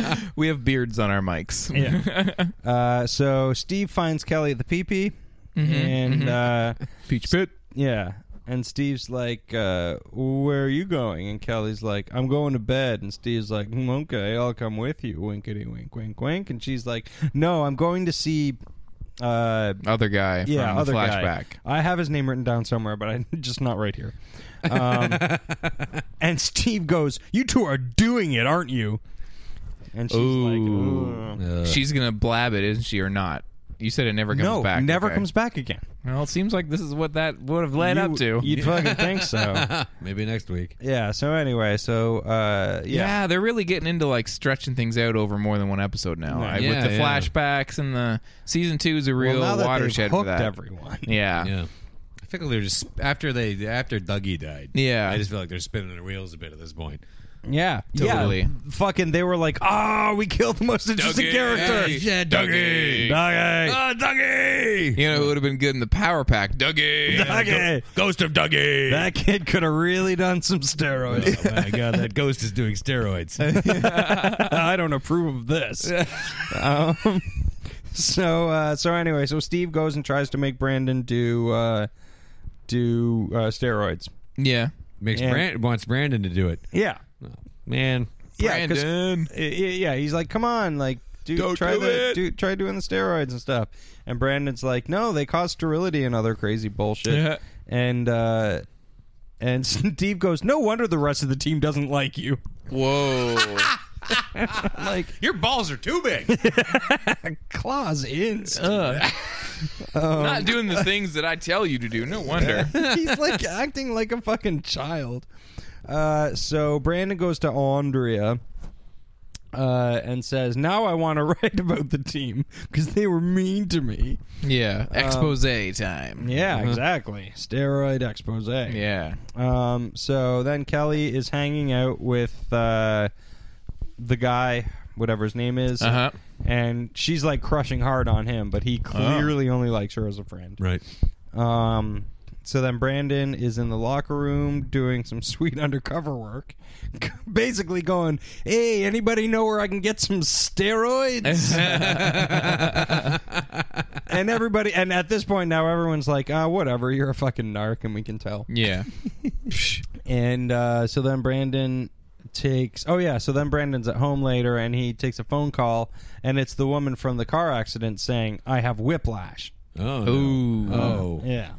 listeners.
We have beards on our mics.
yeah. Uh, so Steve finds Kelly at the pee
Mm-hmm,
and uh,
Peach pit.
Yeah. And Steve's like, uh, where are you going? And Kelly's like, I'm going to bed. And Steve's like, "Hmm, okay, I'll come with you. Winkety wink, wink, wink. And she's like, no, I'm going to see, uh,
Other guy
yeah,
from
other
flashback.
guy. I have his name written down somewhere, but I'm just not right here. Um, and Steve goes, you two are doing it, aren't you? And she's like, "Uh, "Ugh."
She's gonna blab it, isn't she, or not? You said it never comes
no,
back.
never
okay.
comes back again.
Well, it seems like this is what that would have led up to.
You'd fucking think so.
Maybe next week.
Yeah. So anyway, so uh,
yeah.
yeah.
they're really getting into like stretching things out over more than one episode now. I-
Yeah,
with the
yeah.
flashbacks and the season two is a real
now that they've
watershed for
hooked
that.
everyone.
Yeah.
Yeah. I feel like they're just after they after Dougie died.
Yeah.
I just feel like they're spinning their wheels a bit at this point.
Yeah,
Totally.
Yeah. Fucking, they were like, "Ah, we killed the most interesting character."
yeah, Dougie.
Dougie.
Ah, Dougie.
You know, it would have been good in the power pack, Dougie.
Dougie.
Ghost of Dougie.
That kid could have really done some steroids.
oh my god, that ghost is doing steroids.
I don't approve of this. um, so, uh, so anyway, so Steve goes and tries to make Brandon do uh, do uh, steroids.
Yeah.
Makes
Yeah.
Brand- wants Brandon to do it.
Yeah,
Man.
yeah, 'cause-
Brandon.
Uh, yeah, he's like, come on, like, do
Don't
try
do
the
it."
do try doing the steroids and stuff. And Brandon's like, no, they cause sterility and other crazy bullshit.
Yeah.
And uh, and Steve goes, no wonder the rest of the team doesn't like you.
Whoa.
Like
Your balls are too big.
claws in.
Not doing the things that I tell you to do. No wonder.
he's like acting like a fucking child. Uh, so Brandon goes to Andrea. Uh, and says, "Now I want to write about the team because they were mean to me."
yeah. Expose time.
Yeah, exactly. Steroid expose.
Mm-hmm. Yeah.
Um, so then Kelly is hanging out with uh, the guy, whatever his name is,
Uh-huh. Oh.
and she's like crushing hard on him, but he clearly only likes her as a friend.
right.
Um, so then Brandon is in the locker room doing some sweet undercover work, basically going, "Hey, anybody know where I can get some steroids?" and everybody, and at this point now, everyone's like, "Ah, whatever, you're a fucking narc, and we can tell."
Yeah.
And uh, so then Brandon takes. Oh yeah, so then Brandon's at home later, and he takes a phone call, and it's the woman from the car accident saying, "I have whiplash."
Oh. no.
Ooh.
Oh.
Yeah,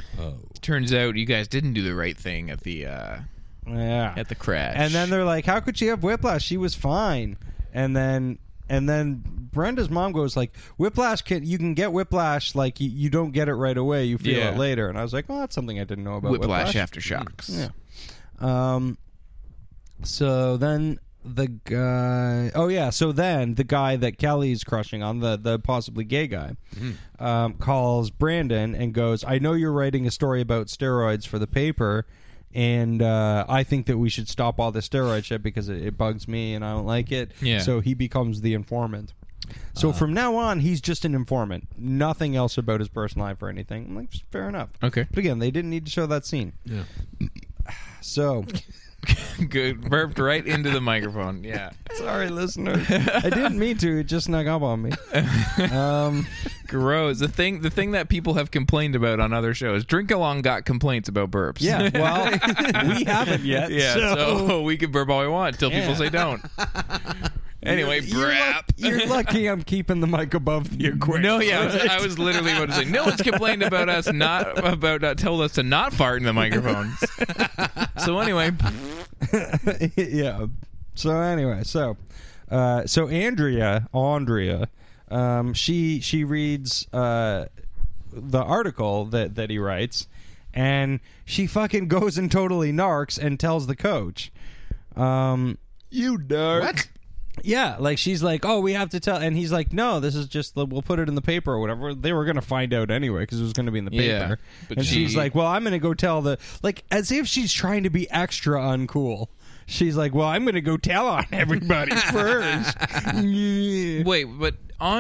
Turns out you guys didn't do the right thing at the uh
yeah.
at the crash.
and then they're like, "How could she have whiplash? She was fine." And then and then Brenda's mom goes like, "Whiplash can you can get whiplash like you, you don't get it right away. You feel
Yeah.
it later." And I was like, "Oh, that's something I didn't know about
whiplash,
whiplash."
aftershocks.
Um, so then the guy. Oh yeah. So then the guy that Kelly's crushing on the the possibly gay guy
Mm-hmm.
um, calls Brandon and goes, "I know you're writing a story about steroids for the paper." And uh, I think that we should stop all the steroid shit because it, it bugs me and I don't like it.
Yeah. Ah.
So he becomes the informant. So from now on, he's just an informant. Nothing else about his personal life or anything. I'm like, fair enough.
Okay.
But again, they didn't need to show that scene. Yeah. So
Good burped right into the microphone. Yeah.
Sorry, listener. I didn't mean to. It just snuck up on me. Um,
Gross. The thing the thing that people have complained about on other shows. Drink along got complaints about burps.
yeah. Well, we haven't yet.
yeah, so, we can burp all we want till people
Yeah.
say don't. Anyway,
You're
brap.
luck- You're lucky I'm keeping the mic above the equipment.
No, yeah, I was, I was literally about to say, no one's complained about us not about not told us to not fart in the microphones. so anyway,
yeah. So anyway, so uh, so Andrea, Andrea, um, she she reads uh, the article that that he writes, and she fucking goes and totally narcs and tells the coach. Um, you narc. What? Yeah, like she's like, oh, we have to tell, and he's like, no, this is just we'll put it in the paper or whatever. They were gonna find out anyway because it was gonna be in the paper.
Yeah, but
and she's
she-
like, well, I'm gonna go tell the like as if she's trying to be extra uncool. She's like, well, I'm gonna go tell on everybody first. Yeah.
wait, but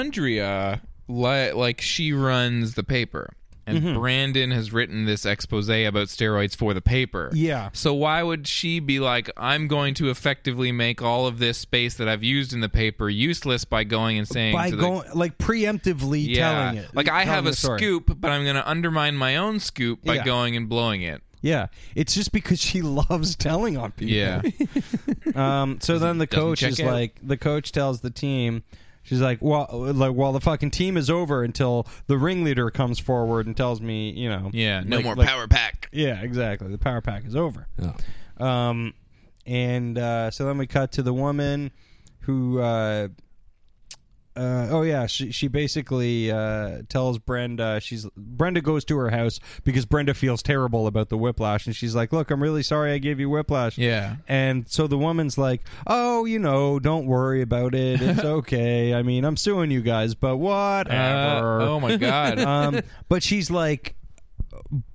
Andrea, li- like she runs the paper, and
Mm-hmm.
Brandon has written this expose about steroids for the paper.
Yeah.
So why would she be like, I'm going to effectively make all of this space that I've used in the paper useless by going and saying
By
to the
going like preemptively telling it,
Like I
telling
have
the
a
story.
scoop, but I'm going to undermine my own scoop by
Yeah.
going and blowing it.
Yeah, it's just because she loves telling on people.
Yeah.
Um, so then the
doesn't
coach
check
is
out.
like, the coach tells the team, she's like, well, like, well, the fucking team is over until the ringleader comes forward and tells me, you know,
yeah. No
like-
more
like-
power pack.
Yeah, exactly. The power pack is over. Um, and uh, so then we cut to the woman who, uh, uh, oh yeah, she she basically uh, tells Brenda she's Brenda goes to her house because Brenda feels terrible about the whiplash, and she's like, "Look, I'm really sorry I gave you whiplash."
Yeah.
And so the woman's like, "Oh, you know, don't worry about it. It's okay. I mean, I'm suing you guys, but
Uh,
whatever."
oh my god.
um, but she's like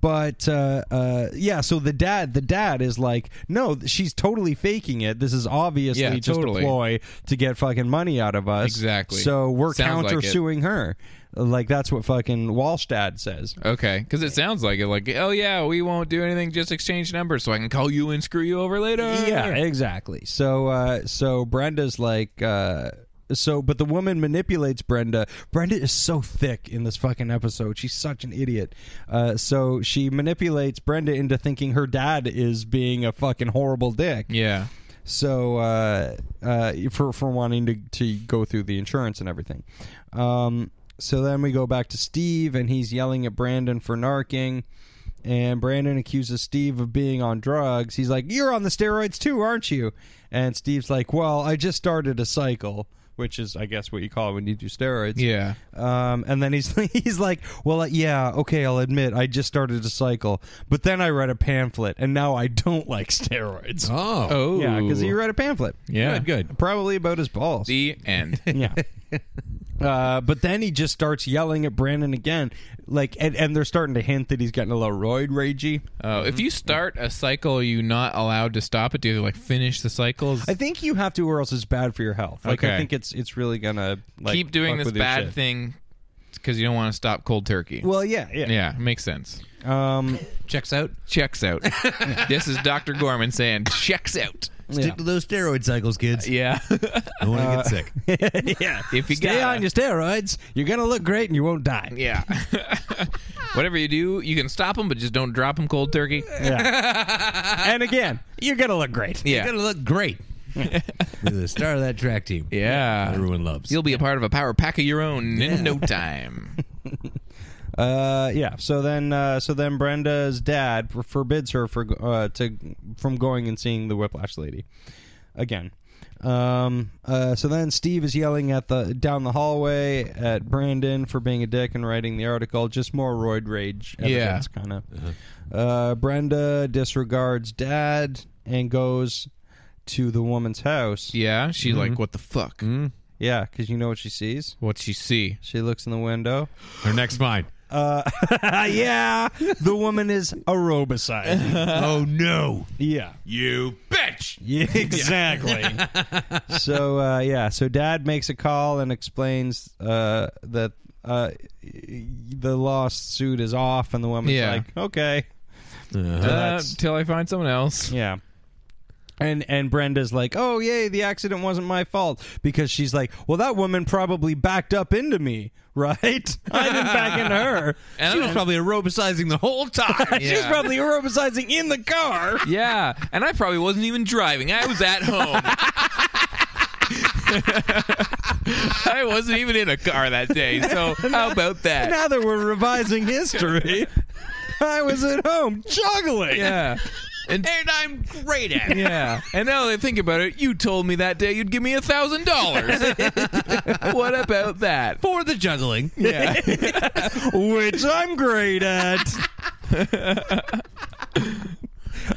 but uh, uh, yeah so the dad the dad is like no th- she's totally faking it this is obviously
Yeah,
just
totally.
a ploy to get fucking money out of us
Exactly.
so we're
Sounds like
counter suing her like that's what fucking Walstad says
okay, because it sounds like it. Like, oh yeah, we won't do anything. Just exchange numbers so I can call you and screw you over later.
yeah exactly so uh, so Brenda's like uh, so but the woman manipulates Brenda Brenda is so thick in this fucking episode she's such an idiot uh, so she manipulates Brenda into thinking her dad is being a fucking horrible dick
Yeah.
so uh, uh, for for wanting to to go through the insurance and everything. Um, so then we go back to Steve, and he's yelling at Brandon for narking. And Brandon accuses Steve of being on drugs. He's like, "You're on the steroids too, aren't you?" And Steve's like, "Well, I just started a cycle, which is, I guess, what you call it when you do steroids."
Yeah.
Um, and then he's he's like, "Well, uh, yeah, okay, I'll admit, I just started a cycle, but then I read a pamphlet, and now I don't like steroids."
Oh.
Oh.
Yeah, because he read a pamphlet.
Yeah.
Good, good.
Probably about his balls.
The end.
yeah. Uh, but then he just starts yelling at Brandon again, like, and, and they're starting to hint that he's getting a little roid ragey.
Oh, if you start a cycle, you're not allowed to stop it. Do you like finish the cycles?
I think you have to, or else it's bad for your health. Like,
Okay.
I think it's it's really gonna like,
Keep doing
fuck
this
with your
bad
shit.
thing because you don't want to stop cold turkey.
Well, yeah, yeah,
yeah, makes sense.
Um,
Checks out.
checks out. this is Dr. Gorman saying checks out.
Stick to those steroid cycles, kids.
Yeah.
I want to get sick.
yeah.
If you
Stay
gotta.
on your steroids, you're gonna look great and you won't die.
yeah. Whatever you do, you can stop them, but just don't drop them cold turkey.
Uh,
and again, you're gonna look great.
Yeah.
You're gonna look great. You're the star of that track team.
Yeah.
Everyone loves.
You'll be a part of a power pack of your own in no time.
Uh, yeah. So then, uh, so then Brenda's dad for- forbids her for uh, to from going and seeing the Whiplash lady again. Um, uh, so then Steve is yelling at the down the hallway at Brandon for being a dick and writing the article. Just more roid rage. Evidence, Kind of. Uh, Brenda disregards dad and goes to the woman's house.
Yeah. She like, what the fuck?
Yeah, because you know what she sees.
What'd she see?
She looks in the window.
Her next vine.
Ah, yeah, the woman is a robicide.
Uh.
oh no.
Yeah.
You bitch.
Yeah, exactly. so uh, yeah, so Dad makes a call and explains uh, that uh, the lawsuit is off, and the woman's
Yeah.
like, "Okay,
Uh, till I find someone else.
yeah." And and Brenda's like, "Oh yay, the accident wasn't my fault," because she's like, "Well, that woman probably backed up into me, right? I didn't back into her.
And
She was
I don't-
probably aerobicizing the whole time.
She's probably aerobicizing in the car."
Yeah, and I probably wasn't even driving. I was at home. I wasn't even in a car that day. So how about that?
now that we're revising history, I was at home juggling.
Yeah. And,
and I'm great at it.
yeah. And now that I think about it, you told me that day you'd give me a thousand dollars. What about that?
For the juggling.
Yeah.
Which I'm great at.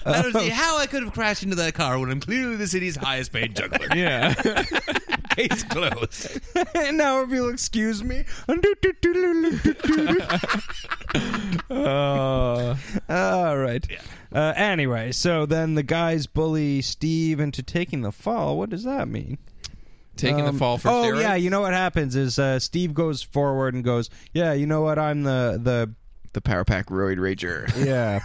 I don't see
Oh.
how I could have crashed into that car when I'm clearly the city's highest paid juggler.
Yeah.
Case closed.
and now if you'll excuse me. Uh, All right. Uh, anyway, so then the guys bully Steve into taking the fall. What does that mean?
Taking the
Um,
fall for
oh
steroids?
yeah you know what happens is uh, steve goes forward and goes yeah you know what i'm the the
The Power Pack Roid Rager.
yeah.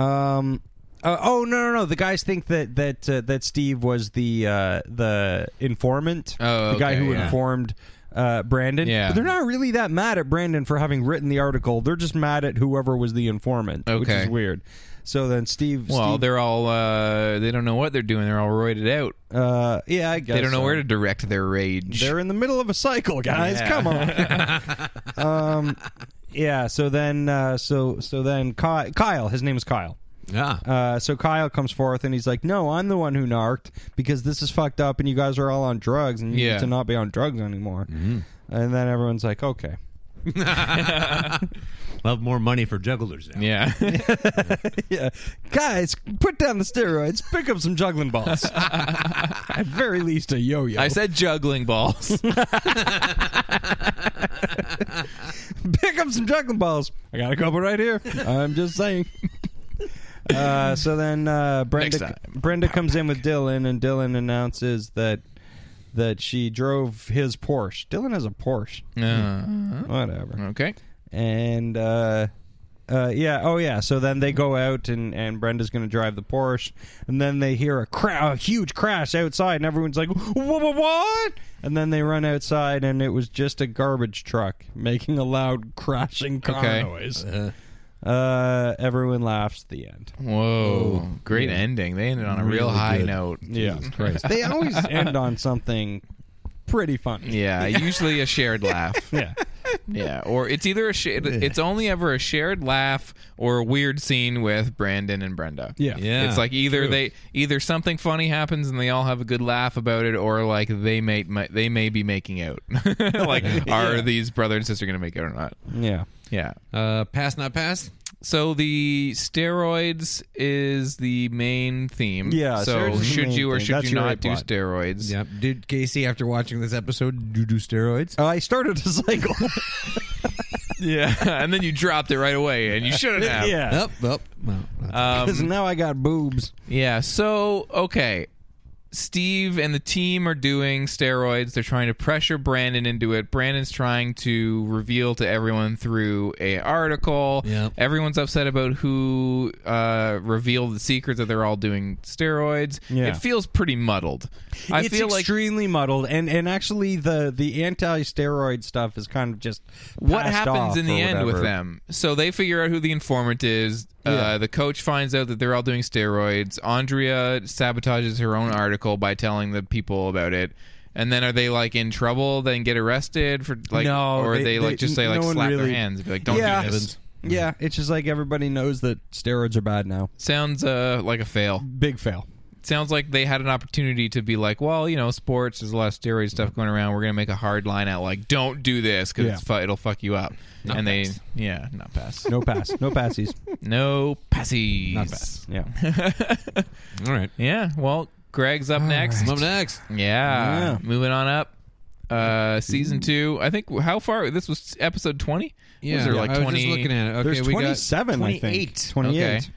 um. uh, oh no no no! The guys think that that uh, that Steve was the uh, the informant,
Oh,
the guy
okay,
who
yeah.
informed uh, Brandon.
Yeah.
But they're not really that mad at Brandon for having written the article. They're just mad at whoever was the informant, which
Okay.
is weird. So then Steve,
Well,
Steve-
they're all uh, they don't know what they're doing. They're all roided out.
uh, yeah, I guess
They don't know
so.
where to direct their rage.
They're in the middle of a cycle, guys. Come on. um, yeah. So then, uh, so so then, Ky- Kyle. His name is Kyle.
Yeah.
Uh, so Kyle comes forth and he's like, "No, I'm the one who narked because this is fucked up, and you guys are all on drugs, and
Yeah.
you
Mm-hmm.
need to not be on drugs anymore." And then everyone's like, "Okay."
Love more money for jugglers now.
yeah.
Yeah, guys, put down the steroids, pick up some juggling balls. At very least, a yo-yo.
I said juggling balls.
pick up some juggling balls. I got a couple right here. I'm just saying. Uh, so then uh, Brenda Brenda comes in with Dylan, and Dylan announces that that she drove his Porsche. Dylan has a Porsche.
Uh,
Whatever.
okay.
And uh, uh, yeah, oh yeah. So then they go out, and and Brenda's going to drive the Porsche, and then they hear a cra- a huge crash outside, and everyone's like, "What? What?" And then they run outside, and it was just a garbage truck making a loud crashing car
Okay.
noise. Uh, everyone laughs. The end.
Whoa.
Oh,
Great ending. They ended on a real high note.
Yeah, they always end on something pretty funny.
Yeah, usually a shared laugh.
Yeah.
Yeah, or it's either a sh- it's only ever a shared laugh or a weird scene with Brandon and Brenda.
Yeah.
Yeah.
it's like either they either something funny happens and they all have a good laugh about it, or like they may, may they may be making out. like, are these brother and sister going to make out or not?
Yeah.
Yeah.
Uh, pass, not pass.
So the steroids is the main theme.
Yeah, steroids
So
is the
should
main
you or
thing.
should
That's
you
your
not do
plot.
steroids?
Yep. Did Casey, after watching this episode, do do steroids?
Oh, I started a cycle.
Yeah. and then you dropped it right away, and you shouldn't have.
yeah.
Up, up. No, no.
Uh,
Because now I got boobs.
Yeah. So okay, Steve and the team are doing steroids. They're trying to pressure Brandon into it. Brandon's trying to reveal to everyone through a article.
Yep.
Everyone's upset about who uh, revealed the secret that they're all doing steroids.
Yeah.
It feels pretty muddled. I
it's
feel like
extremely muddled, and and actually the the anti steroid stuff is kind of just
what
passed
happens
off
in
or
the end with
whatever.
them? So they figure out who the informant is. Uh, the coach finds out that they're all doing steroids. Andrea sabotages her own article by telling the people about it. And then are they like in trouble? Then get arrested for like,
No,
or
they-
they, like
they-
just say like
no one
slap
really-
their hands, and be like don't
yeah,
do this.
yeah. It's just like everybody knows that steroids are bad now.
Sounds uh, like a fail.
Big fail.
Sounds like they had an opportunity to be like, well, you know, sports. There's a lot of steroid stuff going around. We're gonna make a hard line out like, don't do this
Yeah.
because fu- it'll fuck you up. and they, yeah, not pass.
No pass. no passies.
No passies. Not pass.
Yeah.
All right.
Yeah. Well, Greg's up next.
Up next.
Yeah.
Yeah. Mm-hmm.
Moving on up. Uh, season two. I think how far this was episode twenty. was there like
I was
twenty?
just looking at it. Okay,
There's
we got
27, I think.
28.
28.
Okay.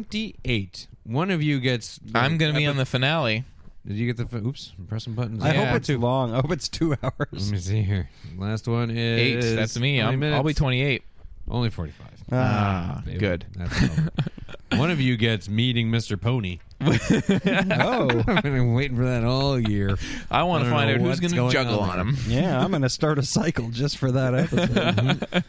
28. One of you gets.
I'm gonna be on the finale.
Did you get the? Oops, I'm pressing buttons.
I
Yeah.
hope it's long. I hope it's two hours.
Let me see here. Last one
Eight.
is
That's
20
me. I'm, I'll be
minutes.
twenty-eight.
Only forty-five.
Ah,
Baby.
good.
That's over. one of you gets meeting Mr. Pony.
Oh,
I've been waiting for that all year.
I want to
don't
find
know
out who's
what's
gonna
going
juggle
on
on him.
yeah. I'm gonna start a cycle just for that episode.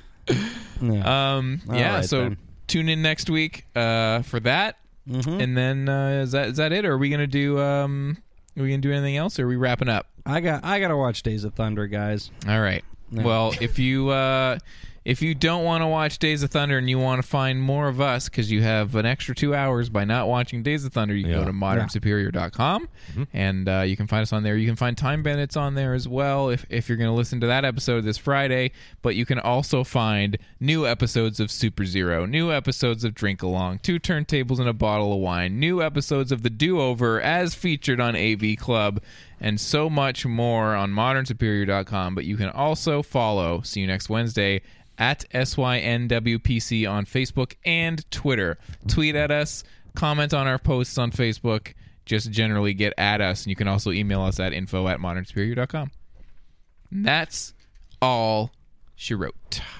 yeah.
Um,
All
yeah.
right,
so
then.
tune in next week uh, for that,
Mm-hmm.
and then uh, is that is that it? Or are we gonna do um? Are we gonna do anything else? Or are we wrapping up?
I got I gotta watch Days of Thunder, guys.
All right. Well, if you uh, if you don't want to watch Days of Thunder and you want to find more of us because you have an extra two hours by not watching Days of Thunder, you can go to modernsuperior.com and uh, you can find us on there. You can find Time Bandits on there as well if, if you're going to listen to that episode this Friday. But you can also find new episodes of Super Zero, new episodes of Drink Along, two turntables and a bottle of wine, new episodes of The Do Over as featured on AV Club and so much more on modernsuperior.com. But you can also follow See You Next Wednesday at SYNWPC on Facebook and Twitter. Tweet at us, comment on our posts on Facebook, just generally get at us. And you can also email us at info at modernsuperior.com. And that's all she wrote.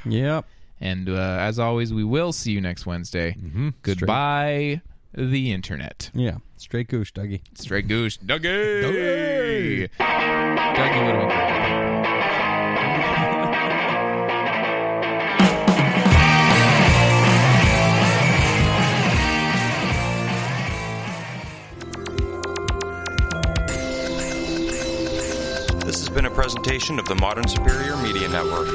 Yep.
And uh, as always, we will see you next Wednesday. Goodbye, the internet.
Yeah. Straight goose, Dougie.
Straight goose, Dougie. Dougie. Dougie would have been great.
This has been a presentation of the Modern Superior Media Network.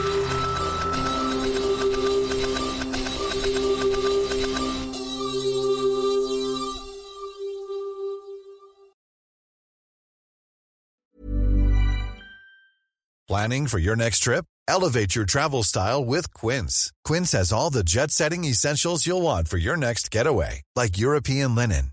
Planning for your next trip? Elevate your travel style with Quince. Quince has all the jet setting essentials you'll want for your next getaway, like European linen,